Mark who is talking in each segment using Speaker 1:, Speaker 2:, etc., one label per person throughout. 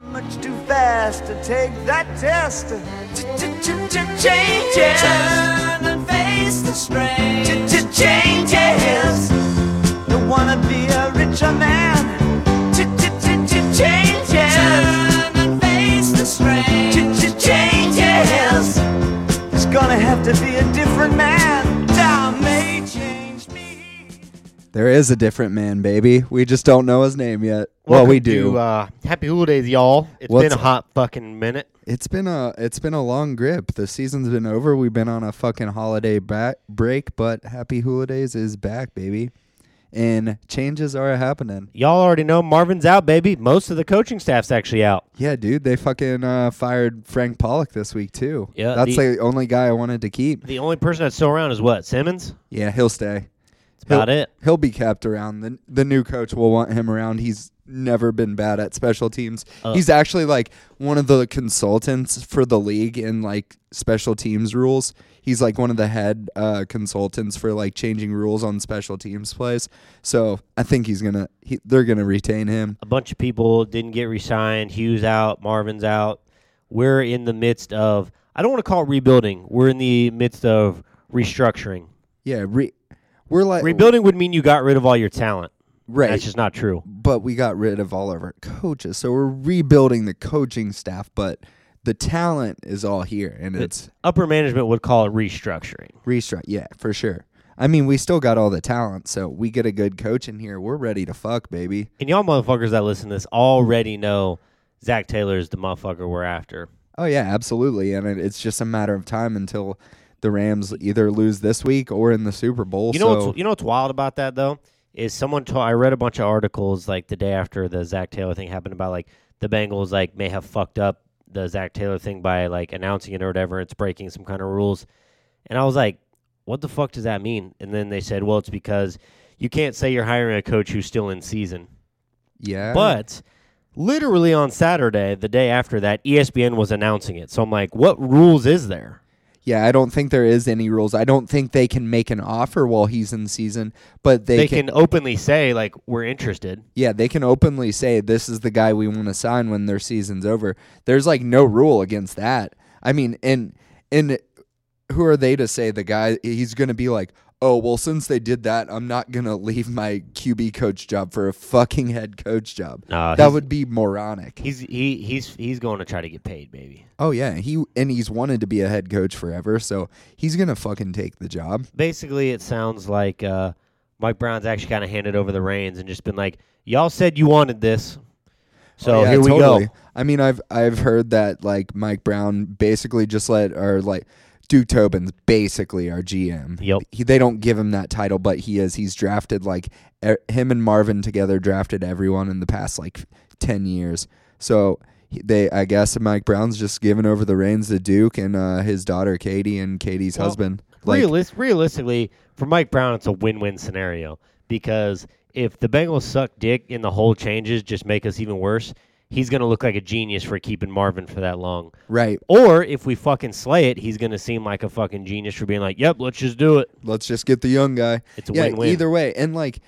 Speaker 1: much too fast to take that test. Changes and face the strain. Changes. Don't wanna be a richer man. Changes and face the strain. Changes. It's gonna have to be a different man. Time may change me.
Speaker 2: There is a different man, baby. We just don't know his name yet. well, we
Speaker 3: Welcome
Speaker 2: do.
Speaker 3: to, uh, happy holidays, y'all. It's
Speaker 2: What's
Speaker 3: been a
Speaker 2: up?
Speaker 3: hot fucking minute.
Speaker 2: it's been a it's been a long grip. The season's been over. We've been on a fucking holiday back break, but Happy Holidays is back, baby. And changes are happening.
Speaker 3: Y'all already know Marvin's out, baby. Most of the coaching staff's actually out.
Speaker 2: Yeah, dude, they fucking uh, fired Frank Pollock this week too.
Speaker 3: Yeah,
Speaker 2: that's the,
Speaker 3: the-
Speaker 2: only guy I wanted to keep.
Speaker 3: The only person that's still around is what Simmons.
Speaker 2: Yeah, he'll stay.
Speaker 3: That's about
Speaker 2: he'll,
Speaker 3: it.
Speaker 2: He'll be kept around. The, the new coach will want him around. He's never been bad at special teams.
Speaker 3: Uh.
Speaker 2: He's actually like one of the consultants for the league in like special teams rules. He's like one of the head uh, consultants for like changing rules on special teams plays. So I think he's gonna. He, they're gonna retain him.
Speaker 3: A bunch of people didn't get re-signed. Hughes out. Marvin's out. We're in the midst of. I don't want to call it rebuilding. We're in the midst of restructuring.
Speaker 2: Yeah, re, we're like
Speaker 3: Rebuilding would mean you got rid of all your talent.
Speaker 2: Right.
Speaker 3: That's just not true.
Speaker 2: but we got rid of all of our coaches. So we're rebuilding the coaching staff, but the talent is all here and it's
Speaker 3: Upper management would call it restructuring.
Speaker 2: restruct. Yeah, for sure. I mean, we still got all the talent, so we get a good coach in here. We're ready to fuck, baby.
Speaker 3: And y'all motherfuckers that listen to this already know Zach Taylor is the motherfucker we're after.
Speaker 2: Oh yeah, absolutely. And it, it's just a matter of time until the Rams either lose this week or in the Super Bowl.
Speaker 3: You know,
Speaker 2: so
Speaker 3: what's, you know what's wild about that though is someone told I read a bunch of articles like the day after the Zach Taylor thing happened about like the Bengals like may have fucked up the Zach Taylor thing by like announcing it or whatever. It's breaking some kind of rules, and I was like, what the fuck does that mean? And then they said, well, it's because you can't say you're hiring a coach who's still in season.
Speaker 2: yeah,
Speaker 3: But literally on Saturday, the day after that, E ESPN was announcing it. So I'm like, what rules is there?
Speaker 2: yeah, I don't think there is any rules. I don't think they can make an offer while he's in season, but they,
Speaker 3: They can openly say like we're interested.
Speaker 2: Yeah, they can openly say this is the guy we want to sign when their season's over. There's like no rule against that. I mean, and and who are they to say the guy he's going to be like, "Oh, well since they did that, I'm not going to leave my QB coach job for a fucking head coach job."
Speaker 3: Nah,
Speaker 2: that
Speaker 3: he's-
Speaker 2: would be moronic.
Speaker 3: He's he he's he's going to try to get paid, baby.
Speaker 2: oh yeah, he and he's wanted to be a head coach forever, so he's going to fucking take the job.
Speaker 3: Basically, it sounds like uh, Mike Brown's actually kind of handed over the reins and just been like, "Y'all said you wanted this, so
Speaker 2: Oh, Yeah,
Speaker 3: here we
Speaker 2: totally.
Speaker 3: go."
Speaker 2: I mean, I've I've heard that like Mike Brown basically just let or like Duke Tobin's basically our GM.
Speaker 3: Yep.
Speaker 2: He, they don't give him that title, but he is. He's drafted like er, him and Marvin together drafted everyone in the past like ten years. So he- they, I guess, Mike Brown's just giving over the reins to Duke and uh, his daughter Katie and Katie's
Speaker 3: Well,
Speaker 2: husband. Like,
Speaker 3: realis- realistically, for Mike Brown, it's a win-win scenario because if the Bengals suck dick and the whole changes just make us even worse, he's going to look like a genius for keeping Marvin for that long.
Speaker 2: right?
Speaker 3: Or if we fucking slay it, he's going to seem like a fucking genius for being like, "Yep, let's just do it."
Speaker 2: let's just get the young guy.
Speaker 3: It's a
Speaker 2: yeah,
Speaker 3: win-win.
Speaker 2: Either way, and like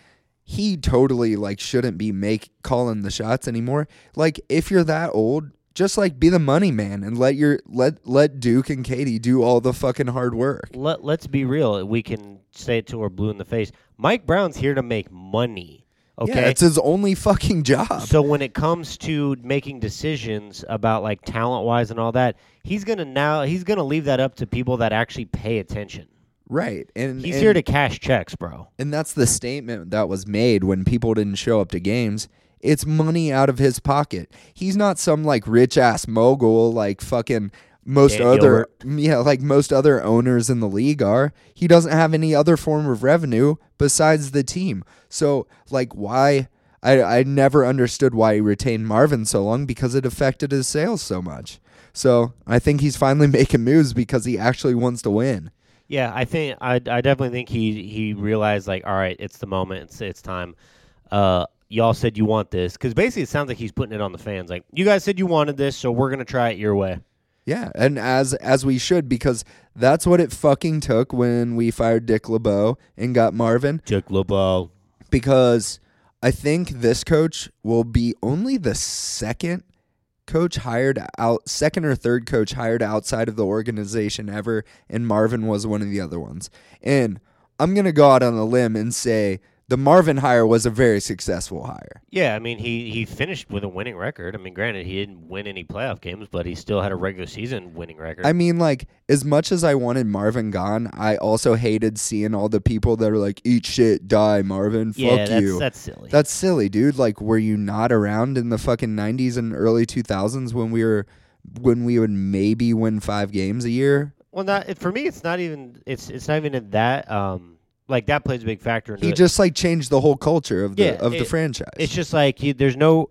Speaker 2: he totally like shouldn't be make calling the shots anymore. Like if you're that old, just like be the money man and let your let let Duke and Katie do all the fucking hard work.
Speaker 3: Let, let's be real. We can say it till we're blue in the face. Mike Brown's here to make money. Okay.
Speaker 2: Yeah, it's his only fucking job.
Speaker 3: so when it comes to making decisions about like talent wise and all that, he's gonna now he's gonna leave that up to people that actually pay attention.
Speaker 2: right. And
Speaker 3: He's
Speaker 2: and-
Speaker 3: here to cash checks, bro.
Speaker 2: and that's the statement that was made when people didn't show up to games. It's money out of his pocket. He's not some like rich ass mogul like fucking most
Speaker 3: Dan
Speaker 2: other yeah, like most other owners in the league are. He doesn't have any other form of revenue besides the team. So like why I I never understood why he retained Marvin so long because it affected his sales so much. So I think he's finally making moves because he actually wants to win.
Speaker 3: Yeah, I think I, I definitely think he he realized like, all right, it's the moment, it's it's time. Uh, y'all said you want this because basically it sounds like he's putting it on the fans. Like you guys said you wanted this, so we're gonna try it your way.
Speaker 2: Yeah, and as as we should because that's what it fucking took when we fired Dick LeBeau and got Marvin
Speaker 3: Jake LeBeau.
Speaker 2: because I think this coach will be only the second coach hired out second or third coach hired outside of the organization ever, and Marvin was one of the other ones. And I'm gonna go out on a limb and say the Marvin hire was a very successful hire.
Speaker 3: Yeah, I mean he he finished with a winning record. I mean, granted he didn't win any playoff games, but he still had a regular season winning record.
Speaker 2: I mean, like, as much as I wanted Marvin gone, I also hated seeing all the people that are like, eat shit, die, Marvin, fuck
Speaker 3: yeah, that's
Speaker 2: you.
Speaker 3: that's silly.
Speaker 2: That's silly, dude. Like, were you not around in the fucking nineties and early two thousands when we were when we would maybe win five games a year?
Speaker 3: well, not it- for me. It's not even it's it's not even in that um like that plays a big factor. Into
Speaker 2: He
Speaker 3: it.
Speaker 2: just like changed the whole culture of the
Speaker 3: Yeah,
Speaker 2: of the
Speaker 3: it-
Speaker 2: franchise.
Speaker 3: it's just like you, there's no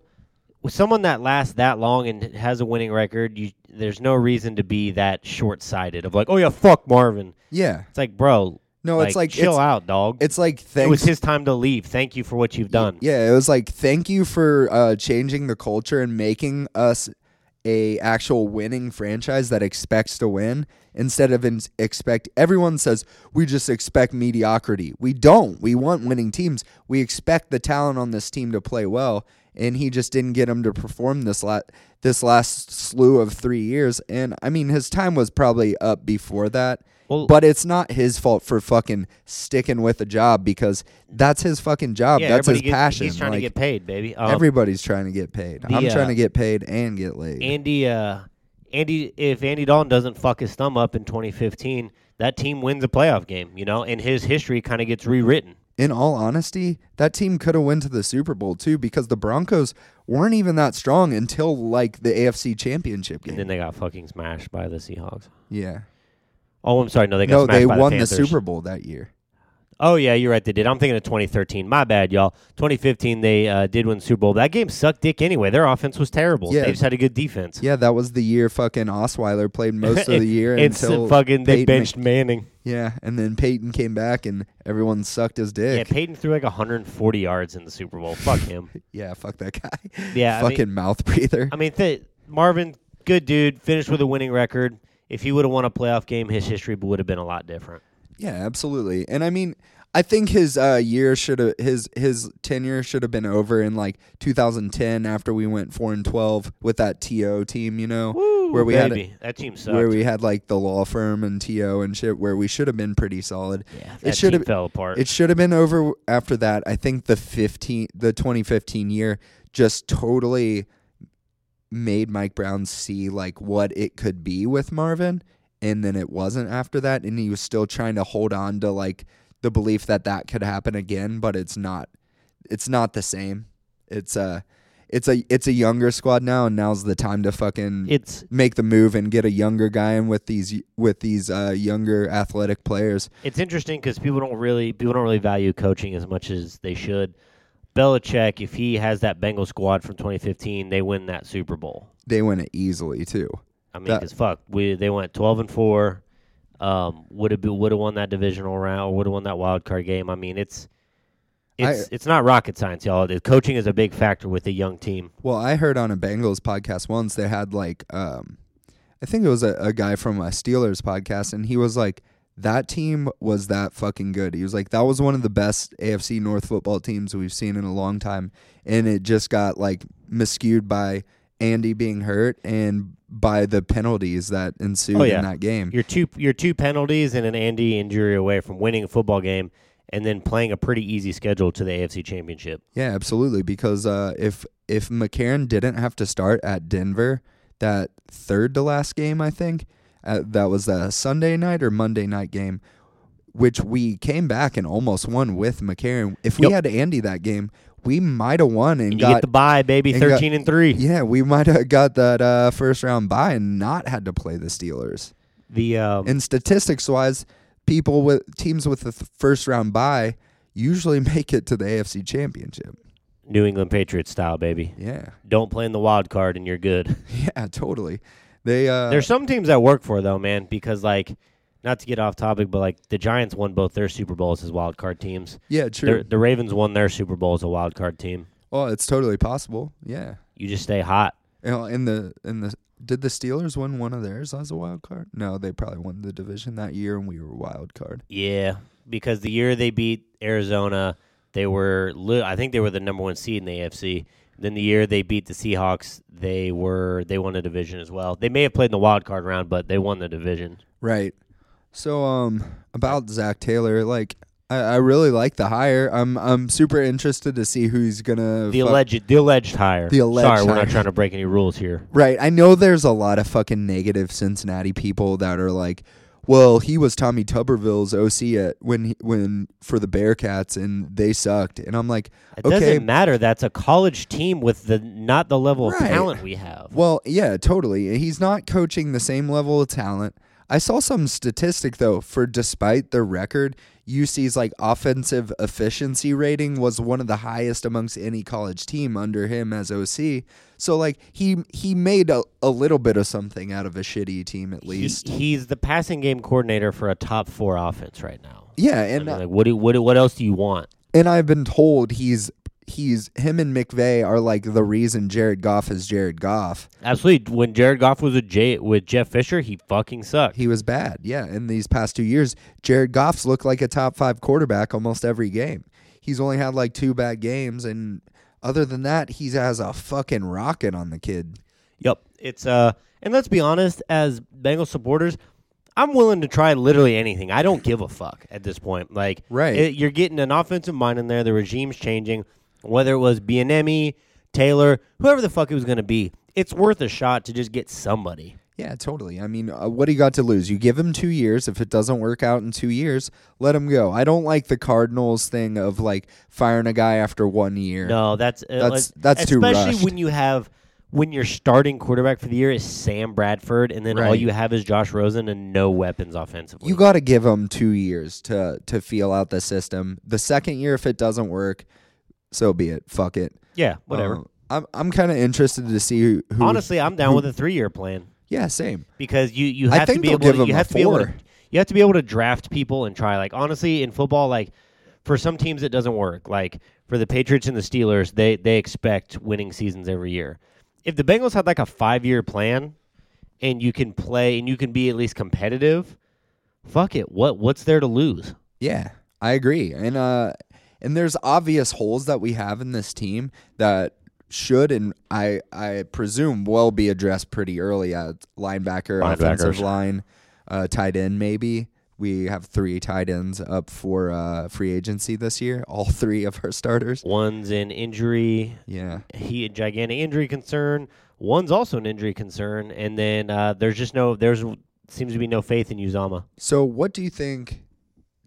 Speaker 3: with someone that lasts that long and has a winning record. You there's no reason to be that short sighted of like oh yeah fuck Marvin.
Speaker 2: yeah.
Speaker 3: It's like bro,
Speaker 2: No,
Speaker 3: like,
Speaker 2: it's like
Speaker 3: chill
Speaker 2: it's,
Speaker 3: out, dog.
Speaker 2: it's like
Speaker 3: it was
Speaker 2: thanks.
Speaker 3: his time to leave. Thank you for what you've done.
Speaker 2: yeah, it was like thank you for uh, changing the culture and making us a actual winning franchise that expects to win instead of in- expect everyone says we just expect mediocrity. We don't. We want winning teams. We expect the talent on this team to play well and he just didn't get him to perform this la- this last slew of 3 years and I mean his time was probably up before that.
Speaker 3: Well-
Speaker 2: but it's not his fault for fucking sticking with a job because that's his fucking
Speaker 3: Oh,
Speaker 2: job. that's his
Speaker 3: everybody gets-
Speaker 2: passion.
Speaker 3: He's trying
Speaker 2: Like,
Speaker 3: to get paid, baby. Um,
Speaker 2: Everybody's trying to get paid.
Speaker 3: the,
Speaker 2: I'm
Speaker 3: uh,
Speaker 2: trying to get paid and get laid.
Speaker 3: Andy, uh, Andy, if Andy Dalton doesn't fuck his thumb up in 2015, that team wins a playoff game, you know, and his history kind of gets rewritten.
Speaker 2: in all honesty, that team could have went to the Super Bowl too because the Broncos weren't even that strong until like the AFC Championship game.
Speaker 3: And then they got fucking smashed by the Seahawks.
Speaker 2: yeah.
Speaker 3: Oh, I'm sorry. No, they got
Speaker 2: No,
Speaker 3: smashed
Speaker 2: they
Speaker 3: by
Speaker 2: won
Speaker 3: the,
Speaker 2: the,
Speaker 3: Panthers.
Speaker 2: Super Bowl that year.
Speaker 3: Oh yeah, you're right. They did. I'm thinking of 2013. My bad, y'all. 2015, they uh, did win the Super Bowl. That game sucked dick anyway. Their offense was terrible.
Speaker 2: Yeah.
Speaker 3: They just had a good defense.
Speaker 2: Yeah, that was the year fucking Osweiler played most of the year
Speaker 3: it's
Speaker 2: until
Speaker 3: fucking they
Speaker 2: Peyton-
Speaker 3: benched Manning.
Speaker 2: Yeah, and then Peyton came back and everyone sucked his
Speaker 3: Yeah,
Speaker 2: dick. Yeah,
Speaker 3: Peyton threw like 140 yards in the Super Bowl. Fuck him.
Speaker 2: fuck that guy.
Speaker 3: Yeah, I mean-
Speaker 2: fucking mouth breather.
Speaker 3: I mean, th- Marvin, good dude, finished with a winning record. If he would have won a playoff game, his history would have been a lot different.
Speaker 2: Yeah, absolutely. And I mean, I think his uh, year should have his his tenure should have been over in like 2010 after we went four and 12 with that TO team, you know, where we
Speaker 3: Baby,
Speaker 2: had
Speaker 3: that team sucked.
Speaker 2: where we had like the law firm and TO and shit, where we should have been pretty solid.
Speaker 3: yeah, that
Speaker 2: it should
Speaker 3: team
Speaker 2: have
Speaker 3: fell apart.
Speaker 2: it should have been over after that. I think the 15 the 2015 year just totally made Mike Brown see like what it could be with Marvin and then it wasn't after that and he was still trying to hold on to like the belief that that could happen again but it's not it's not the same. It's a it's a it's a younger squad now and now's the time to fucking
Speaker 3: it's
Speaker 2: make the move and get a younger guy in with these with these uh, younger athletic players.
Speaker 3: it's interesting because people don't really people don't really value coaching as much as they should. Belichick, if he has that Bengal squad from 2015, they win that Super Bowl.
Speaker 2: They win it easily too.
Speaker 3: I mean,
Speaker 2: That-
Speaker 3: because fuck, we they went 12 and four. Um, would have would have won that divisional round, would have won that wild card game. I mean, it's it's it's not rocket science, y'all. The coaching is a big factor with a young team.
Speaker 2: Well, I heard on a Bengals podcast once they had like um I think it was a, a guy from a Steelers podcast and he was like that team was that fucking good. He was like that was one of the best AFC North football teams we've seen in a long time and it just got like miscued by Andy being hurt and by the penalties that ensued
Speaker 3: Oh, yeah.
Speaker 2: in that game.
Speaker 3: You're two you're two penalties and an Andy injury away from winning a football game, and then playing a pretty easy schedule to the AFC Championship.
Speaker 2: Yeah, absolutely. Because uh, if if McCarron didn't have to start at Denver that third to last game, I think uh, that was the Sunday night or Monday night game, which we came back and almost won with McCarron. If we
Speaker 3: Yep.
Speaker 2: had Andy that game, we might have won and,
Speaker 3: And you
Speaker 2: got
Speaker 3: get the bye, baby,
Speaker 2: and got-
Speaker 3: thirteen and three.
Speaker 2: yeah, we might have got that uh, first round bye and not had to play the Steelers.
Speaker 3: The um,
Speaker 2: And statistics wise, people with teams with the th- first round bye usually make it to the AFC Championship.
Speaker 3: New England Patriots style, baby.
Speaker 2: Yeah.
Speaker 3: Don't play in the wild card and you're good.
Speaker 2: Yeah, totally. They uh
Speaker 3: There's some teams that work for it, though, man, because like not to get off topic, but like the Giants won both their Super Bowls as wild card teams.
Speaker 2: yeah,
Speaker 3: The,
Speaker 2: true.
Speaker 3: the Ravens won their Super Bowl as a wild card team.
Speaker 2: Oh, it's totally possible. Yeah.
Speaker 3: You just stay hot.
Speaker 2: You know, In the in the did the Steelers win one of theirs as a wild card? No, they probably won the division that year and we were wild card.
Speaker 3: Yeah, because the year they beat Arizona, they were li- I think they were the number one seed in the AFC, Then the year they beat the Seahawks, they were they won the division as well. They may have played in the wild card round, but they won the division.
Speaker 2: Right. So um about Zach Taylor, like I, I really like the hire. I'm I'm super interested to see who's gonna
Speaker 3: The
Speaker 2: fuck-
Speaker 3: alleged the alleged hire.
Speaker 2: The alleged
Speaker 3: Sorry, we're
Speaker 2: hire.
Speaker 3: not trying to break any rules here.
Speaker 2: Right. I know there's a lot of fucking negative Cincinnati people that are like, well, he was Tommy Tuberville's OC at when he, when for the Bearcats and they sucked. And I'm like,
Speaker 3: It
Speaker 2: okay,
Speaker 3: doesn't matter. That's a college team with the not the level
Speaker 2: Right.
Speaker 3: of talent we have.
Speaker 2: well, yeah, totally. He's not coaching the same level of talent. I saw some statistic though for despite their record, UC's like offensive efficiency rating was one of the highest amongst any college team under him as OC. So like he he made a, a little bit of something out of a shitty team at
Speaker 3: He-
Speaker 2: least.
Speaker 3: he's the passing game coordinator for a top four offense right now.
Speaker 2: yeah,
Speaker 3: I
Speaker 2: and
Speaker 3: mean, like, what do what do- what else do you want?
Speaker 2: And I've been told he's he's him and McVay are like the reason Jared Goff is Jared Goff.
Speaker 3: Absolutely. When Jared Goff was with, Jay, with Jeff Fisher, he fucking sucked.
Speaker 2: He was bad, yeah. In these past two years, Jared Goff's looked like a top five quarterback almost every game. He's only had like two bad games, and other than that, he has a fucking rocket on the kid.
Speaker 3: Yep. It's uh and let's be honest, as Bengals supporters, I'm willing to try literally anything. I don't give a fuck at this point. Like
Speaker 2: Right.
Speaker 3: it- you're getting an offensive mind in there, the regime's changing, whether it was Bienemy, Taylor, whoever the fuck it was gonna be, it's worth a shot to just get somebody.
Speaker 2: Yeah, totally. I mean, uh, what do you got to lose? You give him two years. If it doesn't work out in two years, let him go. I don't like the Cardinals thing of like firing a guy after one year.
Speaker 3: No, that's uh,
Speaker 2: That's-
Speaker 3: like-
Speaker 2: that's too
Speaker 3: especially
Speaker 2: rushed.
Speaker 3: when you have when your starting quarterback for the year is Sam Bradford, and then all
Speaker 2: Right.
Speaker 3: you have is Josh Rosen and no weapons offensively.
Speaker 2: You got to give them two years to to feel out the system. The second year, if it doesn't work, so be it. Fuck it.
Speaker 3: yeah, whatever.
Speaker 2: Um, I'm I'm kind of interested to see who. who
Speaker 3: Honestly, I'm down with a three year plan.
Speaker 2: yeah, same.
Speaker 3: because you you
Speaker 2: I
Speaker 3: have
Speaker 2: think
Speaker 3: to be
Speaker 2: they'll
Speaker 3: able
Speaker 2: give
Speaker 3: to, you
Speaker 2: him a
Speaker 3: have to be able to,
Speaker 2: four.
Speaker 3: you have to be able to draft people and try like honestly in football like for some teams it doesn't work like for the Patriots and the Steelers they they expect winning seasons every year. If the Bengals had like a 5-year plan and you can play and you can be at least competitive, fuck it. What what's there to lose?
Speaker 2: Yeah, I agree. And uh, and there's obvious holes that we have in this team that should and I I presume will be addressed pretty early at linebacker, offensive
Speaker 3: Linebackers.
Speaker 2: line, uh, tight end maybe. We have three tight ends up for uh, free agency this year. All three of our starters.
Speaker 3: One's an injury,
Speaker 2: Yeah.
Speaker 3: he a gigantic injury concern. One's also an injury concern, and then uh, there's just no there's seems to be no faith in Uzama.
Speaker 2: So, what do you think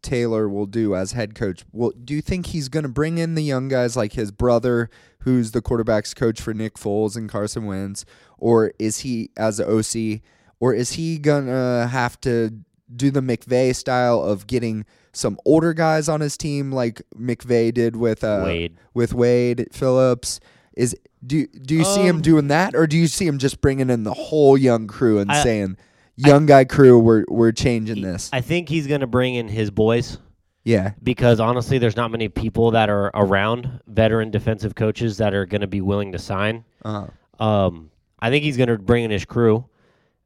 Speaker 2: Taylor will do as head coach? Well, do you think he's going to bring in the young guys like his brother, who's the quarterbacks coach for Nick Foles and Carson Wentz, or is he as a OC, or is he gonna have to do the McVay style of getting some older guys on his team, like McVay did with uh,
Speaker 3: Wade.
Speaker 2: with Wade Phillips? Is do do you see him
Speaker 3: Um,
Speaker 2: doing that, or do you see him just bringing in the whole young crew and
Speaker 3: I-
Speaker 2: saying? Young guy crew, we're we're changing this.
Speaker 3: I think he's going to bring in his boys
Speaker 2: Yeah,
Speaker 3: because honestly, there's not many people that are around veteran defensive coaches that are going to be willing to sign.
Speaker 2: uh,
Speaker 3: Um, I think he's going to bring in his crew,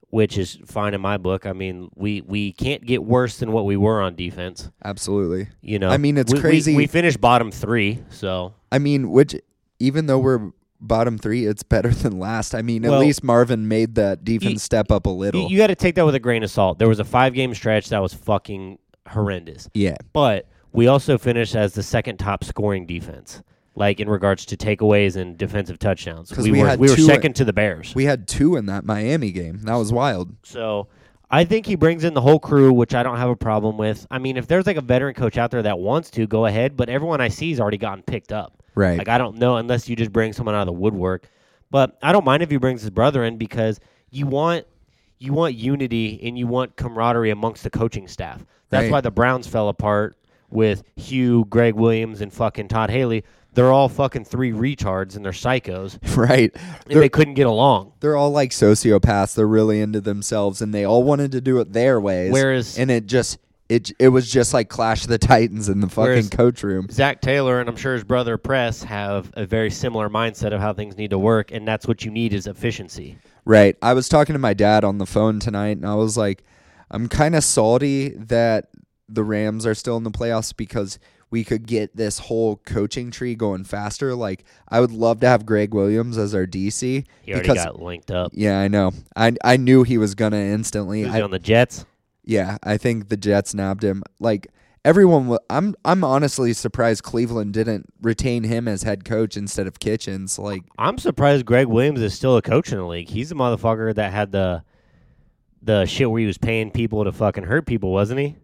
Speaker 3: which is fine in my book. I mean, we we can't get worse than what we were on defense.
Speaker 2: absolutely.
Speaker 3: You know,
Speaker 2: I mean, it's
Speaker 3: We- we-
Speaker 2: crazy-
Speaker 3: We, finished bottom three, so
Speaker 2: I mean, which even though we're bottom three, it's better than last. I mean, at
Speaker 3: Well,
Speaker 2: least Marvin made that defense
Speaker 3: you-
Speaker 2: step up a
Speaker 3: you,
Speaker 2: little.
Speaker 3: you got to take that with a grain of salt. There was a five game stretch that was fucking horrendous.
Speaker 2: yeah,
Speaker 3: but we also finished as the second top scoring defense, like in regards to takeaways and defensive touchdowns.
Speaker 2: 'Cause
Speaker 3: We,
Speaker 2: we
Speaker 3: were
Speaker 2: had
Speaker 3: we were
Speaker 2: two-
Speaker 3: second to the Bears.
Speaker 2: we had two in that Miami game. That was wild.
Speaker 3: so I think he brings in the whole crew, which I don't have a problem with. I mean, if there's like a veteran coach out there that wants to, go ahead. But everyone I see has already gotten picked up.
Speaker 2: Right.
Speaker 3: Like I don't know unless you just bring someone out of the woodwork. But I don't mind if he brings his brother in because you want you want unity and you want camaraderie amongst the coaching staff. That's
Speaker 2: Right.
Speaker 3: why the Browns fell apart with Hugh, Greg Williams, and fucking Todd Haley. They're all fucking three retards and they're psychos,
Speaker 2: right.
Speaker 3: and they couldn't get along.
Speaker 2: They're all like sociopaths. They're really into themselves, and they all wanted to do it their ways.
Speaker 3: Whereas-
Speaker 2: and it just it it was just like Clash of the Titans in the fucking
Speaker 3: Whereas-
Speaker 2: coach room.
Speaker 3: Zach Taylor and I'm sure his brother Press have a very similar mindset of how things need to work, and that's what you need is efficiency.
Speaker 2: Right. I was talking to my dad on the phone tonight, and I was like, I'm kind of salty that the Rams are still in the playoffs because we could get this whole coaching tree going faster. Like I would love to have Greg Williams as our DC
Speaker 3: He already
Speaker 2: because
Speaker 3: got linked up.
Speaker 2: yeah, I know. I I knew he was gonna instantly.
Speaker 3: Who's
Speaker 2: I,
Speaker 3: on the Jets?
Speaker 2: yeah, I think the Jets nabbed him. Like everyone, wa- I'm I'm honestly surprised Cleveland didn't retain him as head coach instead of Kitchens. Like
Speaker 3: I'm surprised Greg Williams is still a coach in the league. He's the motherfucker that had the the shit where he was paying people to fucking hurt people, wasn't he?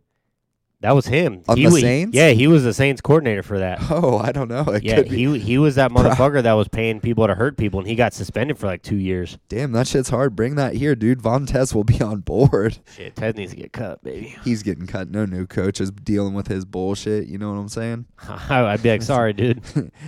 Speaker 3: That was him.
Speaker 2: On
Speaker 3: he
Speaker 2: the
Speaker 3: was,
Speaker 2: Saints?
Speaker 3: Yeah, he was the Saints coordinator for that.
Speaker 2: oh, I don't know. It
Speaker 3: yeah,
Speaker 2: could be.
Speaker 3: he he was that motherfucker that was paying people to hurt people, and he got suspended for like two years.
Speaker 2: Damn, that shit's hard. Bring that here, dude. Von Tess will be on board.
Speaker 3: Shit, Ted needs to get cut, baby.
Speaker 2: He's getting cut. No new coach is dealing with his bullshit. You know what I'm saying?
Speaker 3: I'd be like, sorry, dude,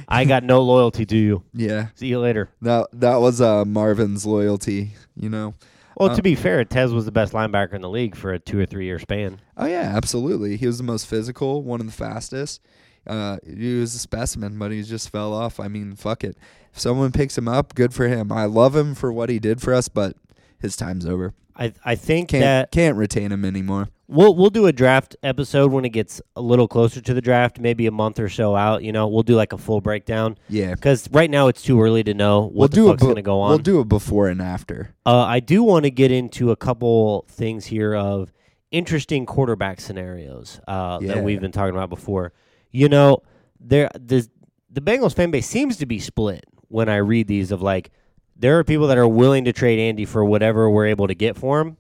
Speaker 3: I got no loyalty to you.
Speaker 2: Yeah.
Speaker 3: See you later.
Speaker 2: That that was uh, Marvin's loyalty. You know.
Speaker 3: Well,
Speaker 2: Uh,
Speaker 3: to be fair, Tez was the best linebacker in the league for a two or three year span.
Speaker 2: Oh yeah, absolutely. He was the most physical, one of the fastest. Uh, he was a specimen, but he just fell off. I mean, fuck it. If someone picks him up, good for him. I love him for what he did for us, but his time's over.
Speaker 3: I I think
Speaker 2: Can't
Speaker 3: that
Speaker 2: can't retain him anymore.
Speaker 3: We'll we'll do a draft episode when it gets a little closer to the draft, maybe a month or so out. You know, we'll do like a full breakdown
Speaker 2: Yeah,
Speaker 3: because right now it's too early to know what
Speaker 2: we'll
Speaker 3: the
Speaker 2: do a
Speaker 3: fuck's
Speaker 2: bu-
Speaker 3: going to go on.
Speaker 2: We'll do a before and after.
Speaker 3: uh, I do want to get into a couple things here of interesting quarterback scenarios uh,
Speaker 2: Yeah.
Speaker 3: that we've been talking about before. You know, there the the Bengals fan base seems to be split when I read these of like there are people that are willing to trade Andy for whatever we're able to get for him,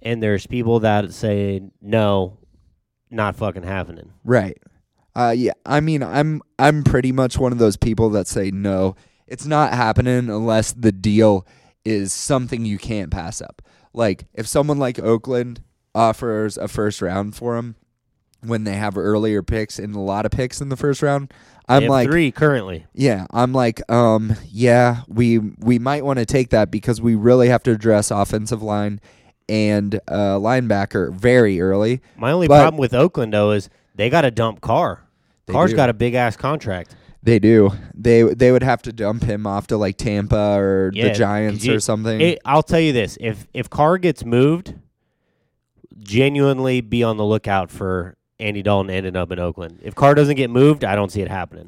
Speaker 3: and there's people that say no, not fucking happening.
Speaker 2: Right. Uh, yeah. I mean, I'm I'm pretty much one of those people that say no, it's not happening unless the deal is something you can't pass up. Like if someone like Oakland offers a first round for him when they have earlier picks and a lot of picks in the first round,
Speaker 3: They
Speaker 2: I'm
Speaker 3: have
Speaker 2: like,
Speaker 3: three currently.
Speaker 2: yeah, I'm like, um, yeah, we we might want to take that because we really have to address offensive line and uh, linebacker very early.
Speaker 3: My only
Speaker 2: But-
Speaker 3: problem with Oakland though is they got to dump Carr.
Speaker 2: They
Speaker 3: Carr's
Speaker 2: do.
Speaker 3: got a big ass contract.
Speaker 2: They do. They they would have to dump him off to like Tampa or
Speaker 3: Yeah,
Speaker 2: the Giants
Speaker 3: 'cause you-
Speaker 2: or something.
Speaker 3: It, I'll tell you this: if if Carr gets moved, genuinely be on the lookout for Andy Dalton ending up in Oakland. If Carr doesn't get moved, I don't see it happening.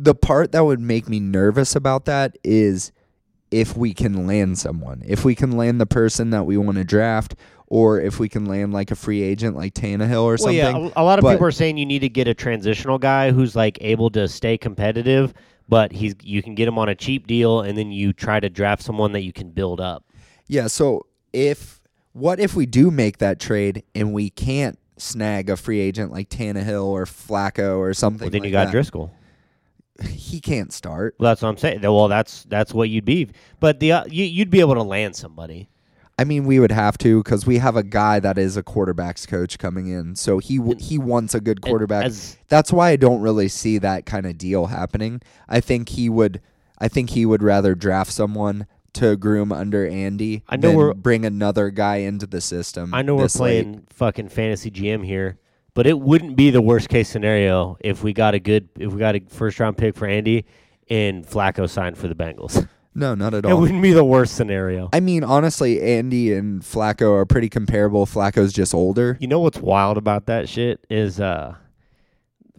Speaker 2: the part that would make me nervous about that is if we can land someone, if we can land the person that we want to draft, or if we can land like a free agent like Tannehill or something.
Speaker 3: yeah, a, a lot of
Speaker 2: But-
Speaker 3: people are saying you need to get a transitional guy who's like able to stay competitive, but he's you can get him on a cheap deal, and then you try to draft someone that you can build up.
Speaker 2: Yeah, so if what if we do make that trade and we can't snag a free agent like Tannehill or Flacco or something?
Speaker 3: Well, then you
Speaker 2: like
Speaker 3: got
Speaker 2: that?
Speaker 3: Driscoll.
Speaker 2: He can't start.
Speaker 3: Well, that's what I'm saying. Well, that's that's what you'd be, but the uh, you, you'd be able to land somebody.
Speaker 2: I mean, we would have to because we have a guy that is a quarterbacks coach coming in, so he w- he wants a good quarterback.
Speaker 3: as-
Speaker 2: That's why I don't really see that kind of deal happening. I think he would. I think he would rather draft someone to groom under Andy
Speaker 3: I know
Speaker 2: than
Speaker 3: we're-
Speaker 2: bring another guy into the system.
Speaker 3: I know we're
Speaker 2: this late.
Speaker 3: playing fucking fantasy GM here, but it wouldn't be the worst case scenario if we got a good if we got a first round pick for Andy and Flacco signed for the Bengals.
Speaker 2: No, not at
Speaker 3: It
Speaker 2: all.
Speaker 3: wouldn't be the worst scenario.
Speaker 2: I mean, honestly, Andy and Flacco are pretty comparable. Flacco's just older.
Speaker 3: You know what's wild about that shit is uh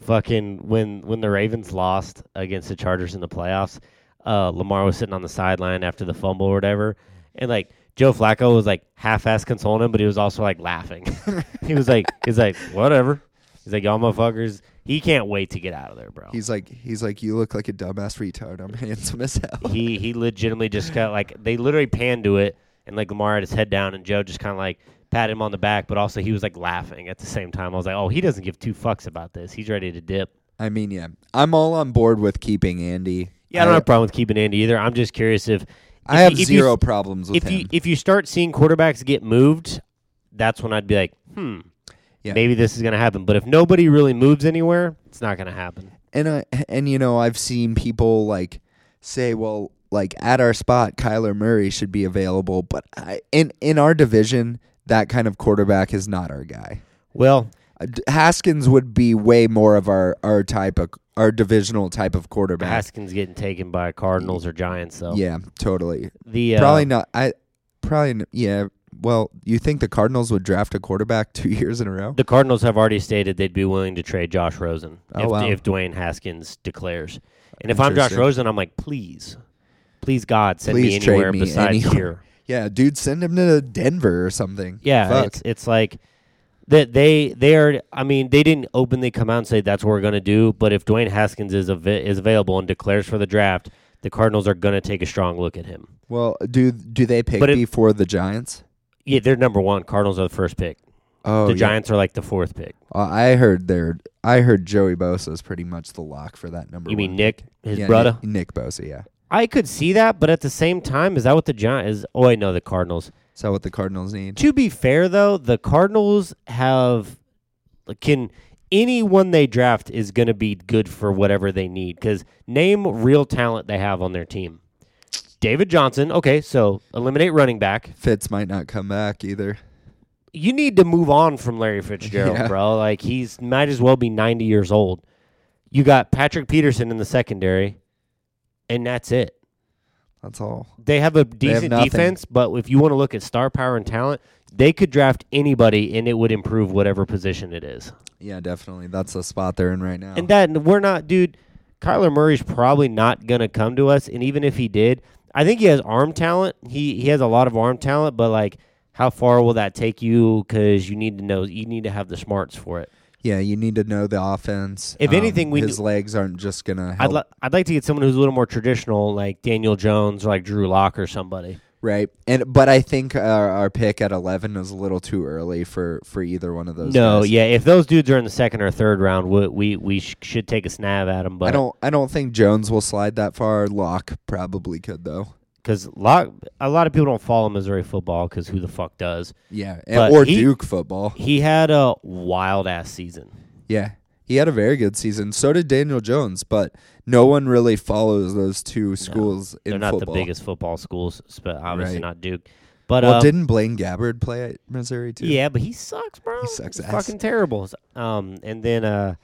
Speaker 3: fucking when when the Ravens lost against the Chargers in the playoffs, uh Lamar was sitting on the sideline after the fumble or whatever and like Joe Flacco was like half ass consoling him, but he was also like laughing. he was like he's like, whatever. He's like, Y'all motherfuckers, he can't wait to get out of there, bro.
Speaker 2: He's like, he's like, you look like a dumbass retard. I'm handsome as hell.
Speaker 3: he he legitimately just got like they literally panned to it and like Lamar had his head down and Joe just kind of like patted him on the back, but also he was like laughing at the same time. I was like, oh, he doesn't give two fucks about this. He's ready to dip.
Speaker 2: I mean, yeah, I'm all on board with keeping Andy.
Speaker 3: Yeah, I don't have a problem with keeping Andy either. I'm just curious if, if
Speaker 2: I have
Speaker 3: you- if you-
Speaker 2: zero problems with
Speaker 3: if
Speaker 2: him.
Speaker 3: you if you start seeing quarterbacks get moved, that's when I'd be like, hmm,
Speaker 2: Yeah.
Speaker 3: maybe this is gonna happen. But if nobody really moves anywhere, it's not gonna happen.
Speaker 2: and I, and you know, I've seen people like say, well, like at our spot, Kyler Murray should be available, but I, in in our division, that kind of quarterback is not our guy.
Speaker 3: Well,
Speaker 2: Uh, D- Haskins would be way more of our our type of our divisional type of quarterback.
Speaker 3: Haskins getting taken by Cardinals or Giants, though.
Speaker 2: yeah, totally.
Speaker 3: the uh,
Speaker 2: Probably not. I probably n- yeah. well, you think the Cardinals would draft a quarterback two years in a row?
Speaker 3: The Cardinals have already stated they'd be willing to trade Josh Rosen
Speaker 2: Oh,
Speaker 3: if,
Speaker 2: wow.
Speaker 3: if Dwayne Haskins declares. And if I'm Josh
Speaker 2: Interesting.
Speaker 3: Rosen, I'm like, please, please God, send me
Speaker 2: Please trade
Speaker 3: anywhere
Speaker 2: me
Speaker 3: besides
Speaker 2: anywhere.
Speaker 3: here.
Speaker 2: Yeah, dude, send him to Denver or something.
Speaker 3: Yeah,
Speaker 2: Fuck.
Speaker 3: it's it's like that they they are. I mean, they didn't openly come out and say that's what we're gonna do. But if Dwayne Haskins is av- is available and declares for the draft, the Cardinals are gonna take a strong look at him.
Speaker 2: well, do do they pick
Speaker 3: But it-
Speaker 2: before the Giants?
Speaker 3: Yeah, they're number one. Cardinals are the first pick.
Speaker 2: Oh,
Speaker 3: the
Speaker 2: yeah.
Speaker 3: Giants are like the fourth pick.
Speaker 2: Uh, I heard their I heard Joey Bosa is pretty much the lock for that number.
Speaker 3: You mean
Speaker 2: one.
Speaker 3: Nick, his
Speaker 2: Yeah,
Speaker 3: brother?
Speaker 2: Nick, Nick Bosa? Yeah.
Speaker 3: I could see that, but at the same time, is that what the Giants? Is oh, I know the Cardinals.
Speaker 2: So what the Cardinals need?
Speaker 3: To be fair, though, the Cardinals have can anyone they draft is going to be good for whatever they need because name real talent they have on their team. David Johnson. Okay, so eliminate running back.
Speaker 2: Fitz might not come back either.
Speaker 3: You need to move on from Larry Fitzgerald,
Speaker 2: Yeah.
Speaker 3: bro. Like he's might as well be ninety years old. You got Patrick Peterson in the secondary, and that's it.
Speaker 2: That's all.
Speaker 3: They have a
Speaker 2: have
Speaker 3: decent
Speaker 2: nothing.
Speaker 3: defense, but if you want to look at star power and talent, they could draft anybody and it would improve whatever position it is.
Speaker 2: Yeah, definitely. That's the spot they're in right now.
Speaker 3: And that and we're not, dude. Kyler Murray's probably not gonna come to us, and even if he did, I think he has arm talent. He he has a lot of arm talent, but like, how far will that take you? Because you need to know, you need to have the smarts for it.
Speaker 2: yeah, you need to know the offense. Um,
Speaker 3: If anything, we
Speaker 2: his
Speaker 3: knew-
Speaker 2: legs aren't just gonna
Speaker 3: I'd
Speaker 2: help.
Speaker 3: li- I'd like to get someone who's a little more traditional, like Daniel Jones or like Drew Lock or somebody.
Speaker 2: Right. And but I think our, our pick at eleven is a little too early for for either one of those.
Speaker 3: No,
Speaker 2: guys.
Speaker 3: yeah, if those dudes are in the second or third round, we we, we sh- should take a snab at them. But
Speaker 2: I don't. I don't think Jones will slide that far. Locke probably could though.
Speaker 3: because lot a lot of people don't follow Missouri football because who the fuck does?
Speaker 2: Yeah,
Speaker 3: But
Speaker 2: and, or
Speaker 3: he-
Speaker 2: Duke football.
Speaker 3: He had a wild ass season.
Speaker 2: Yeah, he had a very good season. So did Daniel Jones, but no one really follows those two schools
Speaker 3: They're
Speaker 2: in
Speaker 3: not
Speaker 2: football.
Speaker 3: the biggest football schools, but obviously
Speaker 2: Right.
Speaker 3: not Duke. But
Speaker 2: Well,
Speaker 3: uh,
Speaker 2: didn't Blaine Gabbard play at Missouri too?
Speaker 3: yeah, but he sucks, bro.
Speaker 2: He sucks
Speaker 3: He's
Speaker 2: ass.
Speaker 3: Fucking terrible. Um, and then uh,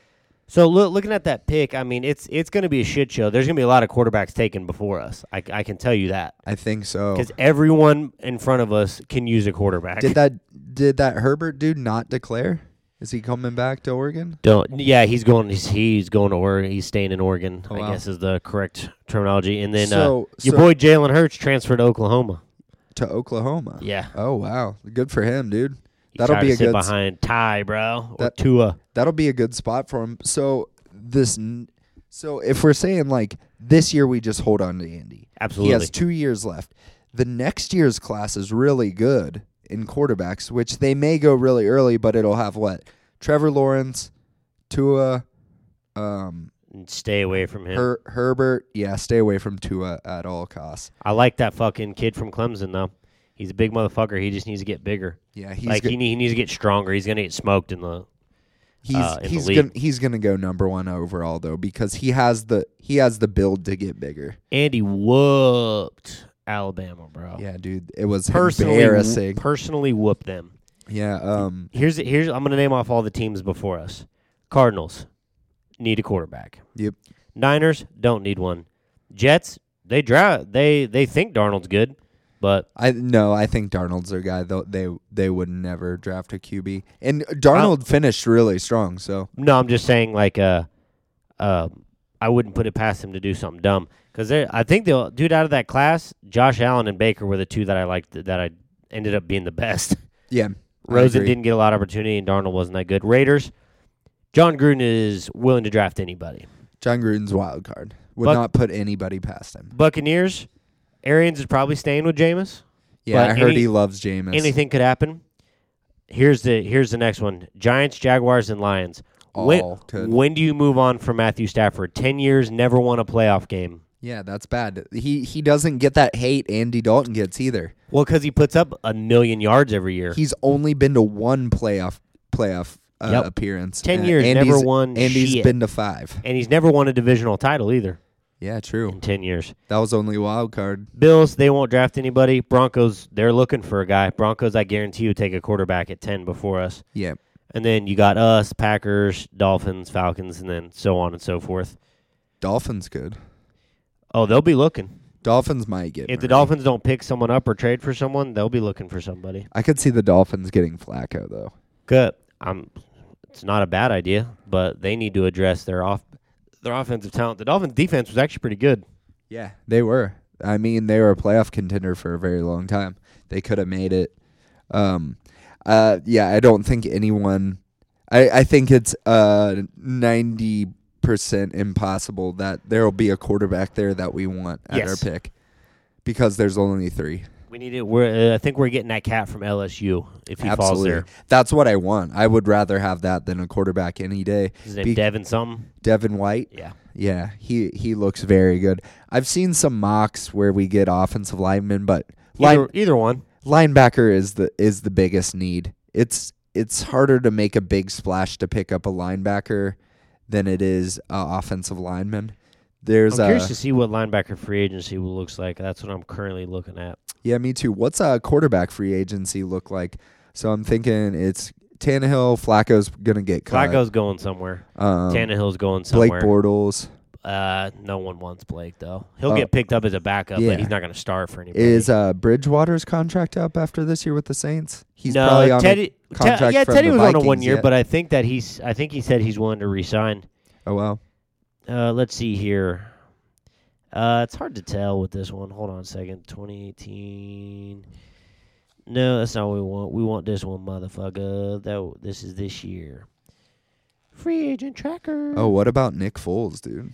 Speaker 3: so look, looking at that pick, I mean, it's it's gonna be a shit show. There's gonna be a lot of quarterbacks taken before us. I I can tell you that
Speaker 2: I think so.
Speaker 3: because everyone in front of us can use a quarterback.
Speaker 2: Oh. Did that? Did that Herbert dude not declare? Is he coming back to Oregon?
Speaker 3: Don't. Yeah, he's going. He's, he's going to Oregon. He's staying in Oregon.
Speaker 2: Oh,
Speaker 3: I
Speaker 2: wow.
Speaker 3: guess is the correct terminology. And then
Speaker 2: So-
Speaker 3: uh, your
Speaker 2: so-
Speaker 3: boy Jalen Hurts transferred to Oklahoma.
Speaker 2: To Oklahoma.
Speaker 3: Yeah,
Speaker 2: Oh wow, good for him, dude.
Speaker 3: He
Speaker 2: That'll
Speaker 3: tried
Speaker 2: be
Speaker 3: to
Speaker 2: a
Speaker 3: sit
Speaker 2: good. s-
Speaker 3: behind Ty, bro, or
Speaker 2: That-
Speaker 3: Tua.
Speaker 2: That'll be a good spot for him. So this. n- So if we're saying like this year, we just hold on to Andy. He
Speaker 3: Absolutely.
Speaker 2: has two years left. The next year's class is really good in quarterbacks, which they may go really early, but it'll have what? Trevor Lawrence, Tua, um,
Speaker 3: And Stay away from him.
Speaker 2: Her- Herbert. Yeah, stay away from Tua at all costs.
Speaker 3: I like that fucking kid from Clemson though. He's a big motherfucker. He just needs to get bigger.
Speaker 2: Yeah, he's
Speaker 3: like
Speaker 2: go-
Speaker 3: he, need, he needs to get stronger. He's gonna get smoked in the.
Speaker 2: he's
Speaker 3: uh, in the
Speaker 2: he's
Speaker 3: league.
Speaker 2: gonna he's gonna go number one overall though because he has the he has the build to get bigger.
Speaker 3: Andy whooped Alabama, bro.
Speaker 2: Yeah, dude, it was
Speaker 3: Personally,
Speaker 2: embarrassing.
Speaker 3: personally whooped them.
Speaker 2: yeah, um,
Speaker 3: Here's here's I'm gonna name off all the teams before us. Cardinals need a quarterback.
Speaker 2: yep.
Speaker 3: Niners don't need one. Jets they draft they they think Darnold's good, but
Speaker 2: I no, I think Darnold's their guy. Though they they would never draft a QB, and Darnold finished really strong. So
Speaker 3: no, I'm just saying like uh uh I wouldn't put it past him to do something dumb because I think the dude out of that class Josh Allen and Baker were the two that I liked that I ended up being the best.
Speaker 2: yeah, I
Speaker 3: Rosen
Speaker 2: agree.
Speaker 3: didn't get a lot of opportunity and Darnold wasn't that good. Raiders. John Gruden is willing to draft anybody.
Speaker 2: John Gruden's wild card would
Speaker 3: Buck-
Speaker 2: not put anybody past him.
Speaker 3: Buccaneers, Arians is probably staying with Jameis.
Speaker 2: Yeah, I
Speaker 3: But
Speaker 2: heard
Speaker 3: any-
Speaker 2: he loves Jameis.
Speaker 3: Anything could happen. Here's the here's the next one: Giants, Jaguars, and Lions. When
Speaker 2: All could.
Speaker 3: when do you move on from Matthew Stafford? Ten years, never won a playoff game.
Speaker 2: Yeah, that's bad. He he doesn't get that hate Andy Dalton gets either.
Speaker 3: Well, because he puts up a million yards every year.
Speaker 2: He's only been to one playoff playoff uh,
Speaker 3: Yep.
Speaker 2: appearance.
Speaker 3: 10
Speaker 2: and
Speaker 3: years, never
Speaker 2: Andy's,
Speaker 3: won
Speaker 2: Andy's
Speaker 3: shit.
Speaker 2: been to five.
Speaker 3: and he's never won a divisional title either
Speaker 2: Yeah, true.
Speaker 3: in 10 years.
Speaker 2: That was only wild card.
Speaker 3: Bills, they won't draft anybody. Broncos, they're looking for a guy. Broncos, I guarantee you, take a quarterback at 10 before us.
Speaker 2: Yeah,
Speaker 3: And then you got us, Packers, Dolphins, Falcons, and then so on and so forth.
Speaker 2: Dolphins could.
Speaker 3: Oh, they'll be looking.
Speaker 2: Dolphins might get.
Speaker 3: If the
Speaker 2: Murray.
Speaker 3: Dolphins don't pick someone up or trade for someone, they'll be looking for somebody.
Speaker 2: I could see the Dolphins getting Flacco though.
Speaker 3: Good. I'm. It's not a bad idea, but they need to address their off their offensive talent. The Dolphins' defense was actually pretty good.
Speaker 2: Yeah, they were. I mean, they were a playoff contender for a very long time. They could have made it. Um, uh, yeah, I don't think anyone. I, I think it's uh ninety percent impossible that there will be a quarterback there that we want at
Speaker 3: Yes.
Speaker 2: our pick because there's only three.
Speaker 3: We need it. We're. Uh, I think we're getting that cat from LSU if he falls
Speaker 2: Absolutely,
Speaker 3: there.
Speaker 2: that's what I want. I would rather have that than a quarterback any day.
Speaker 3: His name
Speaker 2: Be-
Speaker 3: Devin something.
Speaker 2: Devin White.
Speaker 3: Yeah.
Speaker 2: Yeah, he he looks very good. I've seen some mocks where we get offensive linemen, but line,
Speaker 3: Either, either one.
Speaker 2: linebacker is the is the biggest need. It's it's harder to make a big splash to pick up a linebacker than it is a offensive lineman. There's
Speaker 3: I'm
Speaker 2: a
Speaker 3: curious to see what linebacker free agency will looks like. That's what I'm currently looking at.
Speaker 2: yeah, me too. What's a quarterback free agency look like? So I'm thinking it's Tannehill. Flacco's gonna get cut.
Speaker 3: Flacco's going somewhere.
Speaker 2: um,
Speaker 3: Tannehill's going
Speaker 2: Blake
Speaker 3: somewhere.
Speaker 2: Bortles
Speaker 3: Uh, no one wants Blake though. He'll
Speaker 2: Oh.
Speaker 3: get picked up as a backup,
Speaker 2: Yeah.
Speaker 3: but he's not going to start for anybody.
Speaker 2: is uh, Bridgewater's contract up after this year with the Saints. He's
Speaker 3: no,
Speaker 2: probably on a
Speaker 3: Teddy. Te-
Speaker 2: contract
Speaker 3: yeah,
Speaker 2: from
Speaker 3: Teddy
Speaker 2: the
Speaker 3: was on a
Speaker 2: Vikings
Speaker 3: one year,
Speaker 2: yet.
Speaker 3: but I think that he's. I think he said he's willing to resign.
Speaker 2: oh wow.
Speaker 3: Uh, let's see here. Uh, it's hard to tell with this one. Hold on a second. 2018. No, that's not what we want. We want this one, motherfucker. That this is this year. Free agent tracker.
Speaker 2: Oh, what about Nick Foles, dude?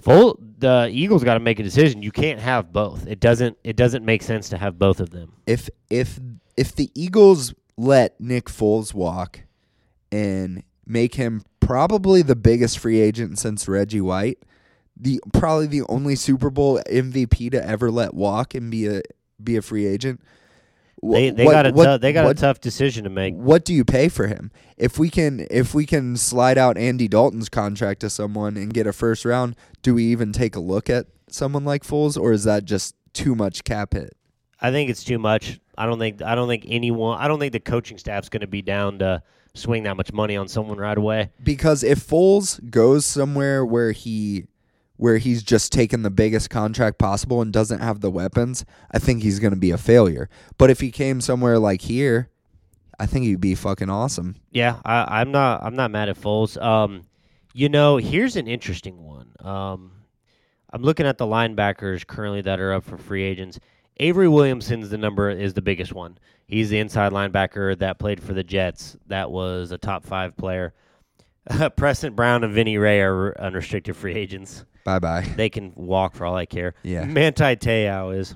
Speaker 3: Full, the Eagles got to make a decision. You can't have both. It doesn't. It doesn't make sense to have both of them.
Speaker 2: if if if the Eagles let Nick Foles walk and make him probably the biggest free agent since Reggie White, the probably the only Super Bowl MVP to ever let walk and be a be a free agent. wh-
Speaker 3: They they
Speaker 2: what-
Speaker 3: got a
Speaker 2: what-
Speaker 3: tou- they got
Speaker 2: what-
Speaker 3: a tough decision to make.
Speaker 2: What do you pay for him? If we can if we can slide out Andy Dalton's contract to someone and get a first round, do we even take a look at someone like Foles or is that just too much cap hit?
Speaker 3: I think it's too much. I don't think I don't think anyone. I don't think the coaching staff's going to be down to swing that much money on someone right away.
Speaker 2: because if Foles goes somewhere where he where he's just taken the biggest contract possible and doesn't have the weapons, I think he's going to be a failure. But if he came somewhere like here, I think he'd be fucking awesome.
Speaker 3: Yeah, I, I'm not. I'm not mad at Foles. Um, you know, here's an interesting one. Um, I'm looking at the linebackers currently that are up for free agents. Avery Williamson's the number is the biggest one. He's the inside linebacker that played for the Jets. That was a top five player. Preston Brown and Vinny Ray are unrestricted free agents.
Speaker 2: Bye bye.
Speaker 3: They can walk for all I care.
Speaker 2: Yeah.
Speaker 3: Manti Te'o is.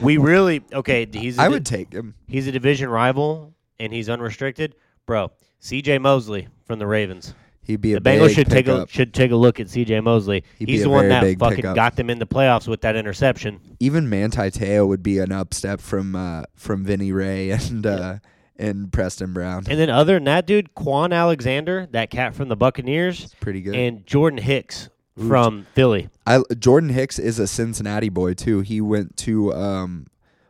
Speaker 3: We really okay. He's. a
Speaker 2: I
Speaker 3: di-
Speaker 2: would take him.
Speaker 3: He's a division rival and he's unrestricted, bro. C.J. Mosley from the Ravens.
Speaker 2: He'd be
Speaker 3: The
Speaker 2: a big
Speaker 3: Bengals should take a
Speaker 2: pickup.
Speaker 3: should take a look at C.J. Mosley.
Speaker 2: He'd be
Speaker 3: he's
Speaker 2: a
Speaker 3: the one
Speaker 2: very
Speaker 3: that
Speaker 2: big
Speaker 3: fucking
Speaker 2: pickup.
Speaker 3: got them in the playoffs with that interception.
Speaker 2: Even Manti Te'o would be an upstep from uh, from Vinny Ray and uh, and Preston Brown.
Speaker 3: And then other than that, dude, Quan Alexander, that cat from the Buccaneers,
Speaker 2: Pretty good.
Speaker 3: and Jordan Hicks from Philly.
Speaker 2: I Jordan Hicks is a Cincinnati boy too. He went to um,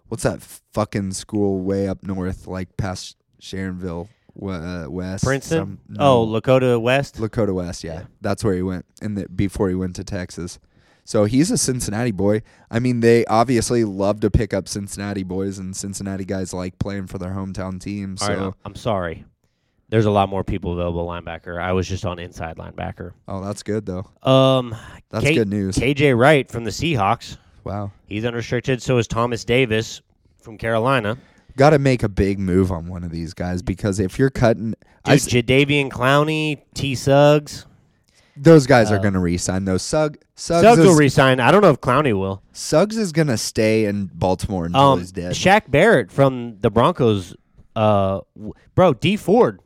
Speaker 2: what's that fucking school way up north, like past Sharonville we- uh, West,
Speaker 3: Princeton.
Speaker 2: some-
Speaker 3: Oh,
Speaker 2: no,
Speaker 3: Lakota West.
Speaker 2: Lakota West. Yeah,
Speaker 3: Yeah.
Speaker 2: that's where he went, and the, before he went to Texas. So he's a Cincinnati boy. I mean, they obviously love to pick up Cincinnati boys, and Cincinnati guys like playing for their hometown team.
Speaker 3: All
Speaker 2: So,
Speaker 3: right, I'm- I'm sorry. There's a lot more people available linebacker. I was just on inside linebacker.
Speaker 2: oh, that's good though.
Speaker 3: Um,
Speaker 2: That's
Speaker 3: K-
Speaker 2: good news.
Speaker 3: KJ Wright from the Seahawks.
Speaker 2: Wow,
Speaker 3: He's unrestricted. So is Thomas Davis from Carolina.
Speaker 2: got to make a big move on one of these guys because if you're cutting, I
Speaker 3: Dude,
Speaker 2: s-
Speaker 3: Jadavian Clowney, T. Suggs.
Speaker 2: Those guys are
Speaker 3: Uh,
Speaker 2: going to resign though. Sug, Suggs,
Speaker 3: Suggs will
Speaker 2: is,
Speaker 3: resign. I don't know if Clowney will.
Speaker 2: Suggs is going to stay in Baltimore until
Speaker 3: Um,
Speaker 2: he's dead.
Speaker 3: Shaq Barrett from the Broncos. Uh, w- bro, D. Ford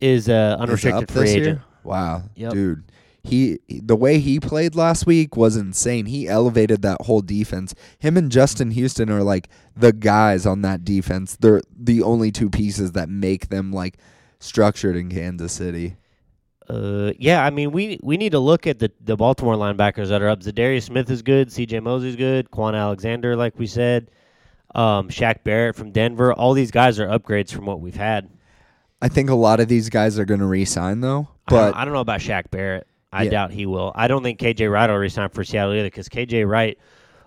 Speaker 3: is uh,
Speaker 2: Is
Speaker 3: unrestricted
Speaker 2: up
Speaker 3: free
Speaker 2: this
Speaker 3: agent.
Speaker 2: year? Wow,
Speaker 3: Yep.
Speaker 2: dude, he the way he played last week was insane. He elevated that whole defense. Him and Justin Houston are like the guys on that defense. They're the only two pieces that make them like structured in Kansas City.
Speaker 3: Uh, yeah, I mean, we we need to look at the, the Baltimore linebackers that are up. Zadarius Smith is good. C.J. Mosley's good. Quan Alexander, like we said. Um, Shaq Barrett from Denver. All these guys are upgrades from what we've had.
Speaker 2: I think a lot of these guys are going to resign though,
Speaker 3: I don't-
Speaker 2: but
Speaker 3: I don't, know about Shaq Barrett. I
Speaker 2: Yeah.
Speaker 3: doubt he will. I don't think KJ Wright will resign for Seattle either because KJ Wright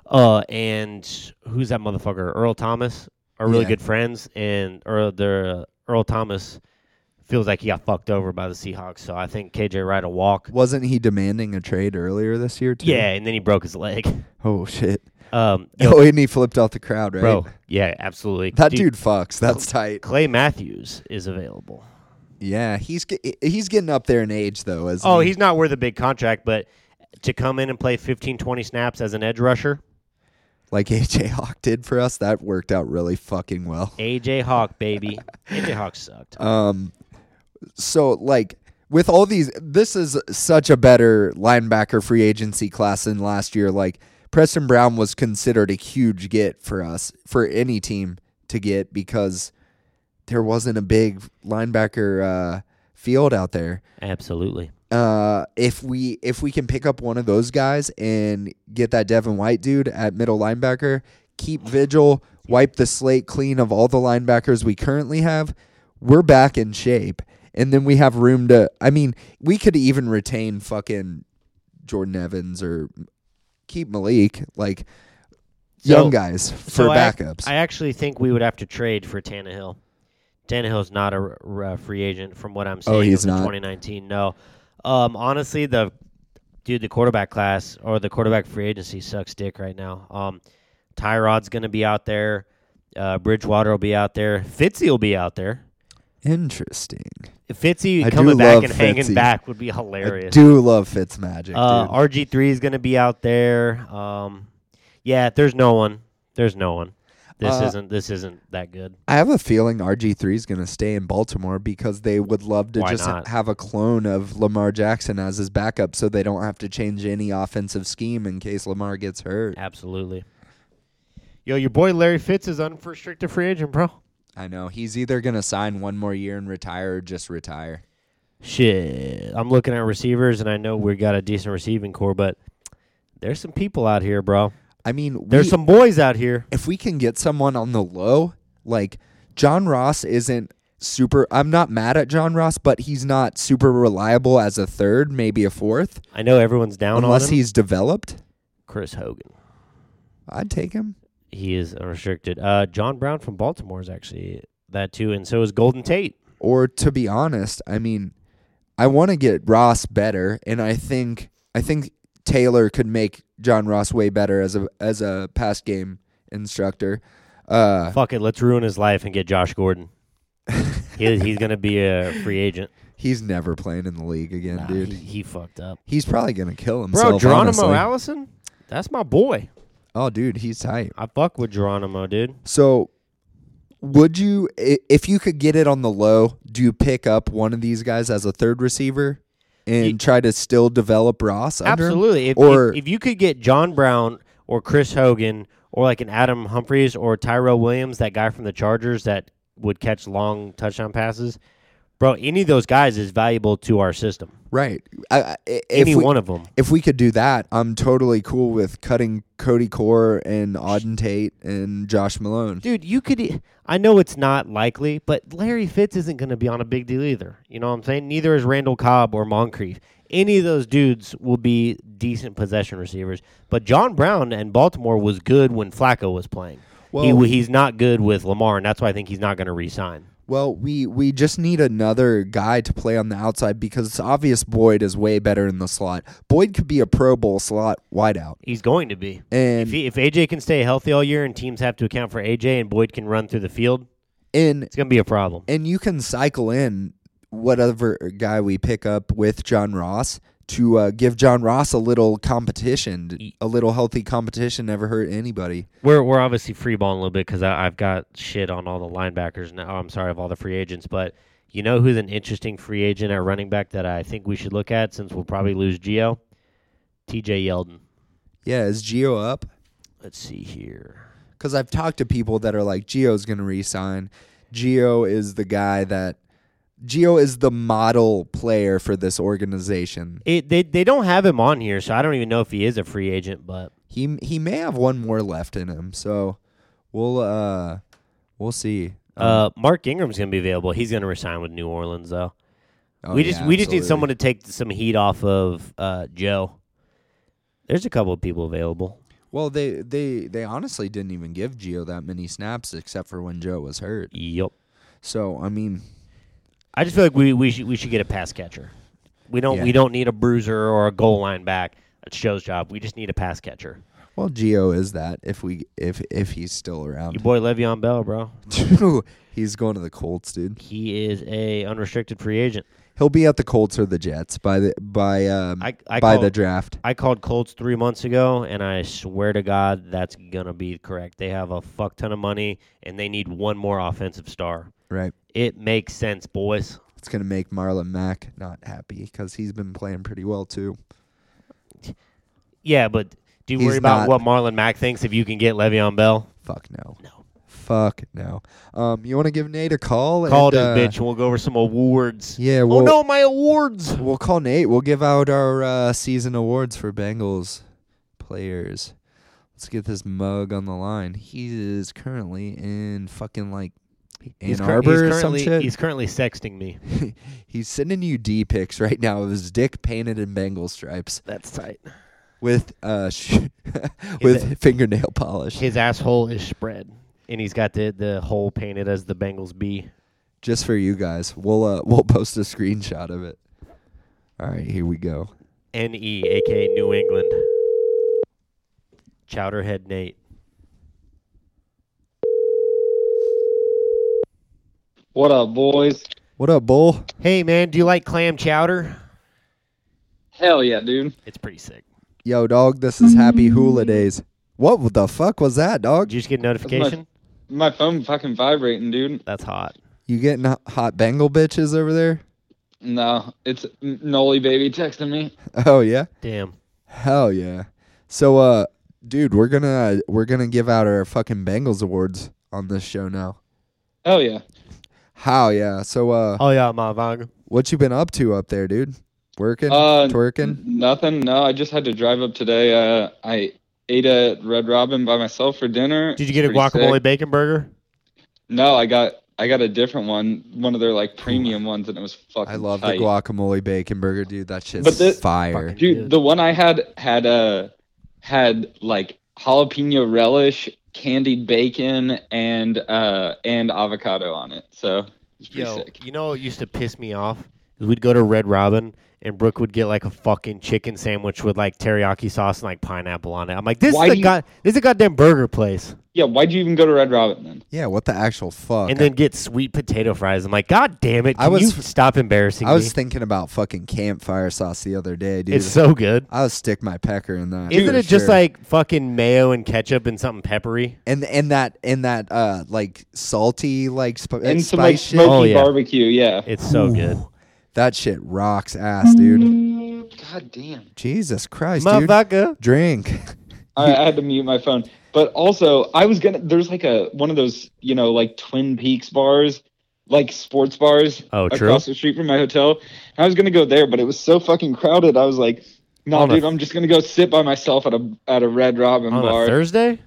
Speaker 3: Uh, and who's that motherfucker? Earl Thomas are really
Speaker 2: Yeah.
Speaker 3: good friends, and Earl the Earl Thomas feels like he got fucked over by the Seahawks. So I think KJ Wright will walk.
Speaker 2: Wasn't he demanding a trade earlier this year too?
Speaker 3: Yeah, and then he broke his leg.
Speaker 2: Oh shit.
Speaker 3: Um, yo,
Speaker 2: Oh, and he flipped out the crowd, right?
Speaker 3: bro, yeah, absolutely.
Speaker 2: That dude fucks. That's tight.
Speaker 3: Clay Matthews is available.
Speaker 2: Yeah, he's ge- he's getting up there in age though. As
Speaker 3: Oh, he's not worth a big contract, but to come in and play 15, 20 snaps as an edge rusher,
Speaker 2: like AJ Hawk did for us. That worked out really fucking well.
Speaker 3: AJ Hawk, baby. AJ Hawk sucked.
Speaker 2: Um, so like with all these, this is such a better linebacker free agency class than last year. Like Preston Brown was considered a huge get for us for any team to get because there wasn't a big linebacker uh, field out there.
Speaker 3: Absolutely.
Speaker 2: Uh, if we if we can pick up one of those guys and get that Devin White dude at middle linebacker, keep vigil, wipe the slate clean of all the linebackers we currently have, we're back in shape. And then we have room to I mean, we could even retain fucking Jordan Evans or keep Malik, like
Speaker 3: So-
Speaker 2: young guys for
Speaker 3: So I ac-
Speaker 2: backups.
Speaker 3: I, actually think we would have to trade for Tannehill. Tannehill's not a r- r- uh, free agent, from what I'm seeing.
Speaker 2: Oh, he's
Speaker 3: of the
Speaker 2: not.
Speaker 3: 2019. No, um, honestly, the dude, the quarterback class or the quarterback free agency sucks dick right now. Um, Tyrod's gonna be out there. Uh, Bridgewater will be out there. Fitzy will be out there.
Speaker 2: Interesting.
Speaker 3: If Fitzy
Speaker 2: I
Speaker 3: coming
Speaker 2: do
Speaker 3: back
Speaker 2: love
Speaker 3: and hanging
Speaker 2: Fitzy.
Speaker 3: back would be
Speaker 2: I
Speaker 3: hilarious.
Speaker 2: do love Fitz Magic,
Speaker 3: Uh,
Speaker 2: dude.
Speaker 3: RG three is gonna be out there. Um, yeah, there's no one. There's no one. This
Speaker 2: Uh,
Speaker 3: isn't. This isn't that good.
Speaker 2: I have a feeling RG3 is going to stay in Baltimore because they would love to
Speaker 3: Why
Speaker 2: just
Speaker 3: not?
Speaker 2: have a clone of Lamar Jackson as his backup so they don't have to change any offensive scheme in case Lamar gets hurt.
Speaker 3: Absolutely. Yo, your boy Larry Fitz is unrestricted free agent, bro.
Speaker 2: I know. He's either going to sign one more year and retire or just retire.
Speaker 3: Shit. I'm looking at receivers, and I know we got a decent receiving core, but there's some people out here, bro.
Speaker 2: I mean, we,
Speaker 3: There's some boys out here.
Speaker 2: if we can get someone on the low, like John Ross isn't super. I'm not mad at John Ross, but he's not super reliable as a third, maybe a fourth,
Speaker 3: I know everyone's down
Speaker 2: unless
Speaker 3: on him.
Speaker 2: he's developed.
Speaker 3: Chris Hogan.
Speaker 2: I'd take him.
Speaker 3: He is unrestricted. Uh, John Brown from Baltimore is actually that too, and so is Golden Tate.
Speaker 2: or to be honest, I mean, I want to get Ross better, and I think I think Taylor could make John Ross way better as a as a pass game instructor. Uh,
Speaker 3: Fuck it, let's ruin his life and get Josh Gordon. he, he's gonna be a free agent.
Speaker 2: he's never playing in the league again,
Speaker 3: Nah,
Speaker 2: dude.
Speaker 3: he, he fucked up,
Speaker 2: he's probably gonna kill himself.
Speaker 3: bro. Geronimo
Speaker 2: honestly.
Speaker 3: Allison, that's my boy.
Speaker 2: Oh, dude, he's tight.
Speaker 3: I fuck with Geronimo, dude.
Speaker 2: So, would you i- if you could get it on the low? Do you pick up one of these guys as a third receiver and
Speaker 3: Ye-
Speaker 2: try to still develop Ross? Under him?
Speaker 3: Absolutely. If,
Speaker 2: Or-
Speaker 3: if, if you could get John Brown or Chris Hogan or like an Adam Humphreys or Tyrell Williams, that guy from the Chargers that would catch long touchdown passes, bro, any of those guys is valuable to our system.
Speaker 2: right? I, I, if
Speaker 3: any
Speaker 2: we-
Speaker 3: one of them.
Speaker 2: if we could do that, I'm totally cool with cutting Cody Core and Auden Tate and Josh Malone.
Speaker 3: Dude, you could. e, I know it's not likely, but Larry Fitz isn't going to be on a big deal either. You know what I'm saying? Neither is Randall Cobb or Moncrief. Any of those dudes will be decent possession receivers. But John Brown and Baltimore was good when Flacco was playing. he,
Speaker 2: Well-
Speaker 3: wa- he's not good with Lamar, and that's why I think he's not going to re-sign.
Speaker 2: Well, we we just need another guy to play on the outside because it's obvious Boyd is way better in the slot. Boyd could be a Pro Bowl slot wideout.
Speaker 3: He's going to be.
Speaker 2: And
Speaker 3: If, he, if AJ can stay healthy all year and teams have to account for AJ and Boyd can run through the field,
Speaker 2: and
Speaker 3: it's going to be a problem.
Speaker 2: and you can cycle in whatever guy we pick up with John Ross to uh, give John Ross a little competition, a little healthy competition never hurt anybody.
Speaker 3: We're we're obviously free balling a little bit because I've got shit on all the linebackers now. Oh, I'm sorry, of all the free agents, but you know who's an interesting free agent at running back that I think we should look at since we'll probably lose Geo, T.J. Yeldon.
Speaker 2: Yeah, is Geo up?
Speaker 3: Let's see here.
Speaker 2: because I've talked to people that are like, Geo's going to resign. Geo is the guy that Geo is the model player for this organization.
Speaker 3: It, they they don't have him on here, so I don't even know if he is a free agent. But
Speaker 2: He he may have one more left in him, so we'll uh we'll see.
Speaker 3: uh, Mark Ingram's gonna be available. He's gonna resign with New Orleans though.
Speaker 2: Oh,
Speaker 3: we
Speaker 2: yeah,
Speaker 3: just we just need
Speaker 2: absolutely.
Speaker 3: someone to take some heat off of uh, Joe. There's a couple of people available.
Speaker 2: Well, they they they honestly didn't even give Gio that many snaps except for when Joe was hurt.
Speaker 3: Yep.
Speaker 2: So I mean,
Speaker 3: I just feel like we, we should we should get a pass catcher. We don't
Speaker 2: Yeah.
Speaker 3: we don't need a bruiser or a goal line back. That's Joe's job. We just need a pass catcher.
Speaker 2: well, Gio is that if we if if he's still
Speaker 3: Your
Speaker 2: around.
Speaker 3: boy Le'Veon Bell, bro.
Speaker 2: Dude, he's going to the Colts, dude.
Speaker 3: He is a unrestricted free agent.
Speaker 2: He'll be at the Colts or the Jets by the by um
Speaker 3: I- I
Speaker 2: by
Speaker 3: call-
Speaker 2: the draft.
Speaker 3: I called Colts three months ago, and I swear to God, that's gonna be correct. They have a fuck ton of money, and they need one more offensive star.
Speaker 2: Right.
Speaker 3: It makes sense, boys.
Speaker 2: It's gonna make Marlon Mack not happy because he's been playing pretty well too.
Speaker 3: Yeah, but do you
Speaker 2: He's
Speaker 3: worry about
Speaker 2: not-
Speaker 3: what Marlon Mack thinks if you can get Le'Veon Bell?
Speaker 2: Fuck no.
Speaker 3: No.
Speaker 2: Fuck no. Um, you want to give Nate a call?
Speaker 3: Call this
Speaker 2: and, uh,
Speaker 3: bitch, and we'll go over some awards.
Speaker 2: Yeah.
Speaker 3: oh
Speaker 2: We'll,
Speaker 3: no, my awards.
Speaker 2: We'll call Nate. We'll give out our uh, season awards for Bengals players. Let's get this mug on the line. He is currently in fucking like Ann
Speaker 3: cur-
Speaker 2: Arbor or some
Speaker 3: currently,
Speaker 2: shit.
Speaker 3: He's currently sexting me.
Speaker 2: He's sending you D pics right now of his dick painted in Bengal stripes
Speaker 3: That's tight.
Speaker 2: with uh sh- with
Speaker 3: a-
Speaker 2: fingernail polish.
Speaker 3: His asshole is spread, and he's got the the hole painted as the Bengals B.
Speaker 2: Just for you guys, we'll uh, we'll post a screenshot of it. All right, here we go.
Speaker 3: N E, aka New England. Chowderhead Nate.
Speaker 4: What up, boys?
Speaker 2: What up, Bull?
Speaker 3: Hey man, do you like clam chowder?
Speaker 4: Hell yeah, dude.
Speaker 3: It's pretty sick.
Speaker 2: Yo, dog, this is Happy Hula Days. What the fuck was that, dog?
Speaker 3: Did you just get a notification?
Speaker 4: My phone fucking vibrating, dude.
Speaker 3: That's hot.
Speaker 2: You getting h- hot Bengal bitches over there?
Speaker 4: No, it's N- Noli baby texting me.
Speaker 2: Oh yeah,
Speaker 3: Damn.
Speaker 2: hell yeah. So, uh, dude, we're gonna we're gonna give out our fucking Bengals awards on this show now.
Speaker 4: Hell yeah.
Speaker 2: How yeah. So, uh,
Speaker 3: Oh yeah, my vag.
Speaker 2: what you been up to up there, dude? Working,
Speaker 4: Uh,
Speaker 2: twerking.
Speaker 4: n- Nothing. No, I just had to drive up today. Uh, I ate at Red Robin by myself for dinner.
Speaker 3: Did you get a
Speaker 4: Pretty
Speaker 3: guacamole
Speaker 4: sick.
Speaker 3: bacon burger?
Speaker 4: No, I got I got a different one, one of their like premium ones, and it was fucking.
Speaker 2: I love
Speaker 4: tight.
Speaker 2: the guacamole bacon burger, dude. That shit's
Speaker 4: But this-
Speaker 2: fire.
Speaker 3: Fucking-
Speaker 4: Dude, the one I had had uh had like jalapeno relish, candied bacon, and uh and avocado on it. So it's pretty
Speaker 3: Yo,
Speaker 4: sick.
Speaker 3: you know what used to piss me off? Is We'd go to Red Robin and Brooke would get like a fucking chicken sandwich with like teriyaki sauce and like pineapple on it. I'm like, this
Speaker 4: Why
Speaker 3: is
Speaker 4: do
Speaker 3: a
Speaker 4: you-
Speaker 3: god this is a goddamn burger place.
Speaker 4: Yeah, why'd you even go to Red Robin then?
Speaker 2: yeah, what the actual fuck?
Speaker 3: And then get sweet potato fries. I'm like, God damn it,
Speaker 2: I
Speaker 3: can
Speaker 2: was-
Speaker 3: you stop embarrassing
Speaker 2: I was
Speaker 3: me?
Speaker 2: thinking about fucking campfire sauce the other day, dude.
Speaker 3: It's so good.
Speaker 2: I would stick my pecker in that.
Speaker 3: Isn't
Speaker 2: for
Speaker 3: it just
Speaker 2: sure.
Speaker 3: like fucking mayo and ketchup and something peppery?
Speaker 2: and and that and that uh like salty like sp-
Speaker 4: And some like
Speaker 2: spice shit.
Speaker 4: smoky
Speaker 3: Oh, yeah.
Speaker 4: barbecue, yeah.
Speaker 3: It's so good.
Speaker 2: That shit rocks ass,
Speaker 4: Mm-hmm.
Speaker 2: dude.
Speaker 4: God damn.
Speaker 2: Jesus Christ, dude.
Speaker 3: Motherfucker.
Speaker 2: Drink.
Speaker 4: All right, I had to mute my phone. But also I was gonna there's like a one of those, you know, like Twin Peaks bars, like sports bars
Speaker 3: Oh, true.
Speaker 4: across the street from my hotel. And I was gonna go there, but it was so fucking crowded, I was like no,
Speaker 3: On a-
Speaker 4: dude, i I'm just gonna go sit by myself at a at a Red Robin
Speaker 3: On
Speaker 4: bar.
Speaker 3: a Thursday?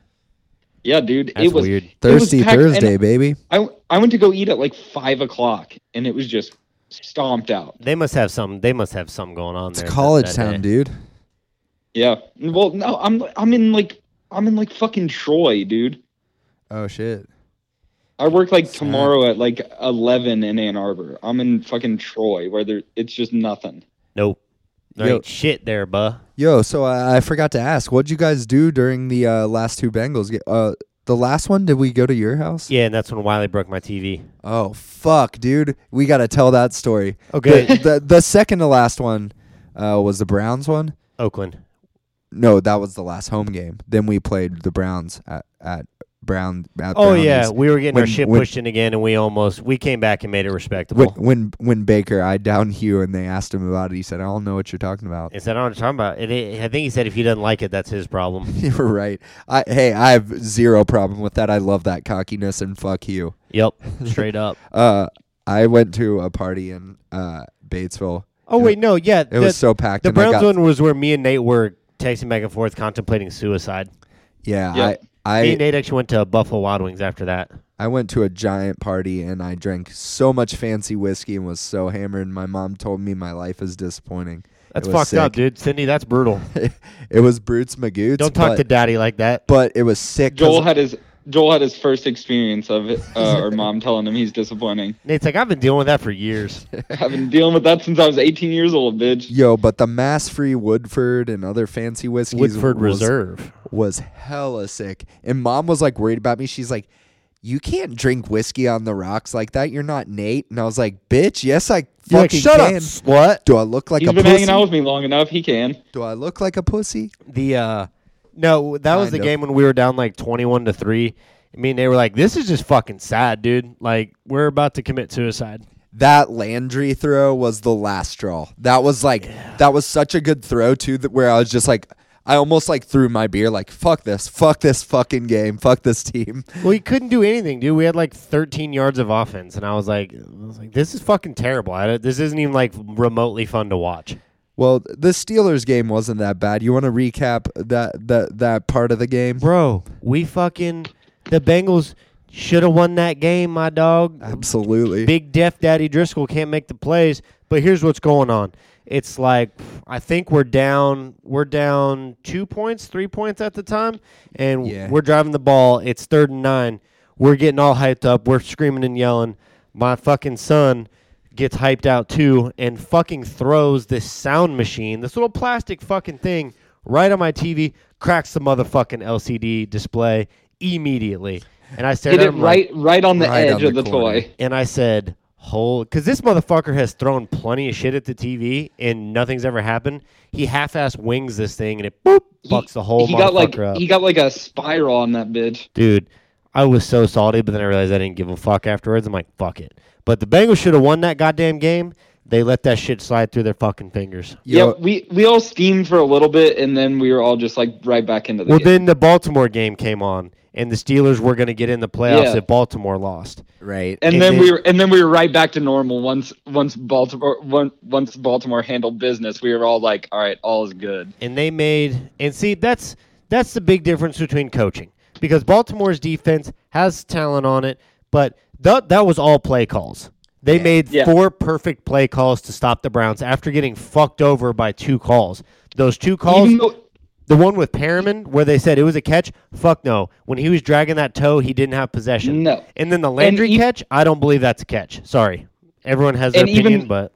Speaker 4: Yeah, dude,
Speaker 3: That's
Speaker 4: it was
Speaker 3: weird.
Speaker 4: it was
Speaker 2: Thirsty
Speaker 4: packed, and
Speaker 2: Thursday, baby.
Speaker 4: I I went to go eat at like five o'clock, and it was just stomped out.
Speaker 3: They must have some. They must have some going on
Speaker 2: It's
Speaker 3: there.
Speaker 2: college
Speaker 3: that- that
Speaker 2: town,
Speaker 3: day.
Speaker 2: dude.
Speaker 4: Yeah. Well, no, I'm I'm in like I'm in like fucking Troy, dude.
Speaker 2: Oh shit.
Speaker 4: I work like
Speaker 2: Sad.
Speaker 4: tomorrow at like eleven in Ann Arbor. I'm in fucking Troy, where there it's just nothing.
Speaker 3: Nope. There
Speaker 2: Yo.
Speaker 3: ain't shit there, buh.
Speaker 2: Yo, so I, I forgot to ask, what'd you guys do during the uh, last two Bengals? ga- Uh, the last one, did we go to your house?
Speaker 3: Yeah, and that's when Wiley broke my TV.
Speaker 2: Oh fuck, dude, we gotta tell that story.
Speaker 3: Okay.
Speaker 2: The the, the second to last one uh, was the Browns one.
Speaker 3: Oakland.
Speaker 2: No, that was the last home game. Then we played the Browns at at Brown. At
Speaker 3: Oh
Speaker 2: Brownies.
Speaker 3: yeah, we were getting our
Speaker 2: When-
Speaker 3: shit
Speaker 2: when-
Speaker 3: pushed in again, and we almost we came back and made it respectable.
Speaker 2: When when when Baker eyed down Hugh and they asked him about it, he said, "I don't know what you're talking about."
Speaker 3: He said, "I don't know what you're talking about." And it, I think he said, "If he doesn't like it, that's his problem."
Speaker 2: you were right. I hey, I have zero problem with that. I love that cockiness and fuck you.
Speaker 3: yep, straight up.
Speaker 2: Uh, I went to a party in uh Batesville.
Speaker 3: Oh wait, no, yeah,
Speaker 2: It was so packed.
Speaker 3: the
Speaker 2: and I
Speaker 3: Browns
Speaker 2: got-
Speaker 3: one was where me and Nate were texting back and forth, contemplating suicide.
Speaker 2: Yeah,
Speaker 4: Yeah.
Speaker 2: I I,
Speaker 3: me and Nate actually went to Buffalo Wild Wings after that.
Speaker 2: I went to a giant party and I drank so much fancy whiskey and was so hammered. My mom told me my life is disappointing.
Speaker 3: That's
Speaker 2: It was
Speaker 3: fucked up,
Speaker 2: sick.
Speaker 3: dude. Cindy, that's brutal.
Speaker 2: It was Brutes Magoots.
Speaker 3: Don't talk
Speaker 2: but,
Speaker 3: to daddy like that.
Speaker 2: But it was sick. 'cause
Speaker 4: Joel had his Joel had his first experience of it, uh, or mom telling him he's disappointing.
Speaker 3: Nate's like, I've been dealing with that for years.
Speaker 4: I've been dealing with that since I was 18 years old, bitch.
Speaker 2: Yo, but the mass free Woodford and other fancy whiskeys
Speaker 3: Woodford
Speaker 2: was,
Speaker 3: Reserve.
Speaker 2: was hella sick. And mom was like worried about me. She's like, You can't drink whiskey on the rocks like that. You're not Nate. And I was like, Bitch, yes, I fucking
Speaker 3: You're like, shut
Speaker 2: can.
Speaker 3: up, slut.
Speaker 2: Do I look like
Speaker 4: He's
Speaker 2: a
Speaker 4: been
Speaker 2: pussy?
Speaker 4: hanging out with me long enough. He can.
Speaker 2: Do I look like a pussy?
Speaker 3: the uh no that was
Speaker 2: Kind
Speaker 3: the
Speaker 2: of.
Speaker 3: game when we were down like 21 to 3 i mean they were like this is just fucking sad dude like we're about to commit suicide
Speaker 2: That Landry throw was the last straw. That was like that was such a good throw too that where I was just like I almost like threw my beer like fuck this, fuck this fucking game, fuck this team.
Speaker 3: well he couldn't do anything dude we had like 13 yards of offense and i was like i was like this is fucking terrible I, don't- this isn't even like remotely fun to watch
Speaker 2: Well, the Steelers game wasn't that bad. You want to recap that that that part of the game?
Speaker 3: bro we fucking the bengals should have won that game my dog
Speaker 2: Absolutely.
Speaker 3: Big Deaf Daddy Driscoll can't make the plays. But here's what's going on. It's like I think we're down. We're down two points, three points at the time, and
Speaker 2: Yeah.
Speaker 3: we're driving the ball. It's third and nine. We're getting all hyped up. We're screaming and yelling. My fucking son gets hyped out too, and fucking throws this sound machine, this little plastic fucking thing, right on my TV. Cracks the motherfucking LCD display immediately, and I stared
Speaker 4: Hit
Speaker 3: at
Speaker 4: it
Speaker 3: him
Speaker 4: right,
Speaker 3: like,
Speaker 4: right on the
Speaker 2: Right
Speaker 4: edge
Speaker 2: on the
Speaker 4: of the
Speaker 2: corner.
Speaker 4: toy.
Speaker 3: and I said, "Hold," because this motherfucker has thrown plenty of shit at the TV and nothing's ever happened. He half-ass wings this thing and it boop bucks the whole
Speaker 4: He
Speaker 3: motherfucker
Speaker 4: got like
Speaker 3: up.
Speaker 4: he got like a spiral on that bitch.
Speaker 3: Dude, I was so salty, but then I realized I didn't give a fuck afterwards. I'm like, "Fuck it." But the Bengals should have won that goddamn game. They let that shit slide through their fucking fingers.
Speaker 2: Yo,
Speaker 4: yeah, we we all steamed for a little bit, and then we were all just like right back into the
Speaker 3: Well,
Speaker 4: game.
Speaker 3: then the Baltimore game came on, and the Steelers were going to get in the playoffs
Speaker 4: Yeah.
Speaker 3: if Baltimore lost.
Speaker 2: right.
Speaker 4: and,
Speaker 3: and
Speaker 4: then
Speaker 3: then-
Speaker 4: we were and then we were right back to normal once once Baltimore once, once Baltimore handled business. We were all like, all right, all is good.
Speaker 3: and they made and see that's that's the big difference between coaching because Baltimore's defense has talent on it, but that that was all play calls. They made
Speaker 4: Yeah.
Speaker 3: four perfect play calls to stop the Browns after getting fucked over by two calls. Those two calls,
Speaker 4: Even though-
Speaker 3: the one with Perriman where they said it was a catch, fuck no. When he was dragging that toe, he didn't have possession.
Speaker 4: No.
Speaker 3: And then the Landry
Speaker 4: e-
Speaker 3: catch, I don't believe that's a catch. Sorry. Everyone has their
Speaker 4: And even-
Speaker 3: opinion, but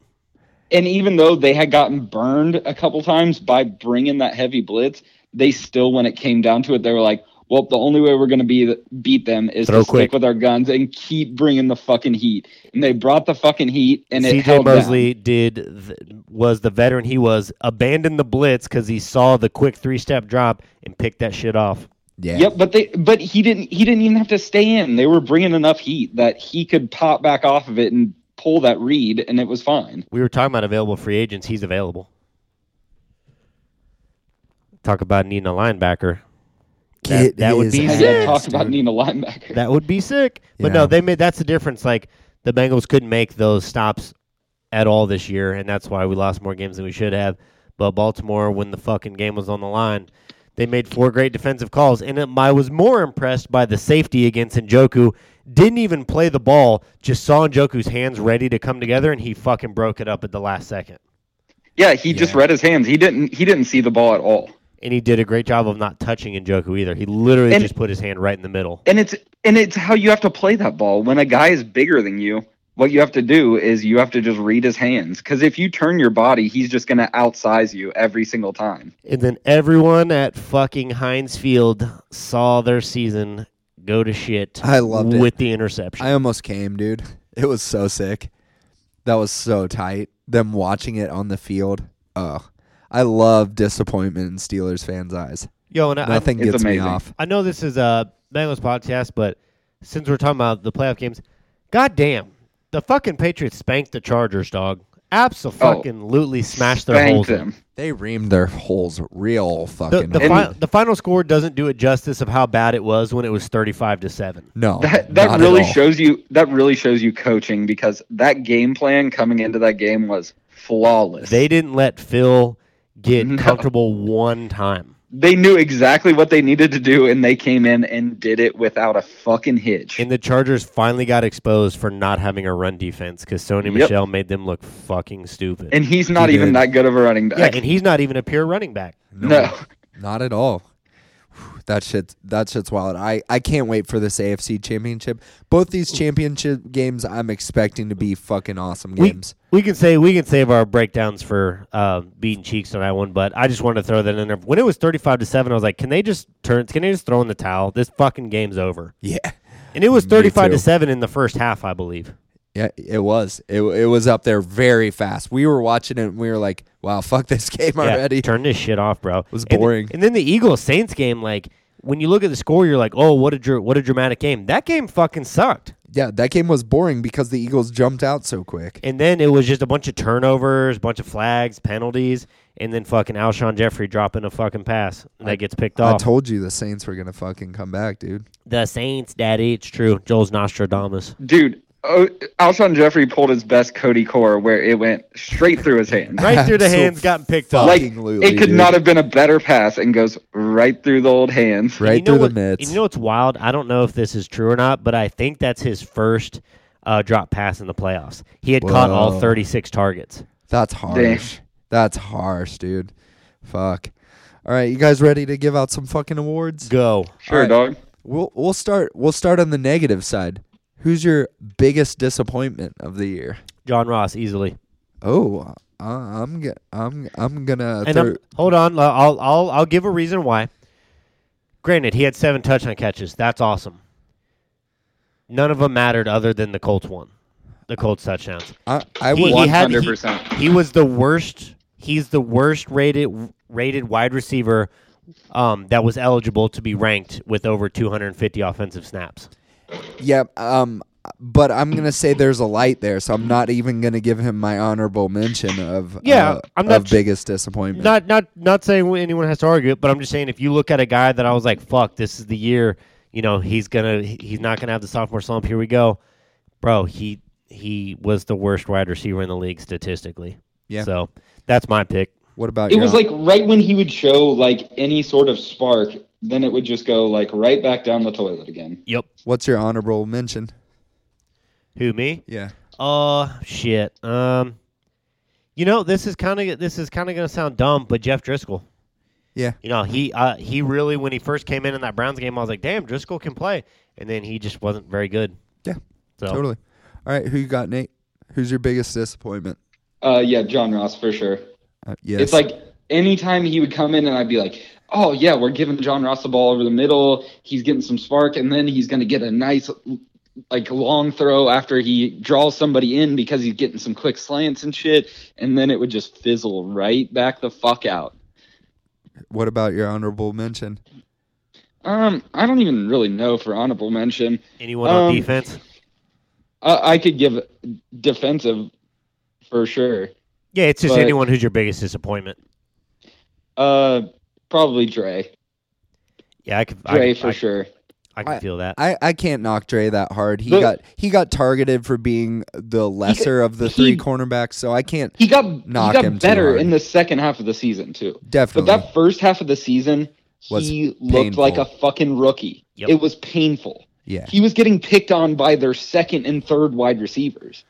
Speaker 4: and even though they had gotten burned a couple times by bringing that heavy blitz, they still, when it came down to it, they were like, "Well, the only way we're going to be beat them is
Speaker 3: Throw
Speaker 4: to
Speaker 3: quick.
Speaker 4: stick with our guns and keep bringing the fucking heat." And they brought the fucking heat, and it
Speaker 3: CJ
Speaker 4: held down.
Speaker 3: Mosley did th- was the veteran he was abandoned the blitz because he saw the quick three step drop and picked that shit off.
Speaker 2: yeah.
Speaker 4: Yep, but they but he didn't he didn't even have to stay in. They were bringing enough heat that he could pop back off of it and pull that read, and it was fine.
Speaker 3: We were talking about available free agents. He's available. Talk about needing a linebacker. That-
Speaker 2: Get
Speaker 3: that would
Speaker 2: his
Speaker 3: be
Speaker 2: ass,
Speaker 3: Yes,
Speaker 4: yeah, talk
Speaker 2: dude.
Speaker 4: about needing a linebacker.
Speaker 3: That would be sick. But no,
Speaker 2: Yeah.
Speaker 3: they made that's the difference. Like the Bengals couldn't make those stops at all this year, and that's why we lost more games than we should have. But Baltimore, when the fucking game was on the line, they made four great defensive calls, and it- I was more impressed by the safety against Njoku. Didn't even play the ball; just saw Njoku's hands ready to come together, and he fucking broke it up at the last second.
Speaker 4: Yeah, he just read his hands. He didn't he didn't see the ball at all.
Speaker 3: And he did a great job of not touching Njoku either. He literally
Speaker 4: And-
Speaker 3: just put his hand right in the middle.
Speaker 4: And it's and it's how you have to play that ball. When a guy is bigger than you, what you have to do is you have to just read his hands. Because if you turn your body, he's just gonna outsize you every single time.
Speaker 3: And then everyone at fucking Heinz Field saw their season go to shit.
Speaker 2: I loved it.
Speaker 3: with the interception.
Speaker 2: I almost came, dude. It was so sick. That was so tight. Them watching it on the field. Oh. I love disappointment in Steelers fans' eyes.
Speaker 3: Yo, and I,
Speaker 2: Nothing
Speaker 4: it's
Speaker 2: gets
Speaker 4: amazing.
Speaker 2: me off.
Speaker 3: I know this is a Bengals podcast, but since we're talking about the playoff games, goddamn, the fucking Patriots spanked the Chargers, dog.
Speaker 2: Oh,
Speaker 3: Absolutely smashed their
Speaker 4: Spank
Speaker 3: holes. in.
Speaker 4: them.
Speaker 2: They reamed their holes real
Speaker 3: The,
Speaker 2: fucking.
Speaker 3: the,
Speaker 2: hard.
Speaker 3: fi- the final score doesn't do it justice of how bad it was when it was thirty-five to seven.
Speaker 2: no,
Speaker 4: That
Speaker 2: not
Speaker 4: that
Speaker 2: at
Speaker 4: really
Speaker 2: all.
Speaker 4: shows you that really shows you coaching because that game plan coming into that game was flawless.
Speaker 3: They didn't let Phil get
Speaker 4: No.
Speaker 3: comfortable one time.
Speaker 4: They knew exactly what they needed to do, and they came in and did it without a fucking hitch.
Speaker 3: And the Chargers finally got exposed for not having a run defense because Sony
Speaker 4: Yep.
Speaker 3: Michelle made them look fucking stupid.
Speaker 4: And he's not
Speaker 2: He
Speaker 4: even
Speaker 2: did.
Speaker 4: that good of a running
Speaker 3: yeah,
Speaker 4: back.
Speaker 3: and he's not even a pure running back.
Speaker 4: no.
Speaker 2: Not at all. Whew, That shit, that shit's wild. I, I can't wait for this AFC Championship. Both these championship games, I'm expecting to be fucking awesome games.
Speaker 3: We, we can say we can save our breakdowns for uh, beating cheeks on that one, but I just wanted to throw that in there. When it was thirty-five to seven, I was like, "Can they just turn? Can they just throw in the towel? This fucking game's over."
Speaker 2: yeah,
Speaker 3: And it was
Speaker 2: Me
Speaker 3: thirty-five to
Speaker 2: too.
Speaker 3: seven in the first half, I believe.
Speaker 2: yeah, it was. It, it was up there very fast. We were watching it, and we were like, "Wow, fuck this game
Speaker 3: Yeah,
Speaker 2: already."
Speaker 3: turn this shit off, bro. It
Speaker 2: was boring.
Speaker 3: And, then the Eagles Saints game, like when you look at the score, you're like, "Oh, what a dr- what a dramatic game." That game fucking sucked.
Speaker 2: Yeah, that game was boring because the Eagles jumped out so quick.
Speaker 3: And then it was just a bunch of turnovers, bunch of flags, penalties, and then fucking Alshon Jeffrey dropping a fucking pass that gets picked
Speaker 2: I
Speaker 3: off.
Speaker 2: told you the Saints were gonna fucking come back, dude.
Speaker 3: the Saints, daddy, it's true. Joel's Nostradamus.
Speaker 4: Dude, oh, Alshon Jeffrey pulled his best Cody core where it went straight through his hand.
Speaker 3: Right through the
Speaker 2: Absol-
Speaker 3: hands, got picked
Speaker 2: fuck.
Speaker 3: up.
Speaker 4: Like,
Speaker 2: Absolutely,
Speaker 4: it could
Speaker 2: dude.
Speaker 4: not have been a better pass and goes right through the old hands.
Speaker 2: Right
Speaker 3: you know
Speaker 2: through
Speaker 3: what,
Speaker 2: the midst.
Speaker 3: You know what's wild? I don't know if this is true or not, but I think that's his first uh, drop pass in the playoffs. He had caught all
Speaker 2: Whoa.
Speaker 3: 36 targets.
Speaker 2: That's harsh. That's harsh, dude. Fuck. All right, you guys ready to give out some fucking awards?
Speaker 3: Go.
Speaker 4: Sure, dog.
Speaker 2: Alright. We'll we'll start we'll start on the negative side. Who's your biggest disappointment of the year?
Speaker 3: John Ross, easily.
Speaker 2: Oh, uh, I'm ge- I'm I'm gonna
Speaker 3: And
Speaker 2: throw-
Speaker 3: I'm, hold on, I'll, I'll I'll I'll give a reason why. Granted, he had seven touchdown catches. That's awesome. None of them mattered other than the Colts one, the Colts touchdowns.
Speaker 2: I, I
Speaker 3: He,
Speaker 2: would
Speaker 3: he had he-
Speaker 4: 100%.
Speaker 3: he was the worst. He's the worst rated rated wide receiver um, that was eligible to be ranked with over 250 offensive snaps.
Speaker 2: yeah um but I'm gonna say there's a light there, so I'm not even gonna give him my honorable mention of
Speaker 3: Yeah,
Speaker 2: uh,
Speaker 3: I'm not
Speaker 2: of
Speaker 3: ch-
Speaker 2: biggest disappointment.
Speaker 3: Not not not saying anyone has to argue it, but I'm just saying if you look at a guy that I was like, fuck, this is the year. You know, he's gonna he- he's not gonna have the sophomore slump. Here we go, bro. He he was the worst wide receiver in the league statistically.
Speaker 2: Yeah.
Speaker 3: So that's my pick.
Speaker 2: what about
Speaker 4: it
Speaker 2: your
Speaker 4: was like right when he would show like any sort of spark then it would just go like right back down the toilet again
Speaker 3: Yep.
Speaker 2: what's your honorable mention?
Speaker 3: Who me?
Speaker 2: Yeah.
Speaker 3: Oh shit. Um, you know this is kind of this is kind of gonna sound dumb, but Jeff Driscoll.
Speaker 2: Yeah.
Speaker 3: You know he uh, he really when he first came in in that Browns game, I was like, damn, Driscoll can play, and then he just wasn't very good.
Speaker 2: Yeah.
Speaker 3: So
Speaker 2: Totally. All right, who you got, Nate? Who's your biggest disappointment?
Speaker 4: uh yeah john ross for sure
Speaker 2: Uh, yes.
Speaker 4: it's like anytime he would come in and i'd be like oh yeah we're giving john ross the ball over the middle he's getting some spark and then he's going to get a nice like long throw after he draws somebody in because he's getting some quick slants and shit and then it would just fizzle right back the fuck out
Speaker 2: what about your honorable mention?
Speaker 4: um i don't even really know for honorable mention
Speaker 3: anyone on
Speaker 4: Um,
Speaker 3: defense?
Speaker 4: I I could give defensive for sure.
Speaker 3: Yeah, it's just
Speaker 4: but-
Speaker 3: anyone who's your biggest disappointment.
Speaker 4: Uh, probably Dre.
Speaker 3: Yeah, I could. I
Speaker 4: Dre
Speaker 3: could-
Speaker 4: for
Speaker 3: I,
Speaker 4: sure.
Speaker 3: I can feel that.
Speaker 2: I, I can't knock Dre that hard. He
Speaker 4: The-
Speaker 2: got he got targeted for being the lesser of the three
Speaker 4: he-
Speaker 2: cornerbacks, so I can't
Speaker 4: He got
Speaker 2: Knock
Speaker 4: he
Speaker 2: him too
Speaker 4: got better
Speaker 2: hard.
Speaker 4: in the second half of the season too. But
Speaker 2: definitely.
Speaker 4: that first half of the season,
Speaker 2: Was
Speaker 4: he looked
Speaker 2: painful.
Speaker 4: like a fucking rookie.
Speaker 3: Yep.
Speaker 4: It was painful.
Speaker 2: yeah,
Speaker 4: He was getting picked on by their second and third wide receivers.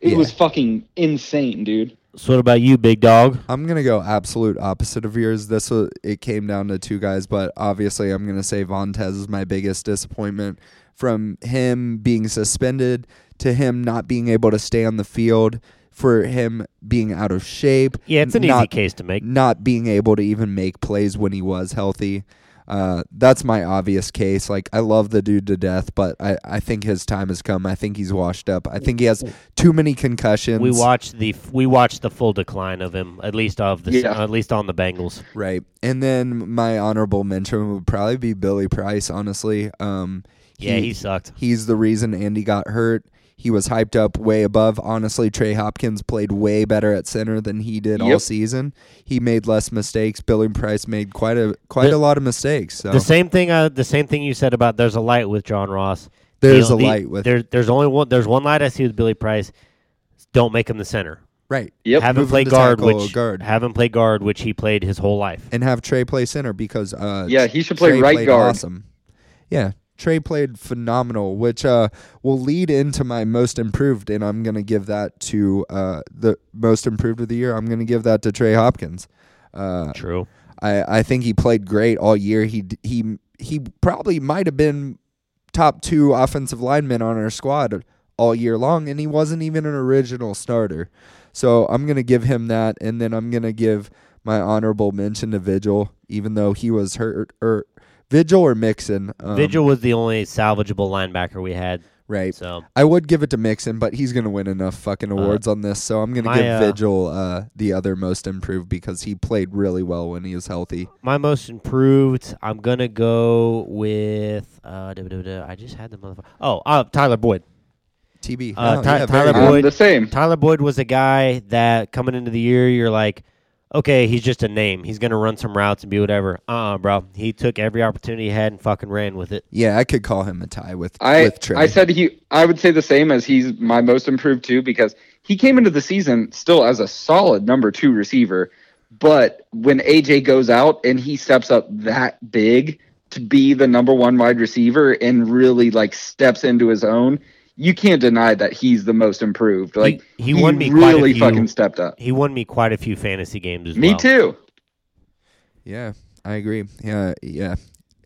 Speaker 4: It
Speaker 2: Yeah.
Speaker 4: was fucking insane, dude.
Speaker 3: so what about you, big dog?
Speaker 2: I'm gonna go absolute opposite of yours. This was, it came down to two guys, but obviously I'm gonna say Vontez is my biggest disappointment. From him being suspended to him not being able to stay on the field, for him being out of shape.
Speaker 3: Yeah, it's an easy
Speaker 2: not-
Speaker 3: case to make.
Speaker 2: not being able to even make plays when he was healthy. Uh, that's my obvious case. Like I love the dude to death, but I, I think his time has come. I think he's washed up. I think he has too many concussions.
Speaker 3: We watched the we watched the full decline of him, at least of the
Speaker 4: Yeah.
Speaker 3: at least on the Bengals.
Speaker 2: right. And then my honorable mention would probably be Billy Price. Honestly, um,
Speaker 3: Yeah, he sucked.
Speaker 2: he's the reason Andy got hurt. He was hyped up way above. Honestly, Trey Hopkins played way better at center than he did all
Speaker 4: Yep.
Speaker 2: season. He made less mistakes. Billy Price made quite a quite a
Speaker 3: The-
Speaker 2: lot of mistakes. So.
Speaker 3: The same thing. Uh, the same thing you said about there's a light with John Ross.
Speaker 2: There's
Speaker 3: The-
Speaker 2: a
Speaker 3: the-
Speaker 2: light with-
Speaker 3: there, there's only one. There's one light I see with Billy Price. Don't make him the center.
Speaker 2: Right.
Speaker 4: Yep.
Speaker 3: Have him
Speaker 2: Move him
Speaker 3: play
Speaker 2: to
Speaker 3: guard,
Speaker 2: tackle,
Speaker 3: which
Speaker 2: guard.
Speaker 3: have him play guard, which he played his whole life.
Speaker 2: And have Trey play center because uh
Speaker 4: Yeah, he should play
Speaker 2: Trey
Speaker 4: right
Speaker 2: played
Speaker 4: guard.
Speaker 2: Awesome. Yeah. Trey played phenomenal, which uh, will lead into my most improved, and I'm gonna give that to uh, the most improved of the year. I'm gonna give that to Trey Hopkins. Uh,
Speaker 3: True.
Speaker 2: I, I think he played great all year. He d- he he probably might have been top two offensive linemen on our squad all year long, and he wasn't even an original starter. So I'm gonna give him that, and then I'm gonna give my honorable mention to Vigil, even though he was hurt or Vigil or Mixon. Um,
Speaker 3: Vigil was the only salvageable linebacker we had.
Speaker 2: right?
Speaker 3: So
Speaker 2: I would give it to Mixon, but he's gonna win enough fucking awards on this, so I'm gonna
Speaker 3: Uh, my,
Speaker 2: give
Speaker 3: uh,
Speaker 2: Vigil uh, the other most improved because he played really well when he was healthy.
Speaker 3: my most improved, I'm gonna go with. Uh, duh, duh, duh, I just had the motherfucker. Oh, uh, Tyler Boyd.
Speaker 2: TB,
Speaker 3: Uh,
Speaker 2: Oh,
Speaker 3: Ty-
Speaker 2: yeah,
Speaker 3: Tyler
Speaker 2: very good.
Speaker 4: I'm
Speaker 3: Boyd.
Speaker 4: the same.
Speaker 3: Tyler Boyd was a guy that coming into the year, you're like, okay, he's just a name. He's gonna run some routes and be whatever. Uh, uh bro. He took every opportunity he had and fucking ran with it.
Speaker 2: Yeah, I could call him a tie with
Speaker 4: I
Speaker 2: with Trey.
Speaker 4: I said he. I would say the same as he's my most improved too because he came into the season still as a solid number two receiver, but when AJ goes out and he steps up that big to be the number one wide receiver and really like steps into his own, you can't deny that he's the most improved. Like
Speaker 3: he, he won me quite
Speaker 4: really
Speaker 3: a few,
Speaker 4: fucking stepped up.
Speaker 3: He won me quite a few fantasy games as
Speaker 4: Me
Speaker 3: well.
Speaker 4: too.
Speaker 2: yeah, I agree. Yeah, yeah,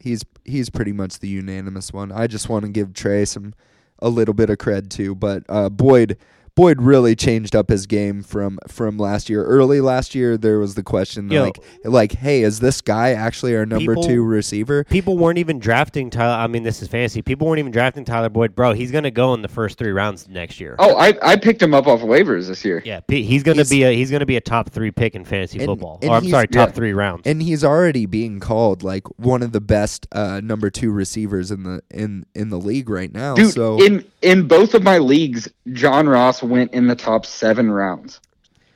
Speaker 2: he's he's pretty much the unanimous one. I just want to give Trey some a little bit of cred too, but uh, Boyd Boyd really changed up his game from from last year. Early last year, there was the question
Speaker 3: Yo.
Speaker 2: like like Hey, is this guy actually our number
Speaker 3: People-
Speaker 2: two receiver?
Speaker 3: People weren't even drafting Tyler. I mean, this is fantasy. People weren't even drafting Tyler Boyd, bro. He's gonna go in the first three rounds next year.
Speaker 4: Oh, I, I picked him up off waivers this year.
Speaker 3: Yeah, P- he's gonna
Speaker 2: He's-
Speaker 3: be a he's gonna be a top three pick in fantasy
Speaker 2: And-
Speaker 3: football.
Speaker 2: and
Speaker 3: or I'm
Speaker 2: he's-
Speaker 3: sorry, top
Speaker 4: yeah.
Speaker 3: three rounds.
Speaker 2: And he's already being called like one of the best uh, number two receivers in the in in the league right now.
Speaker 4: Dude,
Speaker 2: so
Speaker 4: in in both of my leagues, John Ross went in the top seven rounds.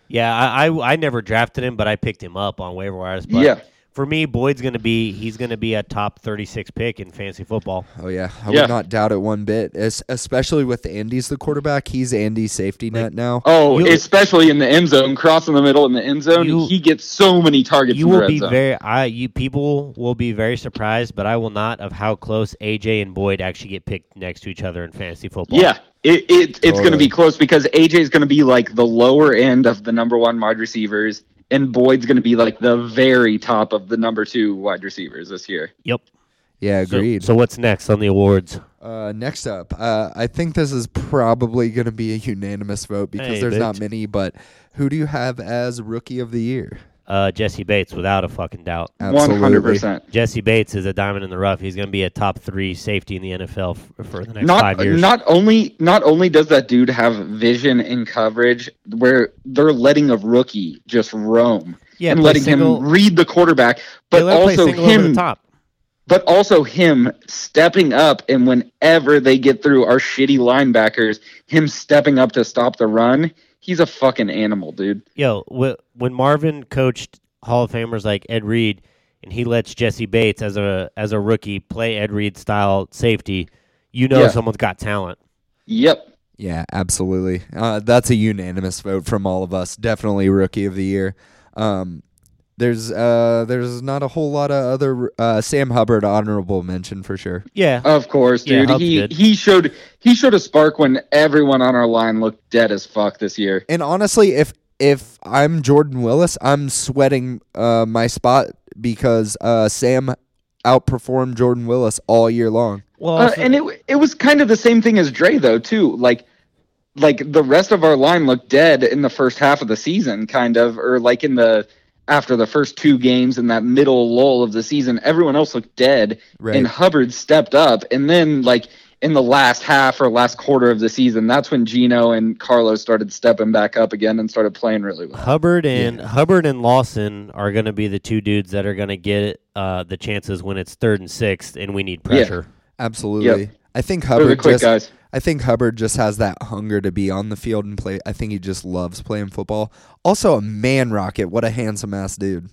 Speaker 3: yeah, I, I I never drafted him, but I picked him up on waiver wires. But
Speaker 4: Yeah.
Speaker 3: For me, Boyd's gonna be he's gonna be a top thirty six pick in fantasy football.
Speaker 2: Oh yeah, I
Speaker 4: Yeah.
Speaker 2: would not doubt it one bit. Es- especially with Andy's the quarterback, he's Andy's safety net now.
Speaker 4: Oh,
Speaker 3: You-
Speaker 4: especially in the end zone, crossing the middle in the end zone,
Speaker 3: You-
Speaker 4: he gets so many targets.
Speaker 3: You
Speaker 4: in the
Speaker 3: will
Speaker 4: red
Speaker 3: be
Speaker 4: zone.
Speaker 3: very I you people will be very surprised, but I will not of how close AJ and Boyd actually get picked next to each other in fantasy football.
Speaker 4: yeah. It, it it's going to
Speaker 2: Totally.
Speaker 4: be close because AJ is going to be like the lower end of the number one wide receivers, and Boyd's going to be like the very top of the number two wide receivers this year.
Speaker 3: Yep.
Speaker 2: Yeah,
Speaker 3: So-
Speaker 2: agreed.
Speaker 3: So, what's next on the awards?
Speaker 2: uh, next up, uh, I think this is probably going to be a unanimous vote because
Speaker 3: Hey,
Speaker 2: there's not
Speaker 3: bitch.
Speaker 2: many. But who do you have as rookie of the year?
Speaker 3: Uh, Jesse Bates, without a fucking doubt.
Speaker 4: One hundred percent.
Speaker 3: Jesse Bates is a diamond in the rough. He's going to be a top three safety in the NFL f- for the next
Speaker 4: Not
Speaker 3: five years.
Speaker 4: not only not only does that dude have vision and coverage where they're letting a rookie just roam.
Speaker 3: yeah,
Speaker 4: and
Speaker 3: play
Speaker 4: letting
Speaker 3: single,
Speaker 4: him read the quarterback,
Speaker 3: they
Speaker 4: but
Speaker 3: let him play
Speaker 4: also
Speaker 3: single over the
Speaker 4: him,
Speaker 3: top.
Speaker 4: but also him stepping up. And whenever they get through our shitty linebackers, him stepping up to stop the run. He's a fucking animal, dude.
Speaker 3: Yo, wh- when Marvin coached Hall of Famers like Ed Reed, and he lets Jesse Bates as a as a rookie play Ed Reed style safety, you know
Speaker 4: Yeah.
Speaker 3: someone's got talent.
Speaker 4: Yep.
Speaker 2: Yeah, absolutely. Uh, that's a unanimous vote from all of us. Definitely rookie of the year. Um, there's uh, there's not a whole lot of other uh, Sam Hubbard honorable mention for sure.
Speaker 3: Yeah,
Speaker 4: Of course,
Speaker 3: Yeah,
Speaker 4: dude.
Speaker 3: Hubb's
Speaker 4: he
Speaker 3: good.
Speaker 4: he showed he showed a spark when everyone on our line looked dead as fuck this year.
Speaker 2: And honestly, if if I'm Jordan Willis, I'm sweating uh, my spot because uh, Sam outperformed Jordan Willis all year long.
Speaker 3: well,
Speaker 4: Uh,
Speaker 3: also-
Speaker 4: and it it was kind of the same thing as Dre though too. Like like the rest of our line looked dead in the first half of the season, kind of, or like in the after the first two games in that middle lull of the season, everyone else looked dead,
Speaker 2: Right.
Speaker 4: and Hubbard stepped up, and then like in the last half or last quarter of the season, that's when Gino and Carlos started stepping back up again and started playing really well.
Speaker 3: Hubbard and Hubbard and Lawson are going to be the two dudes that are going to get uh, the chances when it's third and sixth, and we need pressure.
Speaker 2: Absolutely.
Speaker 4: Yep.
Speaker 2: I think
Speaker 4: They're the
Speaker 2: Hubbard
Speaker 4: quick
Speaker 2: just
Speaker 4: guys.
Speaker 2: I think Hubbard just has that hunger to be on the field and play. I think he just loves playing football. Also a man rocket. What a handsome ass dude.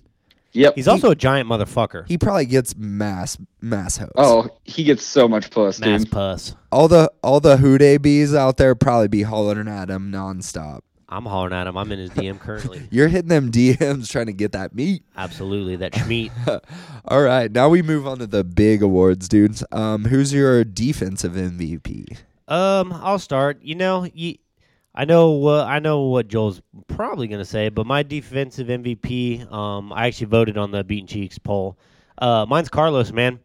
Speaker 4: Yep.
Speaker 3: He's also a giant motherfucker.
Speaker 2: He probably gets mass mass hoes.
Speaker 4: oh, he gets so much plus,
Speaker 3: Mass
Speaker 4: dude.
Speaker 3: puss.
Speaker 2: All the all the Houday bees out there probably be hollering at him nonstop.
Speaker 3: I'm hollering at him. I'm in his DM currently.
Speaker 2: You're hitting them DMs trying to get that meat.
Speaker 3: Absolutely, that Schmeat.
Speaker 2: All right, now we move on to the big awards, dudes. Um, who's your defensive MVP?
Speaker 3: Um, I'll start. You know, you, I know uh, I know what Joel's probably going to say, but my defensive MVP, um, I actually voted on the Beaten Cheeks poll. Uh, mine's Carlos, man.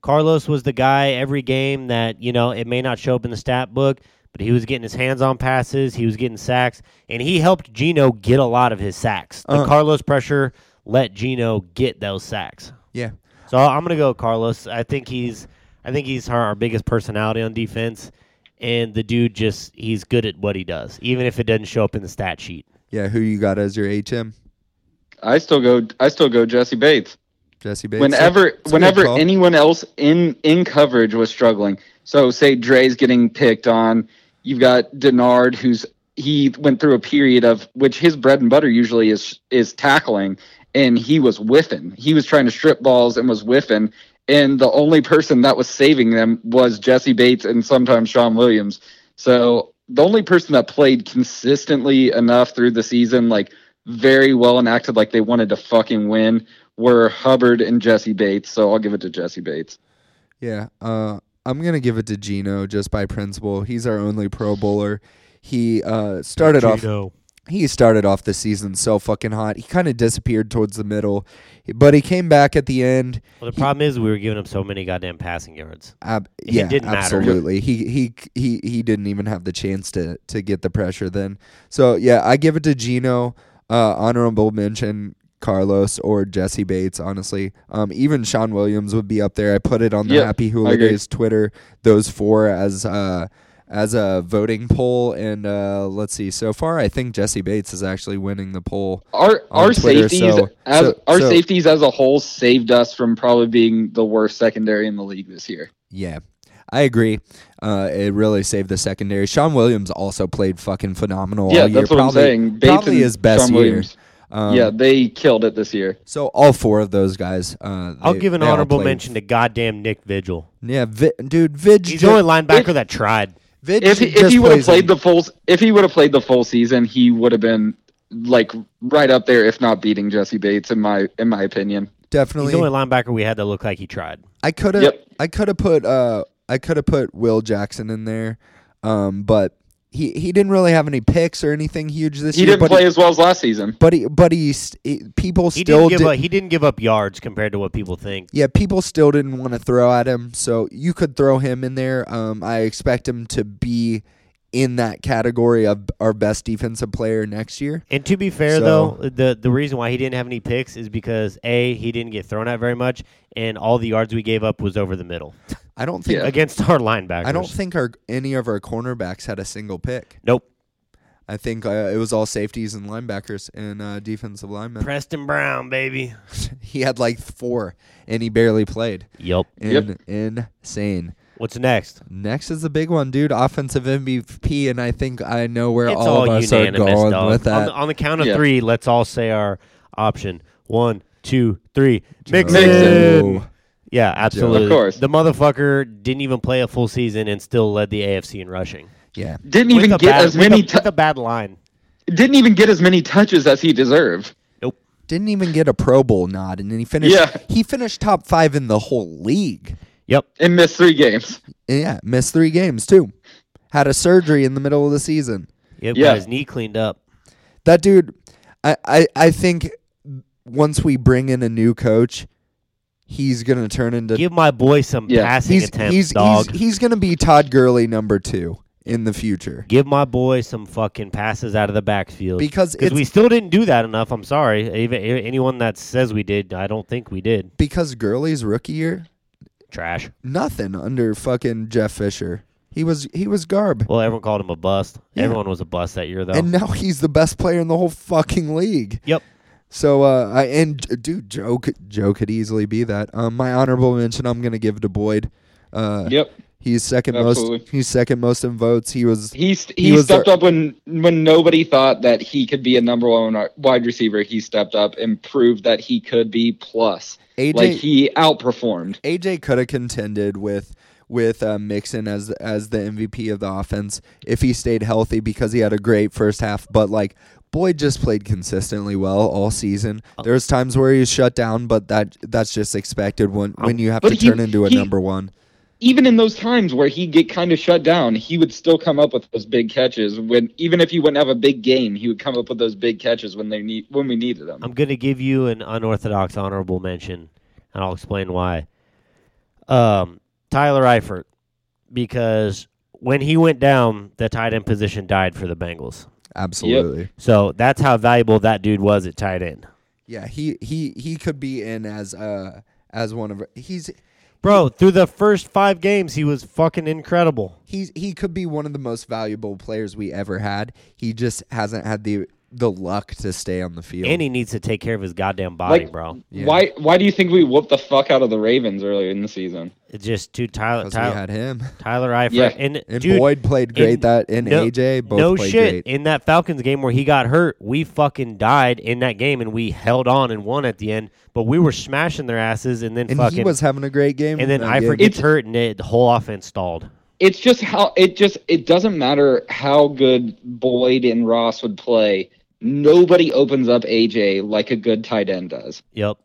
Speaker 3: Carlos was the guy every game that you know it may not show up in the stat book, but he was getting his hands on passes, he was getting sacks, and he helped Gino get a lot of his sacks. The
Speaker 2: Uh.
Speaker 3: Carlos pressure let Gino get those sacks.
Speaker 2: Yeah,
Speaker 3: So I'm gonna go with Carlos. I think he's I think he's our, our biggest personality on defense, and the dude just he's good at what he does, even if it doesn't show up in the stat sheet.
Speaker 2: yeah. Who you got as your HM?
Speaker 4: I still go. I still go Jesse Bates.
Speaker 2: Jesse Bates.
Speaker 4: whenever
Speaker 2: It's a good
Speaker 4: whenever
Speaker 2: call.
Speaker 4: anyone else in in coverage was struggling so say Dre's getting picked on you've got Denard who's he went through a period of which his bread and butter usually is is tackling and he was whiffing he was trying to strip balls and was whiffing and the only person that was saving them was Jesse Bates and sometimes Sean Williams so the only person that played consistently enough through the season like very well and acted like they wanted to fucking win were Hubbard and Jesse Bates, so I'll give it to Jesse Bates.
Speaker 2: Yeah. Uh, I'm going to give it to Gino just by principle. He's our only Pro Bowler. He uh, started off he started off the season so fucking hot. He kind of disappeared towards the middle, but he came back at the end.
Speaker 3: Well, the problem is we were giving him so many goddamn passing yards.
Speaker 2: Ab-
Speaker 3: It
Speaker 2: yeah,
Speaker 3: didn't matter.
Speaker 2: absolutely. He he he he didn't even have the chance to to get the pressure then. So yeah, I give it to Gino. Uh, honorable mention. Carlos or Jesse Bates, honestly. Um, even Sean Williams would be up there. I put it on the
Speaker 4: Yeah,
Speaker 2: Happy
Speaker 4: I
Speaker 2: Hula
Speaker 4: agree.
Speaker 2: Days Twitter. Those four as uh, as a voting poll, and uh, let's see. So far, I think Jesse Bates is actually winning the poll.
Speaker 4: Our
Speaker 2: On
Speaker 4: our
Speaker 2: Twitter,
Speaker 4: safeties
Speaker 2: so-
Speaker 4: as
Speaker 2: so-
Speaker 4: our
Speaker 2: so-
Speaker 4: safeties as a whole saved us from probably being the worst secondary in the league this year.
Speaker 2: Yeah, I agree. Uh, it really saved the secondary. Sean Williams also played fucking phenomenal
Speaker 4: yeah,
Speaker 2: all year.
Speaker 4: that's what I'm
Speaker 2: Probably-
Speaker 4: saying. Bates
Speaker 2: probably
Speaker 4: and
Speaker 2: his best
Speaker 4: Sean
Speaker 2: year.
Speaker 4: Williams.
Speaker 2: Um,
Speaker 4: yeah, they killed it this year.
Speaker 2: So all four of those guys. Uh,
Speaker 3: I'll
Speaker 2: they-
Speaker 3: give an
Speaker 2: they all
Speaker 3: honorable
Speaker 2: played.
Speaker 3: mention to goddamn Nick Vigil.
Speaker 2: Yeah, Vi- dude, Vidge.
Speaker 3: He's
Speaker 2: ju-
Speaker 3: the only linebacker
Speaker 4: If-
Speaker 3: that tried.
Speaker 2: Vidge
Speaker 4: If he, if
Speaker 2: just
Speaker 4: he would have
Speaker 2: plays
Speaker 4: played
Speaker 2: in-
Speaker 4: the full s- if he would have played the full season, he would have been like right up there, if not beating Jesse Bates, in my in my opinion.
Speaker 3: He's
Speaker 2: definitely.
Speaker 3: the only linebacker we had that looked like he tried.
Speaker 2: I could have.
Speaker 4: Yep.
Speaker 2: I could have put. Uh, I could have put Will Jackson in there, um, but he he didn't really have any picks or anything huge this
Speaker 4: He
Speaker 2: year.
Speaker 4: didn't
Speaker 2: but
Speaker 4: play as well as last season.
Speaker 2: But he, but he, st- he- people
Speaker 3: He
Speaker 2: still
Speaker 3: didn't give
Speaker 2: did-
Speaker 3: up. He didn't give up yards compared to what people think.
Speaker 2: yeah, people still didn't want to throw at him, so you could throw him in there. Um, I expect him to be in that category of our best defensive player next year.
Speaker 3: And to be fair,
Speaker 2: So-
Speaker 3: though, the the reason why he didn't have any picks is because a he didn't get thrown at very much, and all the yards we gave up was over the middle
Speaker 2: I don't think
Speaker 4: Yeah.
Speaker 3: against our linebackers.
Speaker 2: I don't think our any of our cornerbacks had a single pick.
Speaker 3: Nope.
Speaker 2: I think uh, it was all safeties and linebackers and uh, defensive linemen.
Speaker 3: Preston Brown, baby.
Speaker 2: He had like four, and he barely played.
Speaker 3: Yep.
Speaker 2: In, Insane.
Speaker 3: What's next?
Speaker 2: Next is the big one, dude. Offensive MVP, and I think I know where
Speaker 3: It's
Speaker 2: all,
Speaker 3: all,
Speaker 2: of us are
Speaker 3: unanimous,
Speaker 2: going
Speaker 3: dog.
Speaker 2: with
Speaker 3: On,
Speaker 2: that.
Speaker 3: the, on the count of
Speaker 4: Yeah.
Speaker 3: three, let's all say our option. One, two, three.
Speaker 2: Joe. Oh,
Speaker 3: Mixon. Yeah, absolutely.
Speaker 4: Of course.
Speaker 3: The motherfucker didn't even play a full season and still led the AFC in rushing.
Speaker 2: Yeah.
Speaker 4: Didn't
Speaker 3: With
Speaker 4: even
Speaker 3: a
Speaker 4: get
Speaker 3: bad,
Speaker 4: as many
Speaker 3: with a,
Speaker 4: tou-
Speaker 3: with a bad line.
Speaker 4: didn't even get as many touches as he deserved.
Speaker 2: didn't even get a Pro Bowl nod, and then he finished.
Speaker 4: Yeah.
Speaker 2: he finished top five in the whole league.
Speaker 3: Yep.
Speaker 4: and missed three games.
Speaker 2: Yeah, missed three games too. Had a surgery in the middle of the season.
Speaker 3: Yep.
Speaker 4: Yeah.
Speaker 3: Got his knee cleaned up.
Speaker 2: That dude, I, I, I think once we bring in a new coach, he's gonna turn into
Speaker 3: Give my boy some
Speaker 4: Yeah.
Speaker 3: passing
Speaker 2: he's
Speaker 3: attempts,
Speaker 2: he's,
Speaker 3: dog.
Speaker 2: he's he's gonna be Todd Gurley number two in the future.
Speaker 3: Give my boy some fucking passes out of the backfield.
Speaker 2: Because
Speaker 3: Because
Speaker 2: it's-
Speaker 3: we still didn't do that enough. I'm sorry. Even anyone that says we did, I don't think we did.
Speaker 2: Because Gurley's rookie year,
Speaker 3: Trash.
Speaker 2: nothing under fucking Jeff Fisher. He was he was garb.
Speaker 3: Well, everyone called him a bust.
Speaker 2: Yeah.
Speaker 3: Everyone was a bust that year, though.
Speaker 2: And now he's the best player in the whole fucking league.
Speaker 3: Yep.
Speaker 2: So uh, I and j- dude, Joe could, Joe could easily be that. Um, my honorable mention I'm gonna give to Boyd. Uh,
Speaker 4: Yep.
Speaker 2: he's second most.
Speaker 4: Absolutely.
Speaker 2: He's second most in votes. He was
Speaker 4: He st-
Speaker 2: He
Speaker 4: he,
Speaker 2: was
Speaker 4: stepped
Speaker 2: the-
Speaker 4: up when when nobody thought that he could be a number one wi- wide receiver. He stepped up and proved that he could be plus.
Speaker 2: AJ.
Speaker 4: Like he outperformed.
Speaker 2: AJ could have contended with with uh, Mixon as as the MVP of the offense if he stayed healthy because he had a great first half, but like Boyd just played consistently well all season.
Speaker 4: Uh,
Speaker 2: There's times where he's shut down, but that that's just expected when when you have to
Speaker 4: uh, But he-
Speaker 2: turn into a
Speaker 4: he-
Speaker 2: number one.
Speaker 4: even in those times where he'd get kind of shut down, he would still come up with those big catches. When even if he wouldn't have a big game, he would come up with those big catches when they need when we needed them.
Speaker 3: I'm going to give you an unorthodox honorable mention, and I'll explain why. Um, Tyler Eifert, because when he went down, the tight end position died for the Bengals.
Speaker 2: Absolutely.
Speaker 3: So that's how valuable that dude was at tight end.
Speaker 2: Yeah, he he he could be in as uh as one of he's
Speaker 3: Bro, through the first five games, he was fucking incredible.
Speaker 2: he's he could be one of the most valuable players we ever had. He just hasn't had the the luck to stay on the field.
Speaker 3: And he needs to take care of his goddamn body,
Speaker 4: Like-
Speaker 3: bro.
Speaker 2: Yeah.
Speaker 4: Why why do you think we whooped the fuck out of the Ravens earlier in the season?
Speaker 3: It's just too Tyler
Speaker 2: because
Speaker 3: Tyler,
Speaker 2: we had him.
Speaker 3: Tyler Eifert
Speaker 4: Yeah.
Speaker 3: and,
Speaker 2: And
Speaker 3: dude,
Speaker 2: Boyd played great
Speaker 3: in-
Speaker 2: that and
Speaker 3: no-
Speaker 2: AJ both
Speaker 3: no
Speaker 2: played
Speaker 3: shit.
Speaker 2: great.
Speaker 3: In that Falcons game where he got hurt, we fucking died in that game, and we held on and won at the end. But we were smashing their asses, and then
Speaker 2: And
Speaker 3: fucking
Speaker 2: he was having a great game.
Speaker 3: and then
Speaker 2: that
Speaker 3: Eifert
Speaker 2: game.
Speaker 3: gets hurt, and it, the whole offense stalled.
Speaker 4: It's just how it just it doesn't matter how good Boyd and Ross would play. Nobody opens up AJ like a good tight end does.
Speaker 3: Yep.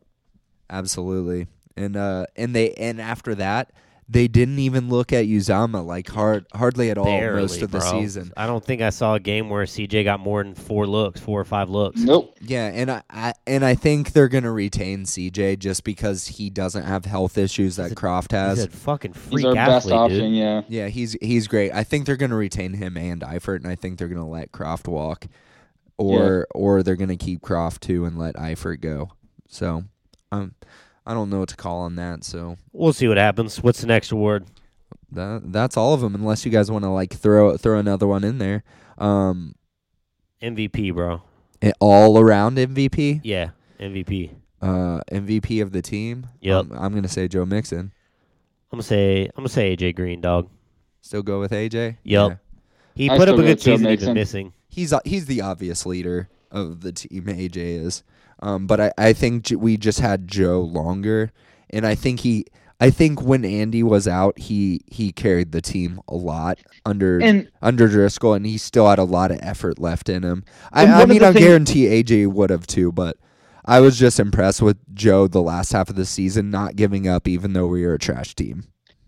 Speaker 2: Absolutely. And uh and they and after that they didn't even look at Uzama like hard hardly at all
Speaker 3: Barely,
Speaker 2: Oh, most of the
Speaker 3: bro.
Speaker 2: season.
Speaker 3: I don't think I saw a game where CJ got more than four looks, four or five looks.
Speaker 4: Nope.
Speaker 2: Yeah, and I, I and I think they're gonna retain CJ just because he doesn't have health issues that Croft
Speaker 3: He's
Speaker 2: has.
Speaker 3: a fucking
Speaker 4: He's
Speaker 3: freak
Speaker 4: our best
Speaker 3: athlete,
Speaker 4: option,
Speaker 3: dude.
Speaker 4: yeah.
Speaker 2: yeah, he's he's great. I think they're gonna retain him and Eifert, and I think they're gonna let Croft walk, or or they're gonna keep Croft too and let Eifert go. So, um, I don't know what to call on that. So
Speaker 3: We'll see what happens. What's the next award?
Speaker 2: that that's all of them, unless you guys want to like throw throw another one in there. Um,
Speaker 3: MVP, bro.
Speaker 2: all around MVP,
Speaker 3: Yeah, MVP.
Speaker 2: uh, MVP of the team.
Speaker 3: Yep.
Speaker 2: Um, I'm gonna say Joe Mixon.
Speaker 3: I'm gonna say I'm gonna say AJ Green, dog.
Speaker 2: Still go with AJ.
Speaker 3: Yep.
Speaker 2: Yeah.
Speaker 3: He
Speaker 4: I
Speaker 3: put up
Speaker 4: still
Speaker 3: a
Speaker 4: go
Speaker 3: good
Speaker 4: Joe
Speaker 3: season. He's
Speaker 4: Mixon.
Speaker 3: been missing.
Speaker 2: he's uh, he's the obvious leader of the team. AJ is, um, but I I think j- we just had Joe longer, and I think he I think when Andy was out, he he carried the team a lot under
Speaker 4: And-
Speaker 2: under Driscoll, and he still had a lot of effort left in him. I,
Speaker 4: And one
Speaker 2: I
Speaker 4: of
Speaker 2: mean,
Speaker 4: the
Speaker 2: I
Speaker 4: things-
Speaker 2: guarantee AJ would have too, but. I was just impressed with Joe the last half of the season not giving up, even though we were a trash team.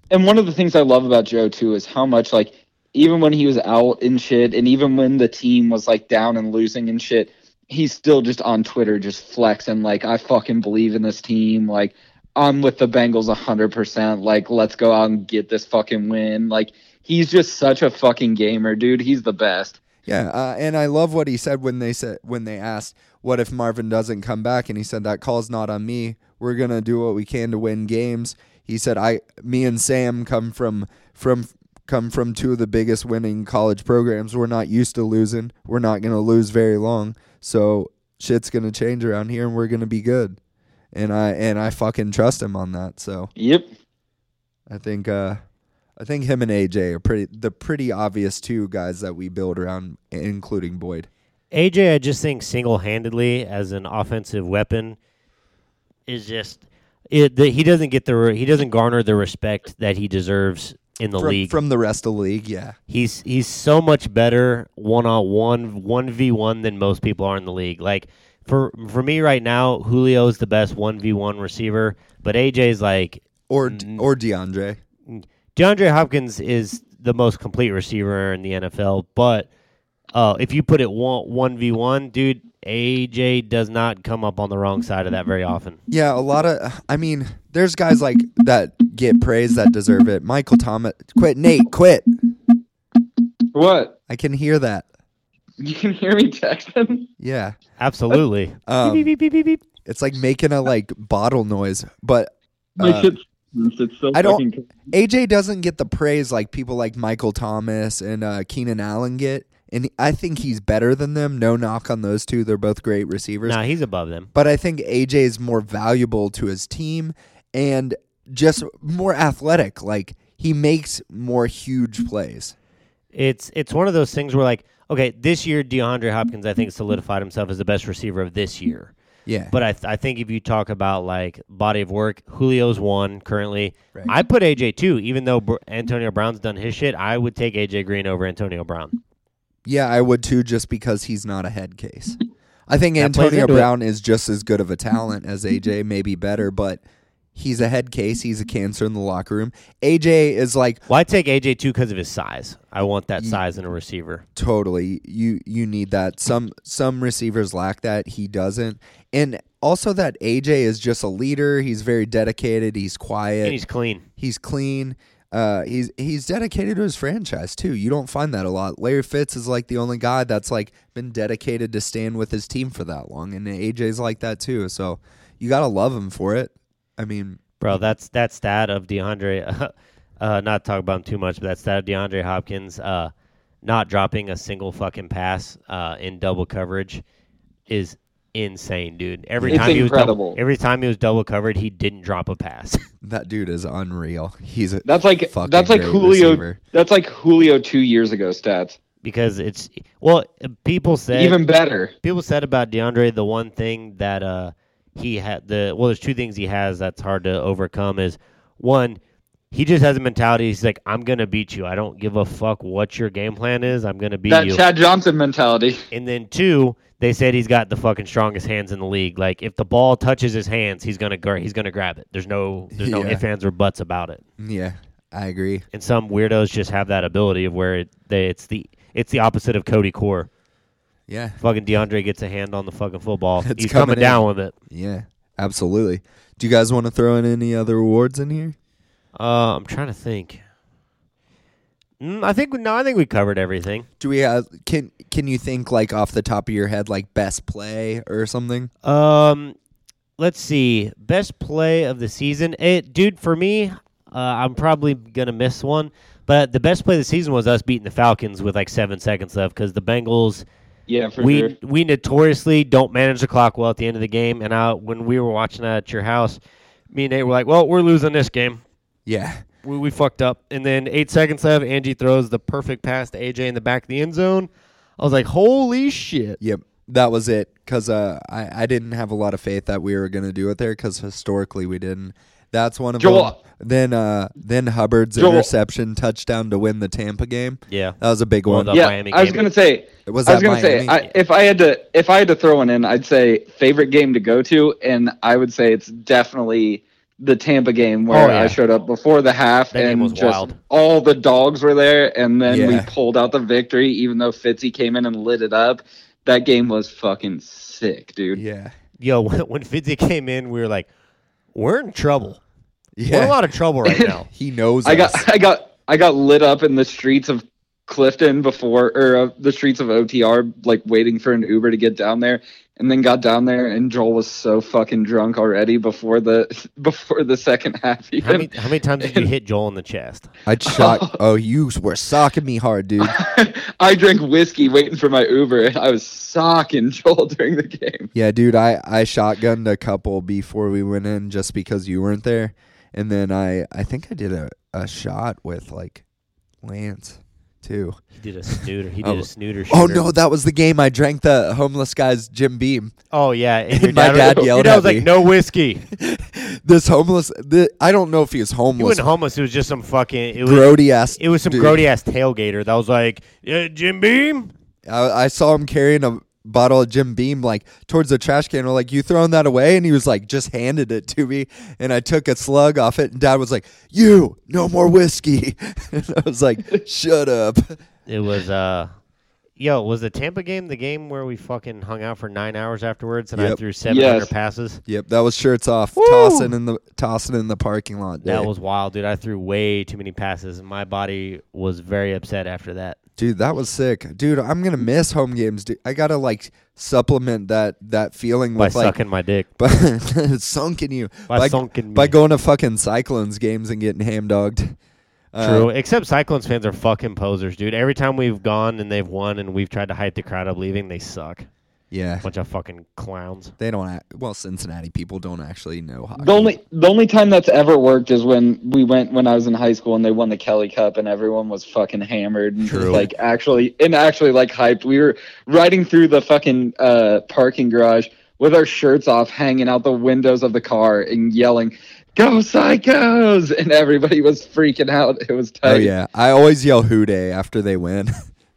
Speaker 4: and one of the things I love about Joe too is how much like even when he was out and shit, and even when the team was like down and losing and shit, he's still just on Twitter just flexing like I fucking believe in this team, like I'm with the Bengals hundred percent, like let's go out and get this fucking win. Like he's just such a fucking gamer, dude. He's the best.
Speaker 2: Yeah, uh, and I love what he said when they said when they asked, "What if Marvin doesn't come back?" And he said, "That call's not on me. We're gonna do what we can to win games." He said, "I, me and Sam come from from come from two of the biggest winning college programs. We're not used to losing. We're not gonna lose very long. So shit's gonna change around here, and we're gonna be good." And I and I fucking trust him on that. So
Speaker 4: Yep.
Speaker 2: I think uh, I think him and AJ are pretty the pretty obvious two guys that we build around, including Boyd.
Speaker 3: AJ, I just think single handedly as an offensive weapon is just it. The, he doesn't get the re- he doesn't garner the respect that he deserves in the
Speaker 2: from,
Speaker 3: league.
Speaker 2: from the rest of the league. Yeah,
Speaker 3: he's he's so much better one on one one v one than most people are in the league. Like for for me right now, Julio's the best one v one receiver, but AJ's like
Speaker 2: or
Speaker 3: Mm-hmm.
Speaker 2: or DeAndre.
Speaker 3: DeAndre Hopkins is the most complete receiver in the NFL, but uh, if you put it one v one, dude, AJ does not come up on the wrong side of that very often.
Speaker 2: Yeah, a lot of. I mean, there's guys like that get praise that deserve it. Michael Thomas, quit, Nate, quit.
Speaker 4: What?
Speaker 2: I can hear that.
Speaker 4: You can hear me texting?
Speaker 2: Yeah,
Speaker 3: Absolutely.
Speaker 2: um,
Speaker 3: Beep, beep, beep, beep, beep.
Speaker 2: it's like making a like bottle noise. But
Speaker 4: Like
Speaker 2: Uh,
Speaker 4: it's, it's so
Speaker 2: I don't-
Speaker 4: fucking
Speaker 2: AJ doesn't get the praise like people like Michael Thomas and uh, Keenan Allen get. And I think he's better than them. No knock on those two. They're both great receivers.
Speaker 3: Nah, he's above them.
Speaker 2: but I think AJ is more valuable to his team and just more athletic. Like he makes more huge plays.
Speaker 3: It's it's one of those things where like, okay, this year DeAndre Hopkins I think solidified himself as the best receiver of this year.
Speaker 2: Yeah.
Speaker 3: But I, th- I think if you talk about like body of work, Julio's one currently.
Speaker 2: Right.
Speaker 3: I put AJ two, even though Br- Antonio Brown's done his shit. I would take AJ Green over Antonio Brown.
Speaker 2: Yeah, I would too, just because he's not a head case. I think
Speaker 3: That plays
Speaker 2: Antonio
Speaker 3: into it.
Speaker 2: Brown is just as good of a talent as AJ, maybe better, but he's a head case. He's a cancer in the locker room. AJ is like
Speaker 3: Well, I take AJ two because of his size. I want that
Speaker 4: Mm.
Speaker 2: Ye-
Speaker 3: size in a receiver.
Speaker 2: totally you you need that. Some some receivers lack that. He doesn't, and also that AJ is just a leader. He's very dedicated. He's quiet.
Speaker 3: And he's clean.
Speaker 2: He's clean. Uh, he's he's dedicated to his franchise too. You don't find that a lot. Larry Fitz is like the only guy that's like been dedicated to staying with his team for that long, and AJ's like that too. So you gotta love him for it. I mean,
Speaker 3: Bro, that's that stat of DeAndre. Uh, not talk about him too much, but that stat of DeAndre Hopkins uh, not dropping a single fucking pass uh, in double coverage is insane, dude. Every
Speaker 4: It's
Speaker 3: time he was
Speaker 4: incredible.
Speaker 3: double, every time he was double covered, he didn't drop a pass.
Speaker 2: that dude is unreal. He's a
Speaker 4: That's like
Speaker 2: Fucking
Speaker 4: that's like
Speaker 2: great
Speaker 4: Julio.
Speaker 2: receiver.
Speaker 4: That's like Julio two years ago stats.
Speaker 3: because it's well, people said
Speaker 4: Even better.
Speaker 3: people said about DeAndre the one thing that uh he had the well there's two things he has that's hard to overcome is one he just has a mentality he's like I'm going to beat you. I don't give a fuck what your game plan is. I'm going to beat
Speaker 4: That
Speaker 3: you.
Speaker 4: Chad Johnson mentality.
Speaker 3: and then two, they said he's got the fucking strongest hands in the league. Like if the ball touches his hands, he's going to gr- he's going to grab it. There's no there's no
Speaker 2: Yeah.
Speaker 3: ifs ands or buts about it.
Speaker 2: yeah, I agree.
Speaker 3: And some weirdos just have that ability of where it, they, it's the it's the opposite of Cody Core.
Speaker 2: Yeah,
Speaker 3: Fucking DeAndre gets a hand on the fucking football.
Speaker 2: It's
Speaker 3: he's coming,
Speaker 2: coming in.
Speaker 3: down with it.
Speaker 2: yeah, absolutely. Do you guys want to throw in any other awards in here?
Speaker 3: Uh, I'm trying to think. Mm, I think no, I think we covered everything.
Speaker 2: Do we have can can you think like off the top of your head like best play or something?
Speaker 3: Um, let's see, best play of the season. It, dude, for me, uh, I'm probably gonna miss one, but the best play of the season was us beating the Falcons with like seven seconds left because the Bengals.
Speaker 4: Yeah, for
Speaker 3: we
Speaker 4: sure.
Speaker 3: we notoriously don't manage the clock well at the end of the game, and I, when we were watching that at your house, me and Nate were like, "Well, we're losing this game.
Speaker 2: Yeah,
Speaker 3: we, we fucked up. And then eight seconds left, Angie throws the perfect pass to AJ in the back of the end zone. I was like, holy shit.
Speaker 2: Yep, that was it. Cause uh, I I didn't have a lot of faith that we were gonna do it there. Cause historically we didn't. That's one of
Speaker 4: Joel.
Speaker 2: them. Then uh then Hubbard's
Speaker 4: Joel.
Speaker 2: interception touchdown to win the Tampa game.
Speaker 3: Yeah.
Speaker 2: That was a big
Speaker 3: Well
Speaker 2: one.
Speaker 3: done.
Speaker 4: yeah,
Speaker 3: Miami
Speaker 4: I was
Speaker 3: game.
Speaker 4: gonna say.
Speaker 2: Was
Speaker 4: I was
Speaker 2: that
Speaker 4: gonna say
Speaker 2: Miami?
Speaker 4: I, if I had to if I had to throw one in, I'd say favorite game to go to, and I would say it's definitely the Tampa game where
Speaker 3: Oh, yeah.
Speaker 4: I showed up before the half
Speaker 3: That game
Speaker 4: and
Speaker 3: was
Speaker 4: just
Speaker 3: wild.
Speaker 4: all the dogs were there, and then we
Speaker 2: Yeah.
Speaker 4: pulled out the victory, even though Fitzy came in and lit it up. That game was fucking sick, dude.
Speaker 2: Yeah.
Speaker 3: Yo, when, when Fidzi came in, we were like, we're in trouble. We're in a
Speaker 2: Yeah.
Speaker 3: lot of trouble right now.
Speaker 2: He knows.
Speaker 4: I
Speaker 2: us.
Speaker 4: got I got I got lit up in the streets of Clifton before or uh, the streets of OTR like waiting for an Uber to get down there and then got down there and Joel was so fucking drunk already before the before the second half
Speaker 3: How many,
Speaker 4: even.
Speaker 3: how many times did you hit Joel in the chest?
Speaker 2: I shot. oh, you were socking me hard, dude.
Speaker 4: I drank whiskey waiting for my Uber and I was socking Joel during the game.
Speaker 2: Yeah, dude, I I shotgunned a couple before we went in just because you weren't there, and then I I think I did a a shot with like Lance too.
Speaker 3: He did a snooter. He
Speaker 2: did a
Speaker 3: did
Speaker 2: Oh.
Speaker 3: a snooter.
Speaker 2: Oh no, that was the game I drank the homeless guy's Jim Beam.
Speaker 3: Oh, yeah. And
Speaker 2: My dad
Speaker 3: was,
Speaker 2: yelled
Speaker 3: your dad
Speaker 2: at
Speaker 3: was
Speaker 2: me.
Speaker 3: like, no whiskey.
Speaker 2: This homeless, th I don't know if he was
Speaker 3: He
Speaker 2: homeless.
Speaker 3: wasn't homeless. It was just some fucking. It was,
Speaker 2: Grody ass.
Speaker 3: it was some
Speaker 2: dude.
Speaker 3: grody ass tailgater that was like, yeah, Jim Beam?
Speaker 2: I, I saw him carrying a bottle of Jim Beam like towards the trash can. We're like, "You throwing that away?" And he was like, "Just handed it to me." And I took a slug off it, and Dad was like, "You, no more whiskey." and I was like, "Shut up."
Speaker 3: It was uh yo, was the Tampa game the game where we fucking hung out for nine hours afterwards and I
Speaker 2: Yep.
Speaker 3: threw seven hundred
Speaker 4: Yes.
Speaker 3: passes?
Speaker 2: Yep, that was shirts off, tossing in the tossing in the parking lot.
Speaker 3: That
Speaker 2: dude.
Speaker 3: was wild, dude. I threw way too many passes and my body was very upset after that.
Speaker 2: Dude, that was sick. Dude, I'm gonna miss home games. Dude, I gotta like supplement that that feeling
Speaker 3: By
Speaker 2: with like
Speaker 3: sucking my dick.
Speaker 2: but it's sunk in you
Speaker 3: By
Speaker 2: Like-
Speaker 3: sunken
Speaker 2: by
Speaker 3: me.
Speaker 2: going to fucking Cyclones games and getting ham dogged. uh,
Speaker 3: True. Except Cyclones fans are fucking posers, dude. Every time we've gone and they've won and we've tried to hype the crowd up leaving, they suck.
Speaker 2: Yeah,
Speaker 3: Bunch of fucking clowns.
Speaker 2: they don't. Act, well, Cincinnati people don't actually know hockey.
Speaker 4: The only uh, the only time that's ever worked is when we went when I was in high school and they won the Kelly Cup and everyone was fucking hammered and
Speaker 3: True.
Speaker 4: like actually and actually like hyped. We were riding through the fucking uh, parking garage. with our shirts off, hanging out the windows of the car and yelling, "Go Psychos!" And everybody was freaking out. It was tight.
Speaker 2: Oh yeah, I always yell "Hoo day" after they win.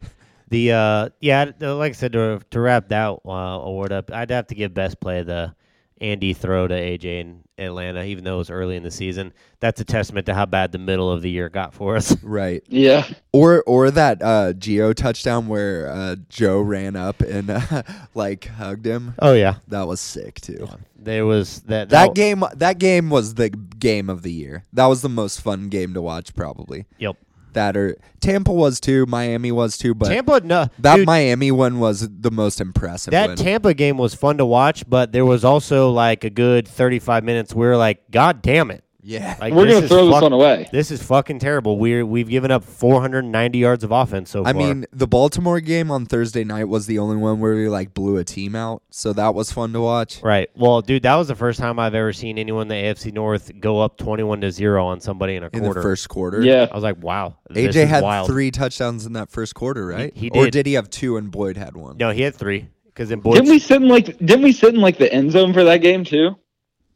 Speaker 3: The uh, yeah, th- like I said, to, to wrap that uh, award up, I'd have to give best play the Andy throw to AJ in Atlanta, even though it was early in the season. That's a testament to how bad the middle of the year got for us.
Speaker 2: right.
Speaker 4: Yeah.
Speaker 2: Or or that uh, Geo touchdown where uh, Joe ran up and uh, like hugged him.
Speaker 3: Oh yeah,
Speaker 2: That was sick too.
Speaker 3: there was that
Speaker 2: That game that game was the game of the year. That was the most fun game to watch probably.
Speaker 3: Yep.
Speaker 2: That or Tampa was too, Miami was too, but
Speaker 3: Tampa, no,
Speaker 2: that
Speaker 3: dude,
Speaker 2: Miami one was the most impressive
Speaker 3: that
Speaker 2: one.
Speaker 3: Tampa game was fun to watch, but there was also like a good thirty-five minutes. We were like, God damn it!
Speaker 2: yeah.
Speaker 3: Like
Speaker 4: We're gonna
Speaker 3: is
Speaker 4: throw this
Speaker 3: fuck-
Speaker 4: one away.
Speaker 3: This is fucking terrible. We're we've given up 490 yards of offense so far.
Speaker 2: I mean, the Baltimore game on Thursday night was the only one where we like blew a team out, so that was fun to watch.
Speaker 3: Right. Well, dude, that was the first time I've ever seen anyone in the AFC North go up 21 to 0 on somebody in a
Speaker 2: In
Speaker 3: quarter.
Speaker 2: the first quarter.
Speaker 3: I
Speaker 4: Yeah.
Speaker 3: was like, wow. this
Speaker 2: AJ
Speaker 3: is
Speaker 2: had
Speaker 3: wild.
Speaker 2: three touchdowns in that first quarter, right?
Speaker 3: he
Speaker 2: Or
Speaker 3: did.
Speaker 2: did he have two and Boyd had one?
Speaker 3: No, he had three. Because then
Speaker 4: Didn't we
Speaker 3: Boyd.
Speaker 4: sit in like didn't we sit in like the end zone for that game too?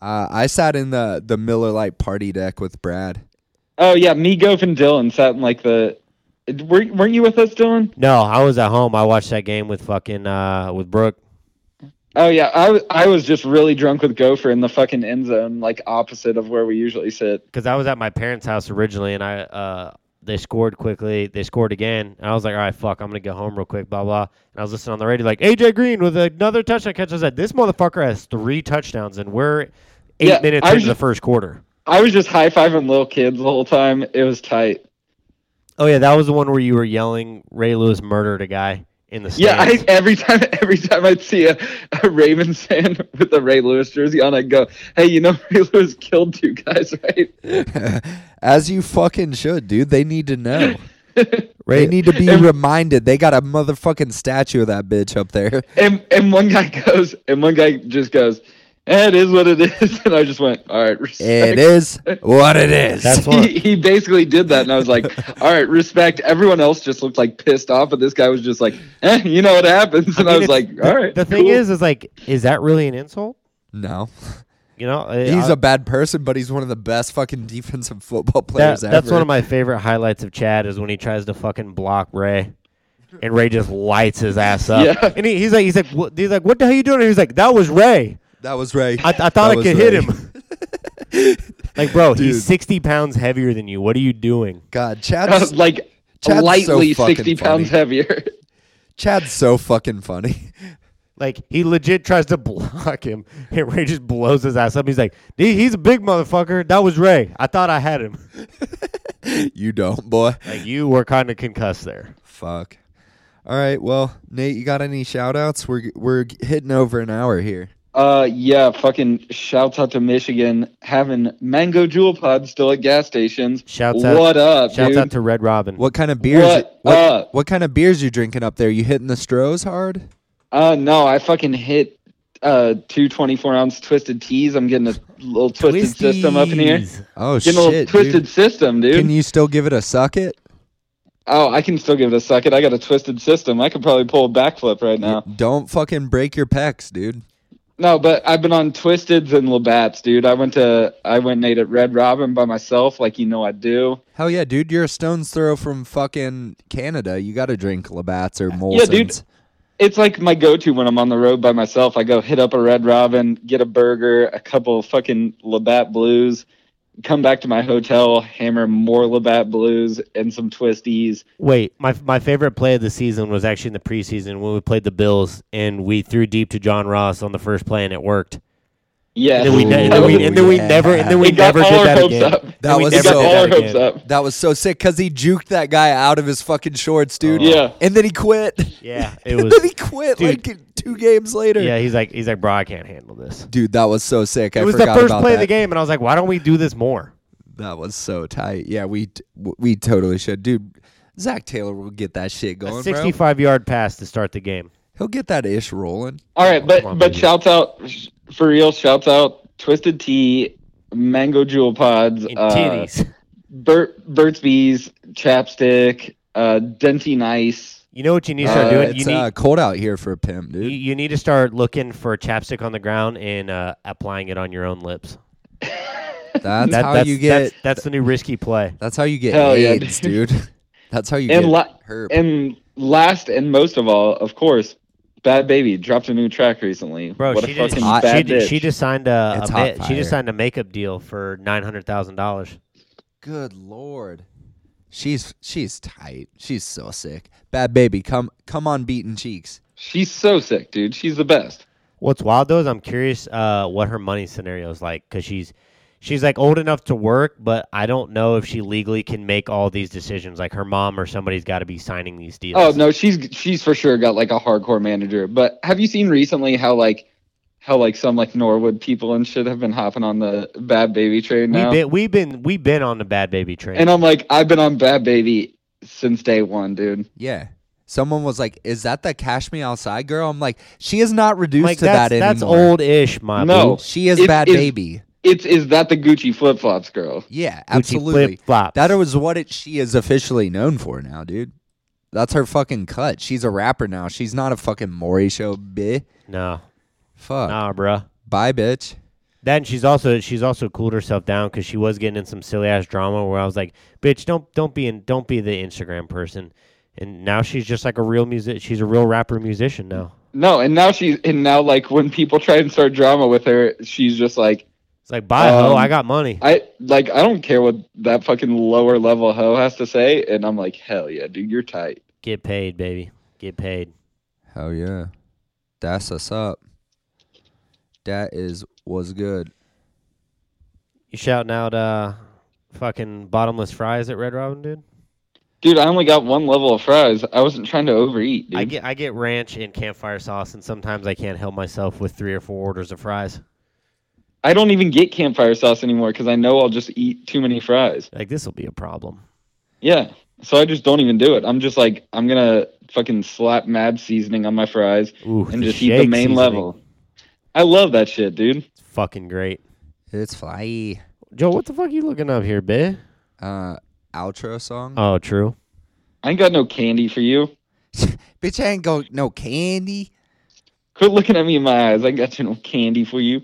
Speaker 2: Uh, I sat in the the Miller Lite party deck with Brad.
Speaker 4: Oh yeah, me, Goff, and Dylan sat in like the. Were, weren't you with us, Dylan?
Speaker 3: No, I was at home. I watched that game with fucking uh, with Brooke.
Speaker 4: Oh yeah, I, w- I was just really drunk with Gopher in the fucking end zone, like opposite of where we usually sit.
Speaker 3: because I was at my parents' house originally, and I uh, they scored quickly. They scored again, and I was like, "All right, fuck, I'm gonna go home real quick." Blah blah. And I was listening on the radio, like AJ Green with another touchdown catch. I said, "This motherfucker has three touchdowns, and we're eight
Speaker 4: Yeah,
Speaker 3: minutes
Speaker 4: I
Speaker 3: into
Speaker 4: was
Speaker 3: the
Speaker 4: just-
Speaker 3: first quarter."
Speaker 4: I was just high fiving little kids the whole time. It was tight.
Speaker 3: Oh yeah, that was the one where you were yelling Ray Lewis murdered a guy in the
Speaker 4: Yeah,
Speaker 3: stands.
Speaker 4: I, every time every time I'd see a, a Ravens fan with a Ray Lewis jersey on, I'd go, "Hey, you know Ray Lewis killed two guys, right?"
Speaker 2: As you fucking should, dude. They need to know. They
Speaker 3: Ray,
Speaker 2: need to be reminded. They got a motherfucking statue of that bitch up there.
Speaker 4: And and one guy goes, and one guy just goes, eh, "It is what it is." And I just went, "All right, respect."
Speaker 2: It is what it is.
Speaker 3: That's- what-
Speaker 4: he, he basically did that, and I was like, "All right, respect." Everyone else just looked like pissed off, but this guy was just like, eh, "You know what happens?" And I,
Speaker 3: mean,
Speaker 4: was
Speaker 3: it's-
Speaker 4: like,
Speaker 3: the-
Speaker 4: "All right."
Speaker 3: The thing
Speaker 4: cool."
Speaker 3: is, is like, is that really an insult?
Speaker 2: no.
Speaker 3: You know,
Speaker 2: He's
Speaker 3: a.
Speaker 2: a bad person, but he's one of the best fucking defensive football
Speaker 3: That-
Speaker 2: players ever.
Speaker 3: that's one of my favorite highlights of Chad is when he tries to fucking block Ray, and Ray just lights his ass up.
Speaker 4: Yeah.
Speaker 3: And he, he's like, he's like, what, he's like, what the hell you doing? And he's like, that was Ray.
Speaker 2: That was Ray.
Speaker 3: I, I thought I could hit him. like, bro,
Speaker 2: Dude.
Speaker 3: he's sixty pounds heavier than you. What are you doing?
Speaker 2: God,
Speaker 4: I
Speaker 2: Chad's
Speaker 4: was like
Speaker 2: Chad's so
Speaker 4: lightly
Speaker 2: fucking
Speaker 4: sixty pounds
Speaker 2: funny.
Speaker 4: heavier.
Speaker 2: Chad's so fucking funny.
Speaker 3: Like, he legit tries to block him, and Ray just blows his ass up. He's like, "He- he's a big motherfucker. That was Ray. I thought I had him.
Speaker 2: you don't, boy.
Speaker 3: Like, you were kind of concussed there.
Speaker 2: Fuck. All right, well, Nate, you got any shout outs? We're we're hitting over an hour here.
Speaker 4: Uh, yeah, fucking shouts out to Michigan having mango jewel pods still at gas stations.
Speaker 3: Shouts out-
Speaker 4: What up,
Speaker 3: Shouts
Speaker 4: dude?
Speaker 3: out to Red Robin.
Speaker 2: What kind of beers?
Speaker 4: What uh,
Speaker 2: what,
Speaker 4: up?
Speaker 2: what kind of beers you drinking up there? You hitting the Strohs hard?
Speaker 4: uh, no, I fucking hit uh two 24 ounce twisted teas. I'm getting a little twisted system up in here.
Speaker 3: Twisties.
Speaker 2: Oh
Speaker 4: Getting a
Speaker 2: shit,
Speaker 4: little twisted
Speaker 2: dude.
Speaker 4: system, dude.
Speaker 2: Can you still give it a suck it?
Speaker 4: Oh, I can still give it a second. I got a twisted system. I could probably pull a backflip right now.
Speaker 2: Don't fucking break your pecs, dude.
Speaker 4: No, but I've been on twisteds and Labatt's, dude. I went to I went and ate at Red Robin by myself, like you know I do.
Speaker 2: Hell yeah, dude. You're a stone's throw from fucking Canada. You got to drink Labatt's or Molson's.
Speaker 4: Yeah, dude. It's like my go-to when I'm on the road by myself. I go hit up a Red Robin, get a burger, a couple of fucking Labatt Blues, come back to my hotel, hammer more Labatt Blues and some twisties.
Speaker 3: Wait, my my favorite play of the season was actually in the preseason when we played the Bills and we threw deep to John Ross on the first play and it worked.
Speaker 4: Yeah,
Speaker 3: And then we, ne- and then we, and then we
Speaker 2: Ooh,
Speaker 3: never and then we
Speaker 4: It got
Speaker 3: never
Speaker 4: all
Speaker 3: did
Speaker 4: our
Speaker 3: that
Speaker 4: hopes
Speaker 3: again.
Speaker 4: up.
Speaker 2: That
Speaker 3: we
Speaker 2: was
Speaker 4: it
Speaker 3: never
Speaker 4: got
Speaker 2: so-
Speaker 3: did
Speaker 4: all our
Speaker 3: that
Speaker 4: hopes
Speaker 3: again.
Speaker 4: up.
Speaker 2: That was so sick because he juked that guy out of his fucking shorts, dude.
Speaker 4: Yeah.
Speaker 2: And then he quit.
Speaker 3: Yeah, it
Speaker 2: and then he
Speaker 3: was.
Speaker 2: quit
Speaker 3: dude.
Speaker 2: like two games later.
Speaker 3: Yeah, he's like he's like, bro, I can't handle this.
Speaker 2: Dude, that was so sick. I
Speaker 3: It was the
Speaker 2: forgot
Speaker 3: first
Speaker 2: about
Speaker 3: play
Speaker 2: that.
Speaker 3: of the game, and I was like, why don't we do this more?
Speaker 2: That was so tight. Yeah, we t- w- we totally should, dude. Zach Taylor will get that shit
Speaker 3: A
Speaker 2: going, bro.
Speaker 3: 65 yard pass to start the game.
Speaker 2: He'll get that ish rolling.
Speaker 4: All right, but
Speaker 3: come on,
Speaker 4: but
Speaker 3: baby.
Speaker 4: shouts out sh- for real. Shouts out Twisted Tea, Mango Jewel Pods,
Speaker 3: In
Speaker 4: uh,
Speaker 3: titties.
Speaker 4: Bert Burt's Bees, Chapstick, uh, Dentine Ice,
Speaker 3: You know what you need to
Speaker 2: Uh,
Speaker 3: start doing?
Speaker 2: it's
Speaker 3: You need
Speaker 2: uh, cold out here for a pimp,
Speaker 3: you,
Speaker 2: dude.
Speaker 3: you need to start looking for chapstick on the ground and uh, applying it on your own lips.
Speaker 2: that's
Speaker 3: That-
Speaker 2: how
Speaker 3: that's,
Speaker 2: you get.
Speaker 3: that's, that's the new risky play.
Speaker 2: That's how you get
Speaker 4: Hell yeah,
Speaker 2: AIDS, dude. That's how you
Speaker 4: And
Speaker 2: get
Speaker 4: la-
Speaker 2: herpes.
Speaker 4: And last and most of all, of course, Bad Baby dropped a new track recently.
Speaker 3: Bro,
Speaker 4: what
Speaker 3: she
Speaker 4: a
Speaker 3: just
Speaker 4: fucking
Speaker 2: hot-
Speaker 4: bad
Speaker 3: she,
Speaker 4: bitch.
Speaker 3: she just signed a,
Speaker 2: It's
Speaker 3: a
Speaker 2: hot
Speaker 3: ma- she just
Speaker 2: fire.
Speaker 3: signed a makeup deal for nine hundred thousand dollars.
Speaker 2: Good lord. She's she's tight. She's so sick. Bad baby, come come on beaten cheeks.
Speaker 4: She's so sick, dude. She's the best.
Speaker 3: What's wild though is I'm curious uh, what her money scenario is like because she's she's like old enough to work, but I don't know if she legally can make all these decisions. Like her mom or somebody's got to be signing these deals.
Speaker 4: Oh no, she's she's for sure got like a hardcore manager. But have you seen recently how like how like some like Norwood people and shit have been hopping on the Bad Baby train
Speaker 3: we've
Speaker 4: now?
Speaker 3: been we've been we've been on the bad baby train.
Speaker 4: And I'm like, I've been on Bad Baby since day one, dude.
Speaker 2: Yeah. Someone was like, "Is that the Cash Me Outside girl?" I'm like, "She is not reduced
Speaker 3: like
Speaker 2: to
Speaker 3: that's
Speaker 2: that
Speaker 3: that's
Speaker 2: anymore."
Speaker 3: old ish, my
Speaker 4: No.
Speaker 2: She is
Speaker 4: It
Speaker 2: bad
Speaker 4: is-
Speaker 2: baby.
Speaker 4: It's is that the Gucci flip flops girl?
Speaker 2: Yeah, absolutely.
Speaker 3: flip flops.
Speaker 2: That was what it, she is officially known for now, dude. That's her fucking cut. She's a rapper now. She's not a fucking Maury show, bitch.
Speaker 3: no,
Speaker 4: Uh.
Speaker 2: Fuck.
Speaker 3: nah, bruh.
Speaker 2: Bye, bitch.
Speaker 3: Then she's also she's also cooled herself down because she was getting in some silly ass drama where I was like, "Bitch, don't don't be in don't be the Instagram person." And now she's just like a real music. She's a real rapper musician now.
Speaker 4: No, and now she's and now like when people try and start drama with her, she's just like,
Speaker 3: It's like, "Bye, ho,
Speaker 4: Um,
Speaker 3: I got money."
Speaker 4: I like I don't care what that fucking lower level hoe has to say, and I'm like, hell yeah, dude, you're tight.
Speaker 3: Get paid, baby. Get paid.
Speaker 2: Hell yeah. That's us up. That is was good.
Speaker 3: You shouting out uh fucking bottomless fries at Red Robin, dude?
Speaker 4: Dude, I only got one level of fries. I wasn't trying to overeat, dude.
Speaker 3: I get I get ranch and campfire sauce and sometimes I can't help myself with three or four orders of fries.
Speaker 4: I don't even get campfire sauce anymore because I know I'll just eat too many fries.
Speaker 3: Like this will be a problem.
Speaker 4: Yeah. So I just don't even do it. I'm just like, I'm gonna fucking slap mad seasoning on my fries
Speaker 3: Ooh,
Speaker 4: and
Speaker 3: the
Speaker 4: just eat the
Speaker 3: shake
Speaker 4: main
Speaker 3: seasoning.
Speaker 4: level. I love that shit, dude.
Speaker 3: It's fucking great.
Speaker 2: It's fly.
Speaker 3: Joe, what the fuck are you looking up here, bitch?
Speaker 2: Uh outro song.
Speaker 3: Oh, true.
Speaker 4: I ain't got no candy for you.
Speaker 2: Bitch I ain't go no candy.
Speaker 4: Quit looking at me in my eyes. I ain't got you no candy for you.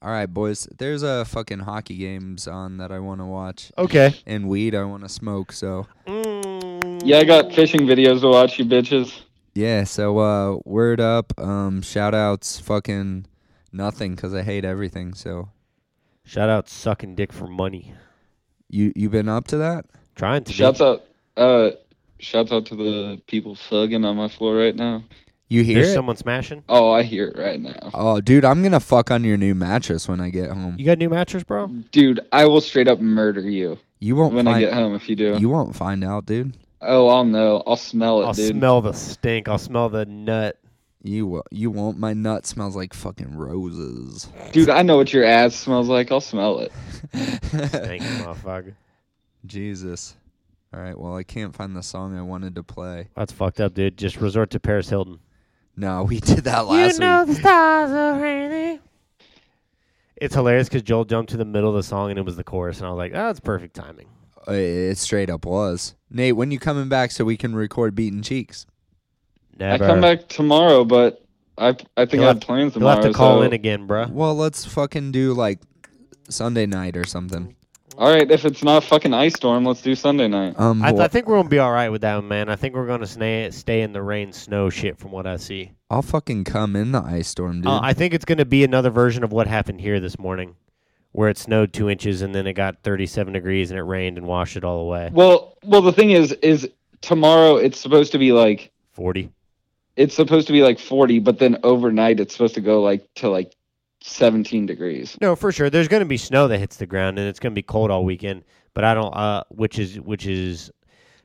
Speaker 2: All right, boys. There's a fucking hockey games on that I want to watch
Speaker 3: Okay.
Speaker 2: and weed I want to smoke. So,
Speaker 4: Yeah, I got fishing videos to watch, you bitches.
Speaker 2: yeah, so uh word up, um shout outs fucking nothing cuz I hate everything. So,
Speaker 3: Shout out sucking dick for money.
Speaker 2: you you been up to that?
Speaker 3: Trying to be.
Speaker 4: Shouts out, uh, shouts out to the people thugging on my floor right now.
Speaker 2: You hear
Speaker 3: There's
Speaker 2: it?
Speaker 3: someone smashing.
Speaker 4: Oh, I hear it right now.
Speaker 2: Oh, dude, I'm going to fuck on your new mattress when I get home.
Speaker 3: You got new mattress, bro?
Speaker 4: Dude, I will straight up murder you
Speaker 2: You won't
Speaker 4: when I
Speaker 2: find
Speaker 4: get home if you do.
Speaker 2: you won't find out, dude.
Speaker 4: Oh, I'll know. I'll smell it,
Speaker 3: I'll
Speaker 4: dude.
Speaker 3: smell the stink. I'll smell the nut.
Speaker 2: You will. You won't. My nut smells like fucking roses.
Speaker 4: Dude, I know what your ass smells like. I'll smell it.
Speaker 3: Thank you, motherfucker.
Speaker 2: Jesus. All right. Well, I can't find the song I wanted to play.
Speaker 3: That's fucked up, dude. Just resort to Paris Hilton.
Speaker 2: No, we did that last week.
Speaker 3: the stars are raining. It's hilarious because Joel jumped to the middle of the song and it was the chorus, and I was like, "Oh, it's perfect timing."
Speaker 2: Uh, It, straight up was. Nate, when you coming back so we can record Beaten Cheeks?
Speaker 3: Never.
Speaker 4: I come back tomorrow, but I I think
Speaker 3: You'll
Speaker 4: I have
Speaker 3: have-
Speaker 4: plans
Speaker 3: You'll
Speaker 4: tomorrow.
Speaker 3: have to call
Speaker 4: so-
Speaker 3: in again, bro.
Speaker 2: Well, let's fucking do like Sunday night or something.
Speaker 4: All right, if it's not fucking ice storm, let's do Sunday night.
Speaker 2: Um,
Speaker 3: I, th- I
Speaker 2: well,
Speaker 3: think we're gonna be all right with that one, man. I think we're gonna stay stay in the rain, snow shit, from what I see.
Speaker 2: I'll fucking come in the ice storm, dude.
Speaker 3: Uh, I think it's gonna be another version of what happened here this morning, where it snowed two inches and then it got 37 degrees and it rained and washed it all away.
Speaker 4: Well, well, the thing is, is tomorrow it's supposed to be like
Speaker 3: 40.
Speaker 4: it's supposed to be like forty, but then overnight it's supposed to go like to like seventeen degrees.
Speaker 3: No, for sure. There's going to be snow that hits the ground, and it's going to be cold all weekend. But I don't. Uh, which is which is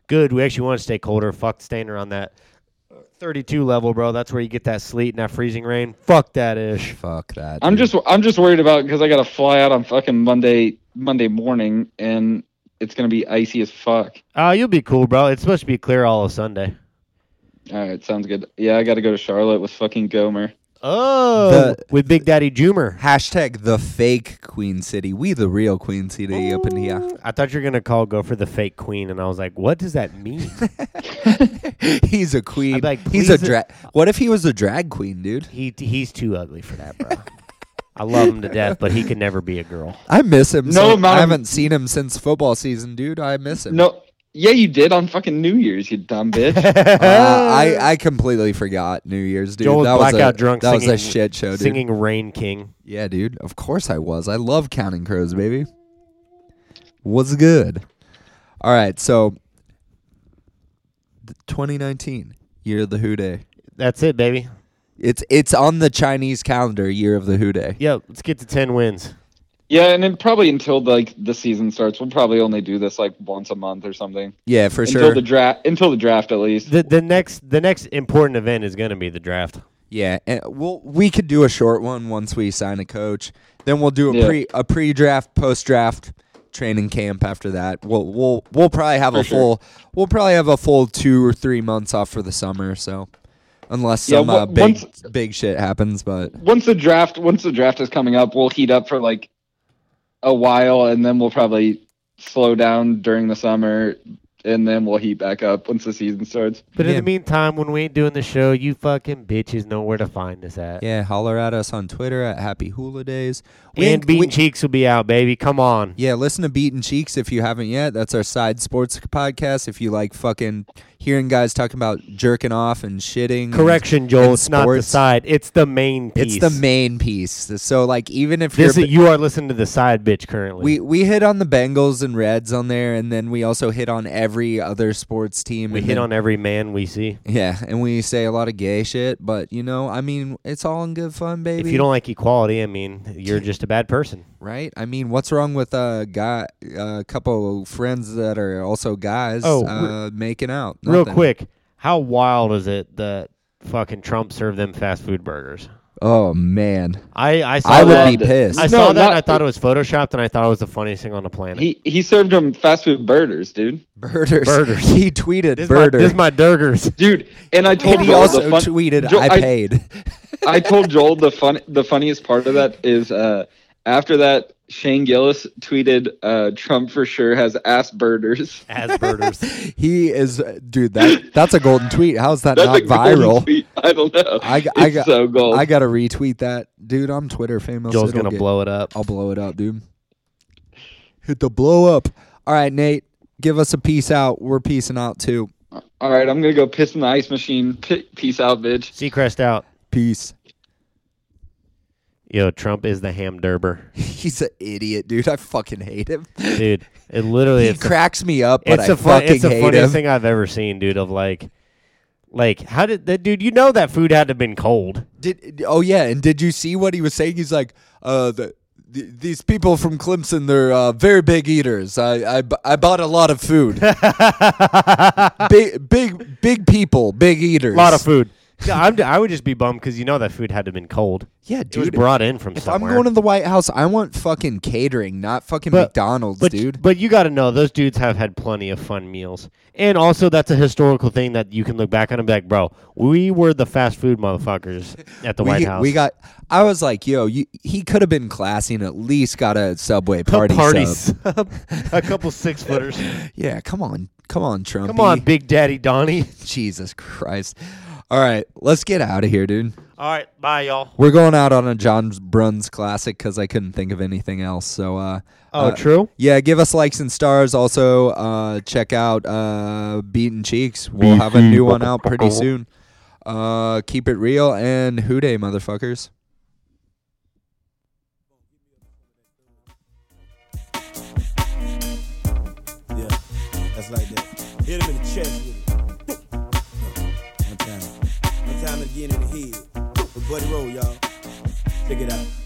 Speaker 3: good. We actually want to stay colder. Fuck staying around that 32 level, bro. That's where you get that sleet and that freezing rain. Fuck that ish.
Speaker 2: Fuck that.
Speaker 4: I'm
Speaker 2: dude.
Speaker 4: just I'm just worried about because I gotta fly out on fucking Monday Monday morning, and it's gonna be icy as fuck.
Speaker 3: Uh, you'll be cool, bro. It's supposed to be clear all of Sunday.
Speaker 4: All right, sounds good. Yeah, I gotta go to Charlotte with fucking Gomer.
Speaker 3: Oh,
Speaker 2: The-
Speaker 3: with Big Daddy Jumer.
Speaker 2: hashtag the fake Queen City. We the real Queen City up in here.
Speaker 3: I thought you were gonna call go for the fake queen, and I was like, what does that mean?
Speaker 2: he's a queen.
Speaker 3: like,
Speaker 2: he's a
Speaker 3: please-
Speaker 2: drag. What if he was a drag queen, dude?
Speaker 3: He he's too ugly for that, bro. I love him to death, but he could never be a girl.
Speaker 2: I miss him.
Speaker 4: No
Speaker 2: so-
Speaker 4: amount
Speaker 2: I
Speaker 4: of-
Speaker 2: haven't seen him since football season, dude. I miss him.
Speaker 4: No, yeah, you did on fucking New Year's, you dumb bitch.
Speaker 2: Uh, I I completely forgot New Year's, dude.
Speaker 3: Joel's
Speaker 2: that was
Speaker 3: blackout
Speaker 2: a,
Speaker 3: drunk
Speaker 2: That
Speaker 3: singing,
Speaker 2: was a shit show, dude.
Speaker 3: Singing Rain King.
Speaker 2: Yeah, dude. Of course I was. I love counting crows, baby. What's good? All right, so th- 2019 year of the Who Day.
Speaker 3: That's it, baby.
Speaker 2: It's it's on the Chinese calendar, year of the Who Day.
Speaker 3: Yo, let's get to ten wins.
Speaker 4: yeah, and then probably until like the season starts, we'll probably only do this like once a month or something.
Speaker 2: Yeah, for
Speaker 4: until
Speaker 2: sure.
Speaker 4: the draft, until the draft at least.
Speaker 3: The the next the next important event is gonna be the draft.
Speaker 2: Yeah, and we'll we could do a short one once we sign a coach. Then we'll do a
Speaker 4: Yeah.
Speaker 2: pre a pre draft, post draft training camp after that. We'll we'll we'll probably have
Speaker 4: For
Speaker 2: a
Speaker 4: sure.
Speaker 2: full we'll probably have a full two or three months off for the summer, so unless
Speaker 4: Yeah,
Speaker 2: some uh,
Speaker 4: wha-
Speaker 2: big
Speaker 4: once-
Speaker 2: big shit happens, but
Speaker 4: once the draft once the draft is coming up, we'll heat up for like a while, and then we'll probably slow down during the summer, and then we'll heat back up once the season starts.
Speaker 3: But in
Speaker 2: Yeah.
Speaker 3: the meantime, when we ain't doing the show, you fucking bitches know where to find us at.
Speaker 2: yeah, holler at us on Twitter at Happy Hula Days. We
Speaker 3: And
Speaker 2: ain't-
Speaker 3: Beaten
Speaker 2: we-
Speaker 3: Cheeks will be out, baby. Come on.
Speaker 2: Yeah, listen to Beaten Cheeks if you haven't yet. That's our side sports podcast. If you like fucking hearing guys talking about jerking off and shitting, and-
Speaker 3: Mm. Correction, Joel.
Speaker 2: and
Speaker 3: It's not the
Speaker 2: sports.
Speaker 3: side. It's the main piece.
Speaker 2: It's the main piece. So like even if
Speaker 3: This
Speaker 2: you're
Speaker 3: is, you are listening to the side bitch currently.
Speaker 2: we we hit on the Bengals and Reds on there, and then we also hit on every other sports team.
Speaker 3: we
Speaker 2: and
Speaker 3: hit
Speaker 2: then-
Speaker 3: on e-, every man we see.
Speaker 2: yeah, and we say a lot of gay shit. But you know, I mean, it's all in good fun, baby.
Speaker 3: If you don't like equality, I mean, you're just a bad person.
Speaker 2: right? I mean, what's wrong with a guy, a couple friends that are also guys,
Speaker 3: Oh,
Speaker 2: uh, making out?
Speaker 3: Real
Speaker 2: Nothing.
Speaker 3: quick, how wild is it that fucking Trump served them fast food burgers?
Speaker 2: Oh man,
Speaker 3: I I saw
Speaker 2: I
Speaker 3: that.
Speaker 2: would be
Speaker 4: Loved it.
Speaker 2: pissed.
Speaker 3: I
Speaker 4: No,
Speaker 3: saw that.
Speaker 4: not-
Speaker 3: and I thought it was photoshopped, and I thought it was the funniest thing on the planet.
Speaker 4: He he served him fast food birders, dude.
Speaker 2: Birders.
Speaker 3: Birders.
Speaker 2: He tweeted
Speaker 3: this, is my,
Speaker 2: birder.
Speaker 3: this is my Oh, Durgers.
Speaker 4: Dude, and I told
Speaker 2: and he
Speaker 4: Joel
Speaker 2: also
Speaker 4: the fun-
Speaker 2: tweeted,
Speaker 4: Joel-
Speaker 2: "I paid."
Speaker 4: I told Joel the fun the funniest part of that is uh after that Shane Gillis tweeted uh Trump for sure has ass birders.
Speaker 3: As birders.
Speaker 2: He is, dude. That that's a golden tweet. How's that
Speaker 4: That's
Speaker 2: not
Speaker 4: a golden
Speaker 2: viral?
Speaker 4: tweet. I don't know.
Speaker 2: I g-
Speaker 4: got
Speaker 2: I got-
Speaker 4: so gold.
Speaker 2: I gotta retweet that, dude. I'm Twitter famous.
Speaker 3: Joel's
Speaker 2: It'll
Speaker 3: gonna
Speaker 2: get- Oh.
Speaker 3: blow it up.
Speaker 2: I'll blow it up, dude. Hit the blow up. All right, Nate, give us a peace out. We're peacing out too.
Speaker 4: All right, I'm gonna go piss in the ice machine. P- peace out, bitch.
Speaker 3: Seacrest out.
Speaker 2: Peace.
Speaker 3: Yo, Trump is the ham derber,
Speaker 2: He's an idiot, dude. I fucking hate him.
Speaker 3: dude. It literally
Speaker 2: He
Speaker 3: it's
Speaker 2: cracks me up, but
Speaker 3: it's
Speaker 2: I
Speaker 3: the fun,
Speaker 2: fucking
Speaker 3: it's the
Speaker 2: hate
Speaker 3: funniest
Speaker 2: him.
Speaker 3: thing I've ever seen, dude. Of like, like how did that dude? You know that food had to have been cold.
Speaker 2: Did oh yeah, and did you see what he was saying? He's like, uh, the, th- these people from Clemson, they're uh, very big eaters. I, I, bu- I bought a lot of food. big, big, big people, big eaters.
Speaker 3: A lot of food. Yeah, I'm, I would just be bummed because you know that food had to have been cold.
Speaker 2: Yeah,
Speaker 3: It was
Speaker 2: dude.
Speaker 3: brought in from
Speaker 2: If I'm
Speaker 3: somewhere.
Speaker 2: going to the White House, I want fucking catering, not fucking
Speaker 3: But-
Speaker 2: McDonald's,
Speaker 3: but,
Speaker 2: dude.
Speaker 3: But you got to know those dudes have had plenty of fun meals, and also that's a historical thing that you can look back on and be like, bro, we were the fast food motherfuckers at the
Speaker 2: we,
Speaker 3: White House.
Speaker 2: we got. I was like, yo, you, he could have been classy and at least got a Subway party,
Speaker 3: a party
Speaker 2: sub.
Speaker 3: sub. a couple six footers.
Speaker 2: Yeah, come on, come on, Trump.
Speaker 3: Come on, Big Daddy Donnie.
Speaker 2: Jesus Christ. All right, let's get out of here, dude.
Speaker 3: All right, bye, y'all.
Speaker 2: We're going out on a John Bruns classic because I couldn't think of anything else. So, uh,
Speaker 3: Oh,
Speaker 2: uh,
Speaker 3: true.
Speaker 2: Yeah, give us likes and stars. Also, uh, check out uh, Beaten Cheeks. We'll have a new one out pretty soon. Uh, keep it real and hoo day, motherfuckers.
Speaker 5: Yeah, that's like that. Hit him in the chest with it. One time. One time again in the head. With Buddy Roll, y'all. Check it out.